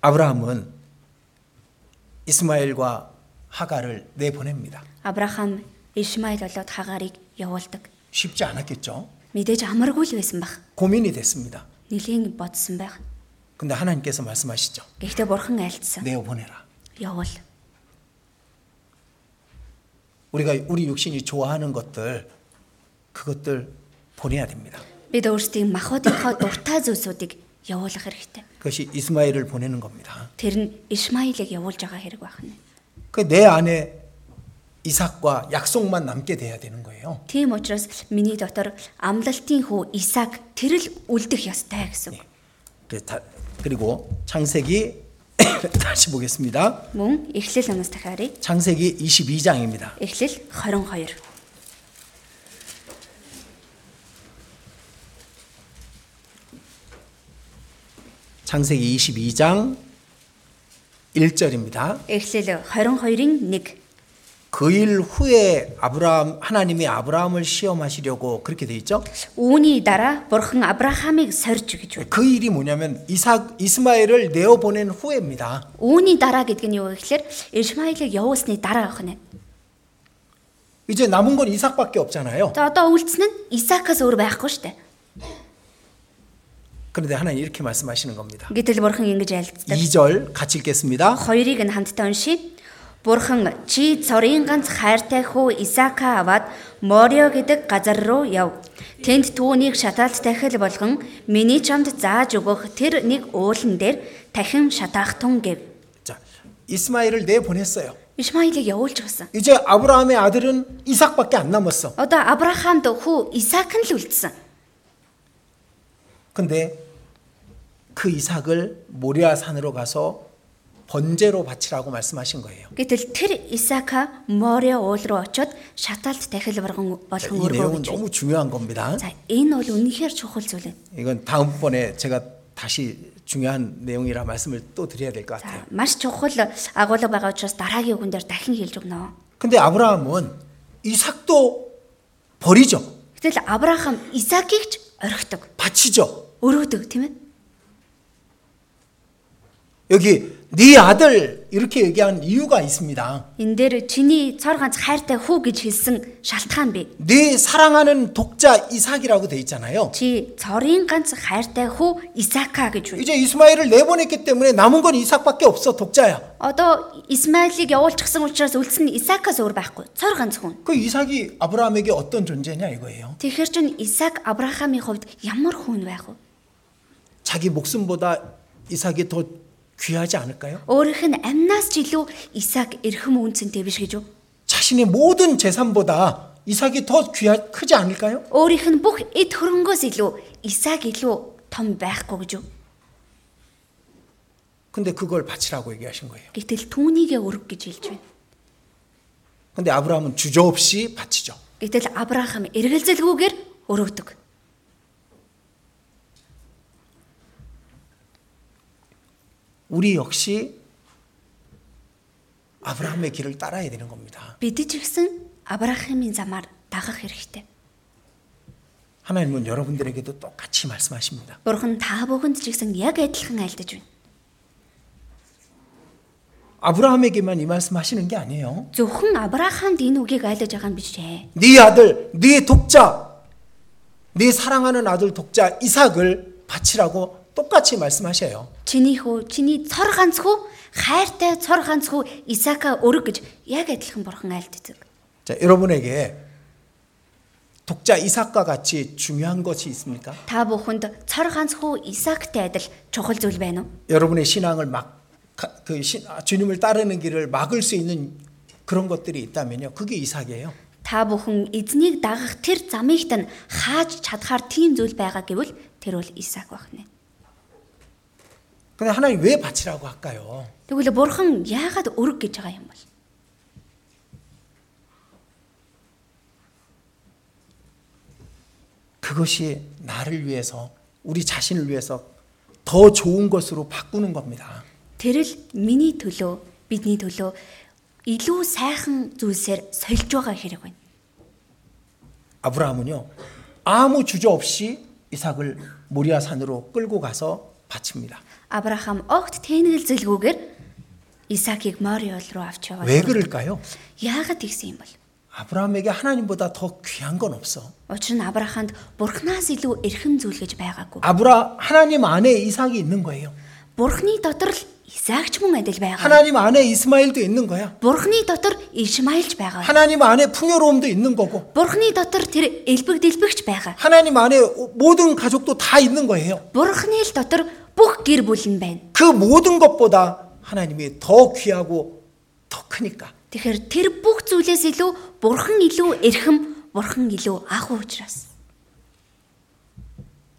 S3: 아브라함은 이스마엘과 하가를 내보냅니다.
S4: Авраам Ишмаил болоод Хагарыг явуулдаг.
S3: 쉽지 않았겠죠?
S4: Мэдээж амаргүй л байсан байх.
S3: 고민이 됐습니다.
S4: Нилийн бодсон байх.
S3: 근데 하나님께서 말씀하시죠.
S4: Гэхдээ бурхан айлцсан.
S3: 내어 보내라.
S4: Явуул.
S3: 우리가 우리 육신이 좋아하는 것들 그것들 보내야 됩니다.
S4: Бид өөрсдийн махотынхаа дуртай зүйлсүүдийг явуулах хэрэгтэй.
S3: 그것이 이스마엘을 보내는 겁니다.
S4: Тэр нь Ишмаилыг явуулж байгаа хэрэг байх нь.
S3: 그 내 안에 이삭과 약속만 남게 돼야 되는 거예요.
S4: Тийм учраас миний дотор амлалтын хүү Исаак тэрл үлдэх ёстой гэсэн. үг.
S3: 그 다- 그리고 창세기 다시 보겠습니다.
S4: Мөн эхлэл номоос дахиарыг
S3: 창세기 22장입니다.
S4: эхлэл 22.
S3: 창세기 22장 1절입니다.
S4: Эхлэл 22-ын 1
S3: 그 일 후에 아브라함 하나님이 아브라함을 시험하시려고 그렇게 돼 있죠.
S4: Үүний дараа бурхан Авраамыг сорж гэж байна.
S3: 그 일이 뭐냐면 이삭 이스마엘을 내어 보낸 후에입니다.
S4: Үүний дараа гэдэг нь юу вэ гэхээр Ишмаилыг явуулсны дараа явах нь.
S3: 이제 남은 건 이삭밖에 없잖아요.
S4: За одоо үлдсэн нь Исаакаас өөр байхгүй шүү дээ.
S3: 그런데 하나님 이렇게 말씀하시는 겁니다.
S4: Гэтэл бурхан ингэж айлцдаг.
S3: 2절 같이 읽겠습니다.
S4: Хоёрыг нь хамтдаа уншия. Бурхан чи цорын ганц хайртай хүү Исаака аваад Морио гэдэг газар руу яв. Тэнд түүнийг шатаалт тахил болгон миний чамд зааж өгөх тэр нэг уулан дээр тахин шатаах тун гэв.
S3: 자, 이스마엘을 내 보냈어요.
S4: Исмаилыг явуулж гисэн.
S3: 이제 아브라함의 아들은 이삭밖에 안 남았어.
S4: Одоо Авраамд хүү Исаак нь л үлдсэн.
S3: 근데 그 이삭을 모리아 산으로 가서 번제로 바치라고 말씀하신 거예요.
S4: Гэтэл тэр Исаака Морио уул руу очиод шатаалт тахил болгон
S3: 자,
S4: болгон
S3: 이 내용은
S4: өргөвч.
S3: 너무 중요한 겁니다.
S4: За энэ бол үнэхээр чухал зүйл юм.
S3: 이건 다음번에 제가 다시 중요한 내용이라 말씀을 또 드려야 될 것 같아요.
S4: За маш чухал агуулга байгаа учраас дараагийн үгэн дээр дахин хэлж өгнө.
S3: 근데 아브라함은 이삭도 버리죠.
S4: Гэтэл Авраам Исаакийг ч орхидог,
S3: 바치죠.
S4: өрөвдөг тийм ээ.
S3: 여기 네 아들 이렇게 얘기한 이유가 있습니다.
S4: Энэ дээр чиний цор ганц хайртай хүү гэж хэлсэн шалтгаан бий.
S3: 네 사랑하는 독자 이삭이라고 돼 있잖아요.
S4: Чи цорын ганц хайртай хүү Исаака гэж үү.
S3: 이제 이스마엘을 내보냈기 때문에 남은 건 이삭밖에 없어 독자야.
S4: Одоо Исмаилыг явуулчихсан учраас үлдсэн нь Исаакаас өөр байхгүй. Цор ганц хүн.
S3: 그 이삭이 아브라함에게 어떤 존재냐 이거예요.
S4: Тэгэхэр чин Исаак Авраамийн хувьд ямар хүн байв вэ?
S3: 자기 목숨보다 이삭이 더 귀하지 않을까요?
S4: Өөрийнх нь амнаас ч илүү Исаак эрхэм үнцэнтэй биш гэж үү?
S3: 자신의 모든 재산보다 이삭이 더 귀하 크지 않을까요?
S4: Өөрийнх нь бүх эд хөрөнгөөс илүү Исаак илүү том байхгүй гэж үү?
S3: 근데 그걸 바치라고 얘기하신 거예요.
S4: Гэтэл түүнийгээ өрг гэж хэлж байна.
S3: 근데 아브라함은 주저없이 바치죠.
S4: Гэтэл Авраам эргэлзэлгүйгээр өрөвдөг.
S3: 우리 역시 아브라함의 길을 따라야 되는 겁니다.
S4: Бид ч гэсэн Авраамийн замаар дагах хэрэгтэй.
S3: 하나님은 여러분들에게도 똑같이 말씀하십니다.
S4: Бурхан та бүхэнд ч гэсэн яг адилхан айлдаж байна.
S3: 아브라함에게만 이 말씀하시는 게 아니에요.
S4: Зөвхөн Авраамд энэ үгийг айлдаж байгаа юм биш ээ.
S3: 네 아들, 네 독자, 네 사랑하는 아들 독자 이삭을 바치라고 똑같이 말씀하셔요.
S4: Чиний хүү, чиний цор ганц хүү, хайртай цор ганц хүү Исаака өрөг гэж яг адилхан бурхан айлддаг.
S3: 자, 여러분에게 독자 이삭과 같이 중요한 것이 있습니까?
S4: Та бүхэнд цор ганц хүү Исаактай адил чухал зүйл байна уу?
S3: 여러분의 신앙을 막 그 주님을 따르는 길을 막을 수 있는 그런 것들이 있다면요. 그게 이삭이에요.
S4: Та бүхэн эзнийг дагах тэр замыгт нь хааж чадхаар тийм зүйл байгаа гэвэл тэр бол Исаак байх нэ.
S3: 근데 하나님 왜 바치라고 할까요?
S4: Тэгвэл бурхан яагаад өрг гэж байгаа юм бол?
S3: 그것이 나를 위해서 우리 자신을 위해서 더 좋은 것으로 바꾸는 겁니다.
S4: Тэр л миний төлөө, бидний төлөө илүү сайхан зүйлсээр сольж байгаа хэрэг байна.
S3: 아브라함은요. 아무 주저 없이 이삭을 모리아 산으로 끌고 가서 바칩니다.
S4: Авраам огт тэнэгэлзэлгүйгээр Исаакийг Мориол руу авч яваад
S3: 왜 그럴까요?
S4: яагаад тэгсэн юм бол?
S3: 아브라함에게 하나님보다 더 귀한 건 없어.
S4: Учир нь Авраамд Бурханаас илүү эрхэм зүйл гэж байгаагүй.
S3: 아브라 하나님 안에 이삭이 있는 거예요.
S4: Бурхны дотор л Исаакч мөн адил байгаа.
S3: 하나님 안에 이스마엘도 있는 거야.
S4: Бурхны дотор Ишмаилч байгаа.
S3: 하나님 안에 풍요로움도 있는 거고.
S4: Бурхны дотор тэр элбэг дэлбэгч байгаа.
S3: 하나님 안에 모든 가족도 다 있는 거예요.
S4: Бурхны л дотор бүх гэр бүл нь байна.
S3: 그 모든 것보다 하나님이 더 귀하고 더 크니까.
S4: Тэгэхээр тэр бүх зүйлээс илүү бурхан илүү эрхэм, бурхан илүү ах учраас.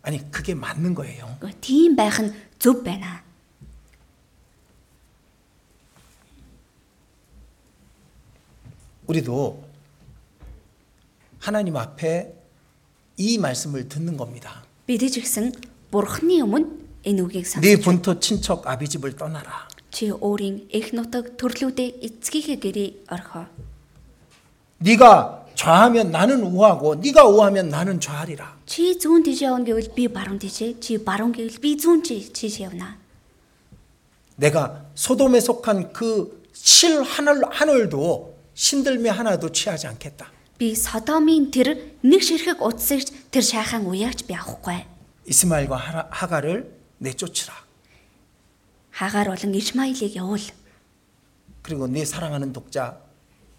S3: 아니, 그게 맞는 거예요.
S4: Гэхдээ тийм байх нь зөв байна.
S3: 우리도 하나님 앞에 이 말씀을 듣는 겁니다.
S4: Бид ч гэсэн бурханы өмнө энэ үгийг
S3: 네
S4: сонсож
S3: 본토 친척 아비집을 떠나라.
S4: чи өөрийн эх нутаг төрлүүдээ эцгийнхээ гэрээ орхоо.
S3: 네가 좌하면 나는 우하고 네가 우하면 나는 좌하리라.
S4: Чи зүүн тийш явна гэвэл би баруун тийш, чи баруун гэвэл би зүүн чи- тийш явна.
S3: 내가 소돔에 속한 그 실 하늘 하늘도 신들매 하나도 취하지 않겠다.
S4: Би Содомын тэр нэг ширхэг утсыг ч тэр шайхан уяагч би авахгүй.
S3: 이스마엘과 하라- 하가를 내쫓으라.
S4: Хагаар болон Ишмаилыг явуул.
S3: 그리고 내 사랑하는 독자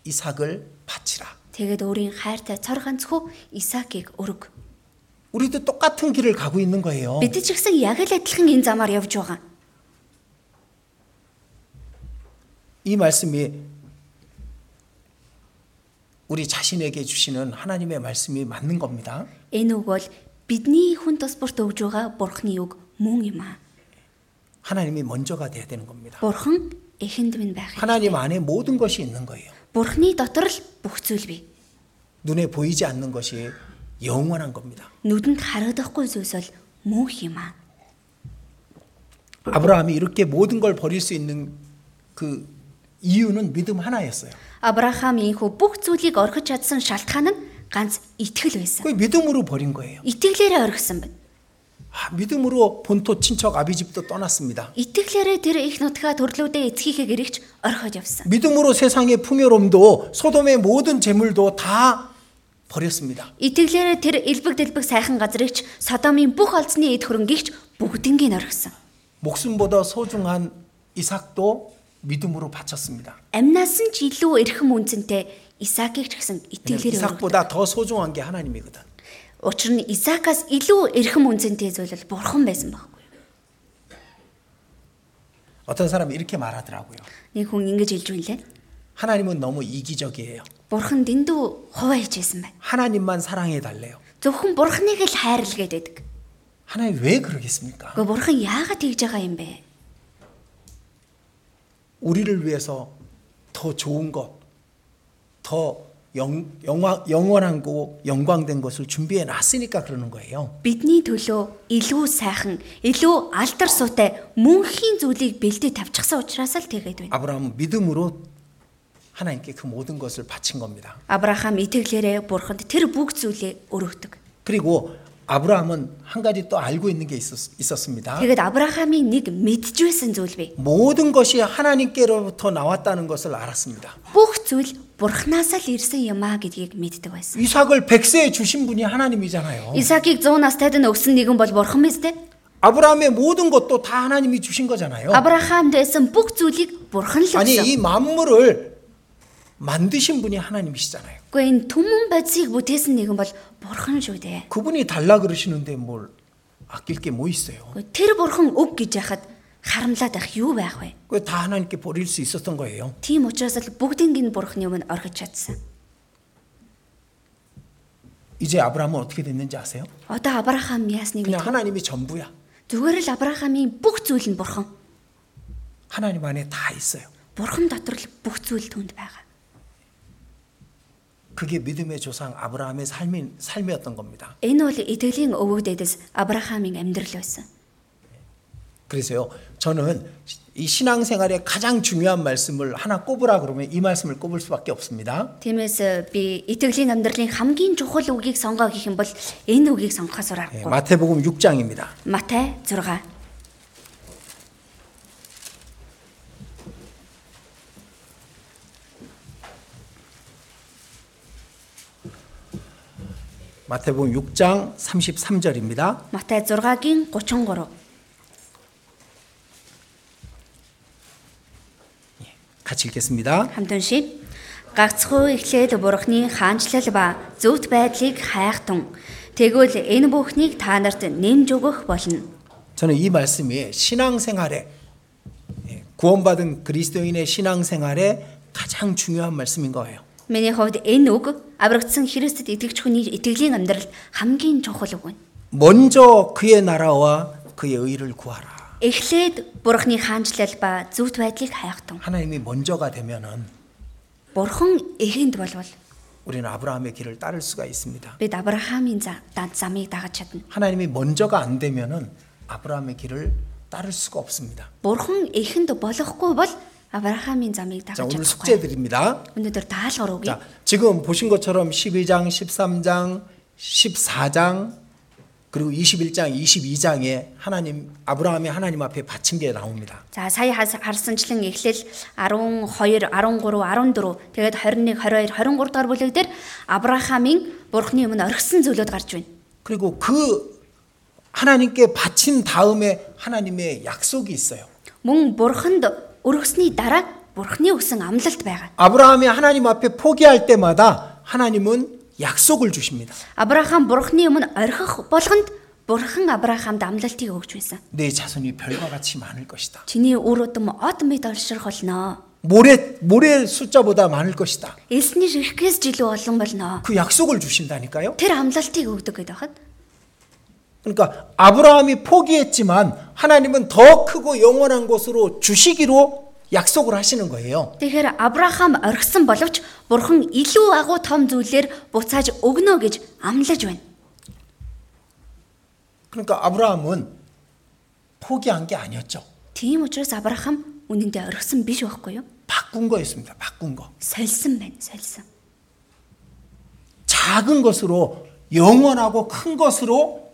S3: 이삭을 바치라.
S4: Тэгээд өөрийн хайртай цор ганцхүү Исаакийг өрөг.
S3: 우리도 똑같은 길을 가고 있는 거예요.
S4: Бид ч гэсэн яг л адилхан энэ замаар явж байгаа.
S3: 이 말씀이 우리 자신에게 주시는 하나님의 말씀이 맞는 겁니다.
S4: Энэ үг бол бидний хүн тус бүрт өгж байгаа Бурхны үг мөн юм аа.
S3: 하나님이 먼저가 돼야 되는 겁니다.
S4: Бурхан эхэнд минь байх.
S3: 하나님 안에 모든 것이 있는 거예요.
S4: Бурхны дотор л бүх зүйл бий.
S3: 눈에 보이지 않는 것이 영원한 겁니다.
S4: Нүдэнд харагдахгүй зүйлс бол мөнх юм аа.
S3: 아브라함이 이렇게 모든 걸 버릴 수 있는 그 이유는 믿음 하나였어요.
S4: Авраам ийхүү бүх зүйлийг орхиж чадсан шалтгаан нь ганц итгэл байсан.
S3: 그 믿음으로 버린 거예요.
S4: Итгэлээрээ орхисон байна.
S3: 아, 믿음으로 본토 친척 아비집도 떠났습니다.
S4: Итгэлээрээ тэр их нутгаа төрлөөдөө эцгийнхээ гэрэгч орхиод явсан.
S3: 믿음으로 세상의 풍요로움도 소돔의 모든 재물도 다 버렸습니다.
S4: Итгэлээрээ тэр элбэг дэлбэг сайхан газрыгч Содомын бүх олзны эд хөрөнгөгч бүгднийг нь орхисон.
S3: 목숨보다 소중한 이삭도 믿음으로 바쳤습니다.
S4: Амнаас нь ч илүү эрхэм үнцэнтэй Исаакийг ч гэсэн итгэлээрээ өргөдөг.
S3: 이삭보다 더 소중한 게 하나님이거든.
S4: Учир нь Исаакаас илүү эрхэм үнцэнтэй зүйл бол бурхан байсан байхгүй. юу?
S3: 어떤 사람이 이렇게 말하더라고요.
S4: Нэг хүн ингэж хэлж байна лээ.
S3: 하나님은 너무 이기적이에요.
S4: Бурхан дэндүү хуваа хийжсэн байна.
S3: 하나님만 사랑해 달래요.
S4: Зөвхөн бурханыг л хайрл гэдэг.
S3: 하나님 왜 그러겠습니까?
S4: Гэхдээ бурхан яагаад тэгж байгаа юм бэ?
S3: 우리를 위해서 더 좋은 것, 더 영, 영화, 영원하고 영광된 것을 준비해 놨으니까 그러는 거예요.
S4: Бидний төлөө илүү сайхан, илүү алдар суутай мөнхийн зүйлийг бэлдээ тавьчихсан учраас л тэгээд байна.
S3: 아브라함은 믿음으로 하나님께 그 모든 것을 바친 겁니다.
S4: Авраам итгэлээрээ бурханд тэр бүх зүйлээ өргөдөг.
S3: 그리고 아브라함은 한 가지 또 알고 있는 게 있었, 있었습니다.
S4: Тэгээд Авраамийн нэг мэдчихсэн зүйл бий.
S3: 모든 것이 하나님께로부터 나왔다는 것을 알았습니다.
S4: Бүх зүйл бурханаас л ирсэн юм а гэдгийг мэддэг байсан.
S3: 이삭을 백세에 주신 분이 하나님이잖아요.
S4: Исаакийг 100 настай дэн өгсөн нэгэн бол бурхан биз дээ.
S3: 아브라함의 모든 것도 다 하나님이 주신 거잖아요.
S4: Авраамд байсан бүх зүйлийг бурхан л
S3: 아니 이
S4: өгсөн.
S3: 만물을 만드신 분이 하나님이시잖아요.
S4: Гэхдээ энэ түмэн бодисыг бүтээсэн нэгэн бол бурхан шүү дээ.
S3: 그분이 달라 그러시는데 뭘 아낄 게 뭐 있어요?
S4: Гэхдээ Тэр бурхан өг гэж яхад харамлаад байх юу байх вэ?
S3: 그 다 하나님께 버릴 수 있었던 거예요.
S4: Тийм учраас л бүгднийг нь бурханы өмнө орхиж чадсан.
S3: 이제 아브라함은 어떻게 됐는지 아세요?
S4: Одоо Авраам яасныг
S3: 그냥
S4: мэдэх.
S3: 하나님이 전부야.
S4: Зүгээр л Авраамийн бүх зүйл нь бурхан.
S3: 하나님 안에 다 있어요.
S4: Бурхан дотор л бүх зүйл түнд байгаа.
S3: 그게 믿음의 조상 아브라함의 삶이, 삶이었던 겁니다.
S4: Энэ бол итгэлийн өвөг дэдэс Авраамийн амьдрал байсан.
S3: 그래서요, 저는 이 신앙생활의 가장 중요한 말씀을 하나 꼽으라 그러면 이 말씀을 꼽을 수밖에 없습니다.
S4: Тиймээс э, би итгэлийн амьдралын хамгийн чухал үгийг сонгоо гэх юм бол энэ үгийг сонгохоос өөр
S3: 예,
S4: аргагүй.
S3: 마태복음 6장입니다.
S4: Матай 6.
S3: 마태복음 6장 33절입니다.
S4: Матай 6-гийн 33.
S3: 같이 읽겠습니다.
S4: хамт уншийе. Гагцхуу эхлээд бурхны хаанчлал ба зөвхт байдлыг хайхтун. Тэгвэл энэ бүхнийг та нарт нэмж өгөх болно.
S3: 저는 이 말씀이 신앙생활에 예, 구원받은 그리스도인의 신앙생활에 가장 중요한 말씀인 거예요.
S4: Миний хувьд энэ үг аврагдсан Христэд итгэж хүний итгэлийн амьдралд хамгийн чухал үг байна.
S3: 먼저 그의 나라와 그의 의를 구하라.
S4: Эхлээд бурхны хаанчлал ба зөвхт байдлыг хайхтун.
S3: 하나님이 먼저가 되면은
S4: Бурхан эхэнд болвол
S3: 우리는 아브라함의 길을 따를 수가 있습니다.
S4: бид Авраамийн за- дад замыг дагаж чадна.
S3: 하나님이 먼저가 안 되면은 아브라함의 길을 따를 수가 없습니다.
S4: Бурхан эхэнд болохгүй бол Авраамийн замыг
S3: 자,
S4: дагаж
S3: 오늘
S4: чадахгүй.
S3: 숙제 드립니다.
S4: Өнөөдөр даалгавар үгий.
S3: 자, 지금 보신 것처럼 12장, 13장, 14장 그리고 21장, 22장에 하나님 아브라함이 하나님 앞에 바친 게 나옵니다.
S4: За сая хас- харсанчлан эхлэл 12, 13, 14, тэгээд 21, 22, 23 дугаар бүлэг дээр Авраамийн бурхны өмнө орхисон зүйлүүд гарч байна.
S3: 그리고 그 하나님께 바친 다음에 하나님의 약속이 있어요.
S4: Мөн бурханд өргөсний дараа бурхны өгсөн амлалт байгаа.
S3: 아브라함이 하나님 앞에 포기할 때마다 하나님은 약속을 주십니다.
S4: Авраам бурхны өмнө орхих болгонд бурхан Авраамд амлалтыг өгч байсан.
S3: 내 자손이 별과 같이 많을 것이다.
S4: Чиний үр өдөм од мэд олширх болно.
S3: 모래 모래 숫자보다 많을 것이다.
S4: Элсний ширхгээс жилүү олон болно.
S3: 그 약속을 주신다니까요.
S4: Тэр амлалтыг өгдөг гэдэг хахад
S3: 그러니까 아브라함이 포기했지만 하나님은 더 크고 영원한 곳으로 주시기로 약속을 하시는 거예요.
S4: Тэгэхээр Авраам орхисон боловч бурхан илүү агуу том зүйлээр буцааж өгнө гэж амлаж байна.
S3: 그러니까 아브라함은 포기한 게 아니었죠.
S4: Тийм учраас Авраам үнэн дээр орхисон биш байхгүй юу?
S3: 바꾼 거였습니다. 바꾼 거.
S4: Сольсон байна, сольсон.
S3: 작은 것으로 영원하고 큰 것으로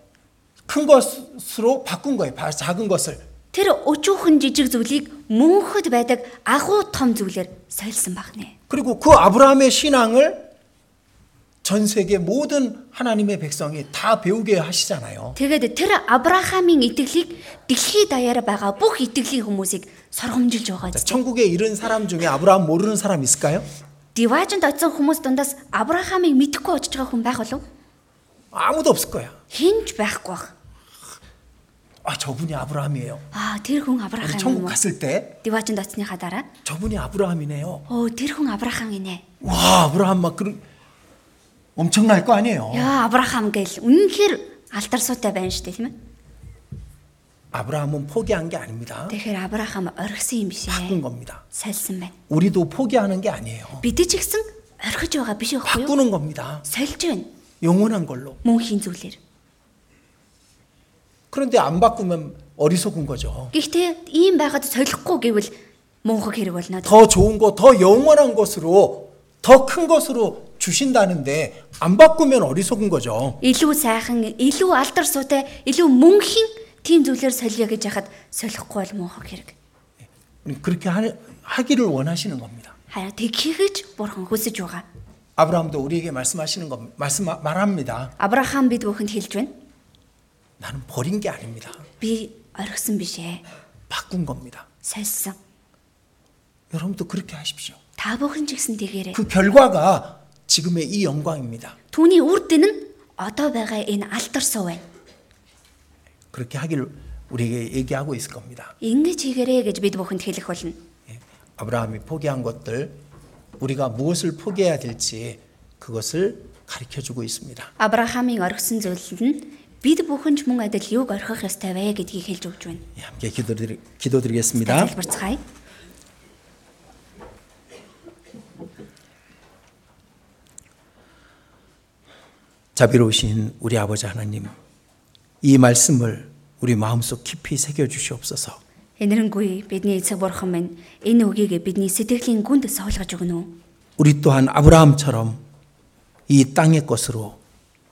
S3: 큰 것으로 바꾼 거예요. 바- 작은 것을.
S4: Тэр өчүүхэн жижиг зүйлийг мөнхөд байдаг агуу том зүйлээр сольсон баг нэ.
S3: 그리고 그 아브라함의 신앙을 전 세계 모든 하나님의 백성이 다 배우게 하시잖아요.
S4: Тэгээд тэр Авраамийн итгэлийг дэлхийд даяараа байгаа бүх итгэлийн хүмүүсийг сургамжилж байгаа
S3: 자,
S4: гэж.
S3: 천국에 이른 사람 중에 아브라함 모르는 사람 있을까요?
S4: Диваажинд очсон хүмүүс дундаас Авраамийг мэдэхгүй очиж байгаа хүн байх болов?
S3: 아무도 없을 거야.
S4: Хинж байхгүй баг.
S3: 아, 저분이 아브라함이에요.
S4: Аа, тэр хүн
S3: 우리
S4: Авраам
S3: 천국
S4: юм уу?
S3: 갔을 때
S4: Диваажинд очсныхаа дараа
S3: 저분이 아브라함이네요.
S4: оо тэр хүн Авраам гинэ.
S3: 와, 아브라함 막 그런 엄청날 거 아니에요.
S4: Яа Авраам гэл үнэнхээр алдарсуутай байна штэ тийм ээ.
S3: 아브라함은 포기한 게 아닙니다.
S4: Тэгэхээр Авраам оргисон юм биш
S3: 바꾼
S4: ээ.
S3: 겁니다.
S4: Сольсон байна.
S3: 우리도 포기하는 게 아니에요.
S4: Бид ч ихсэн орхиж байгаа биш байхгүй юу?
S3: 바꾸는 겁니다.
S4: Сольж байна.
S3: 영원한 걸로.
S4: Мөнхийн зүйлээр.
S3: 그런데 안 바꾸면 어리석은 거죠.
S4: Гэхдээ ийм байгаад солихгүй гэвэл мөнхөг хэрэг болно.
S3: 더 좋은 거, 더 영원한 것으로, 더 큰 것으로 주신다는데 안 바꾸면 어리석은 거죠.
S4: Илүү сайхан, илүү алдарсуутай, илүү мөнхийн тийм зүйлээр солиё гэж яхад солихгүй бол мөнхөг хэрэг.
S3: 그렇게 하, 하기를 원하시는 겁니다.
S4: Хараа тэг хийгэж бурхан хүсэж байгаа.
S3: 아브라함도 우리에게 말씀하시는 것 말씀 말합니다.
S4: Авраам бид бүхэнд хэлж байна.
S3: 나는 버린 게 아닙니다.
S4: Би оргисон биш ээ.
S3: 바꾼 겁니다.
S4: Сольсон.
S3: 여러분도 그렇게 하십시오.
S4: Та бүхэн ч гэсэн тэгээрэй.
S3: 그 결과가 지금의 이 영광입니다.
S4: Түүний үр дүн нь одоо байгаа энэ алдар суу байна.
S3: 그렇게 하기를 우리에게 얘기하고 있을 겁니다.
S4: Ингэж хийгээрэй гэж бид бүхэнд хэлэх болно.
S3: 예. 아브라함이 포기한 것들 우리가 무엇을 포기해야 될지 그것을 가르쳐 주고 있습니다.
S4: Авраамийн оргисон зүйл нь бид бүхэн ч мөн адил юг орхих ёстой вэ гэдгийг хэлж өгч байна.
S3: 예, 함께 기도드리, 기도드리겠습니다.
S4: Залбирцгаая.
S3: 자비로우신 우리 아버지 하나님, 이 말씀을 우리 마음속 깊이 새겨 주시옵소서.
S4: Энэрэнгүй бидний эцэг бурхан минь энэ үгийг бидний сэтгэлийн гүнд суулгаж өгнө үү?
S3: 우리 또한 아브라함처럼 이 땅의 것으로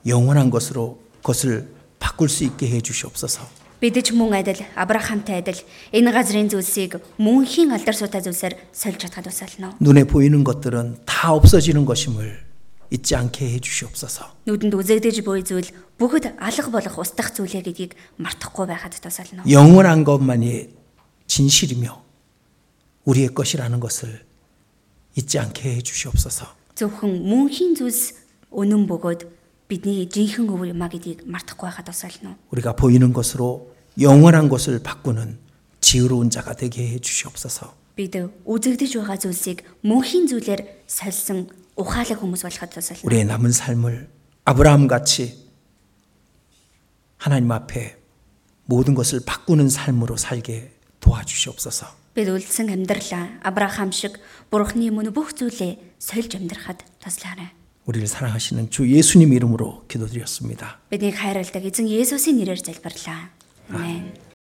S3: 영원한 것으로 것을 바꿀 수 있게 해 주시옵소서.
S4: Бид ч мөн адил Авраамтай адил энэ газрын зүйлсийг мөнхийн алдар суутай зүйлсээр сольж чадхад тусална.
S3: 눈에 보이는 것들은 다 없어지는 것임을 잊지 않게 해 주시옵소서.
S4: Нүдэнд үзэгдэж буй зүйл бүгд алга болох устдах зүйлээ гэдгийг мартахгүй байхад тусална.
S3: 영원한 것만이 진실이며 우리의 것이라는 것을 잊지 않게 해 주시옵소서.
S4: Зөвхөн мөнхийн зүйлс үнэн бөгөөд бидний жинхэнэ өвөр юма гэдгийг мартахгүй байхад тусална.
S3: 우리가 보이는 것으로 영원한 것을 바꾸는 지혜로운 자가 되게 해 주시옵소서.
S4: Бид үзэгдэж байгаа зүйлсийг мөнхийн зүйлээр сольсон ухаалаг хүмүүс болоход тусална.
S3: 우리의 남은 삶을 아브라함 같이 하나님 앞에 모든 것을 바꾸는 삶으로 살게 도와주시옵소서.
S4: Бид үлдсэн амьдралаа Авраам шиг Бурхны өмнө бүх зүйлээ сольж амьдрахад туслаарай.
S3: 우리를 사랑하시는 주 예수님 이름으로 기도드렸습니다.
S4: Бидний хайрладаг эзэн Есүсийн нэрээр залбирлаа. Амен.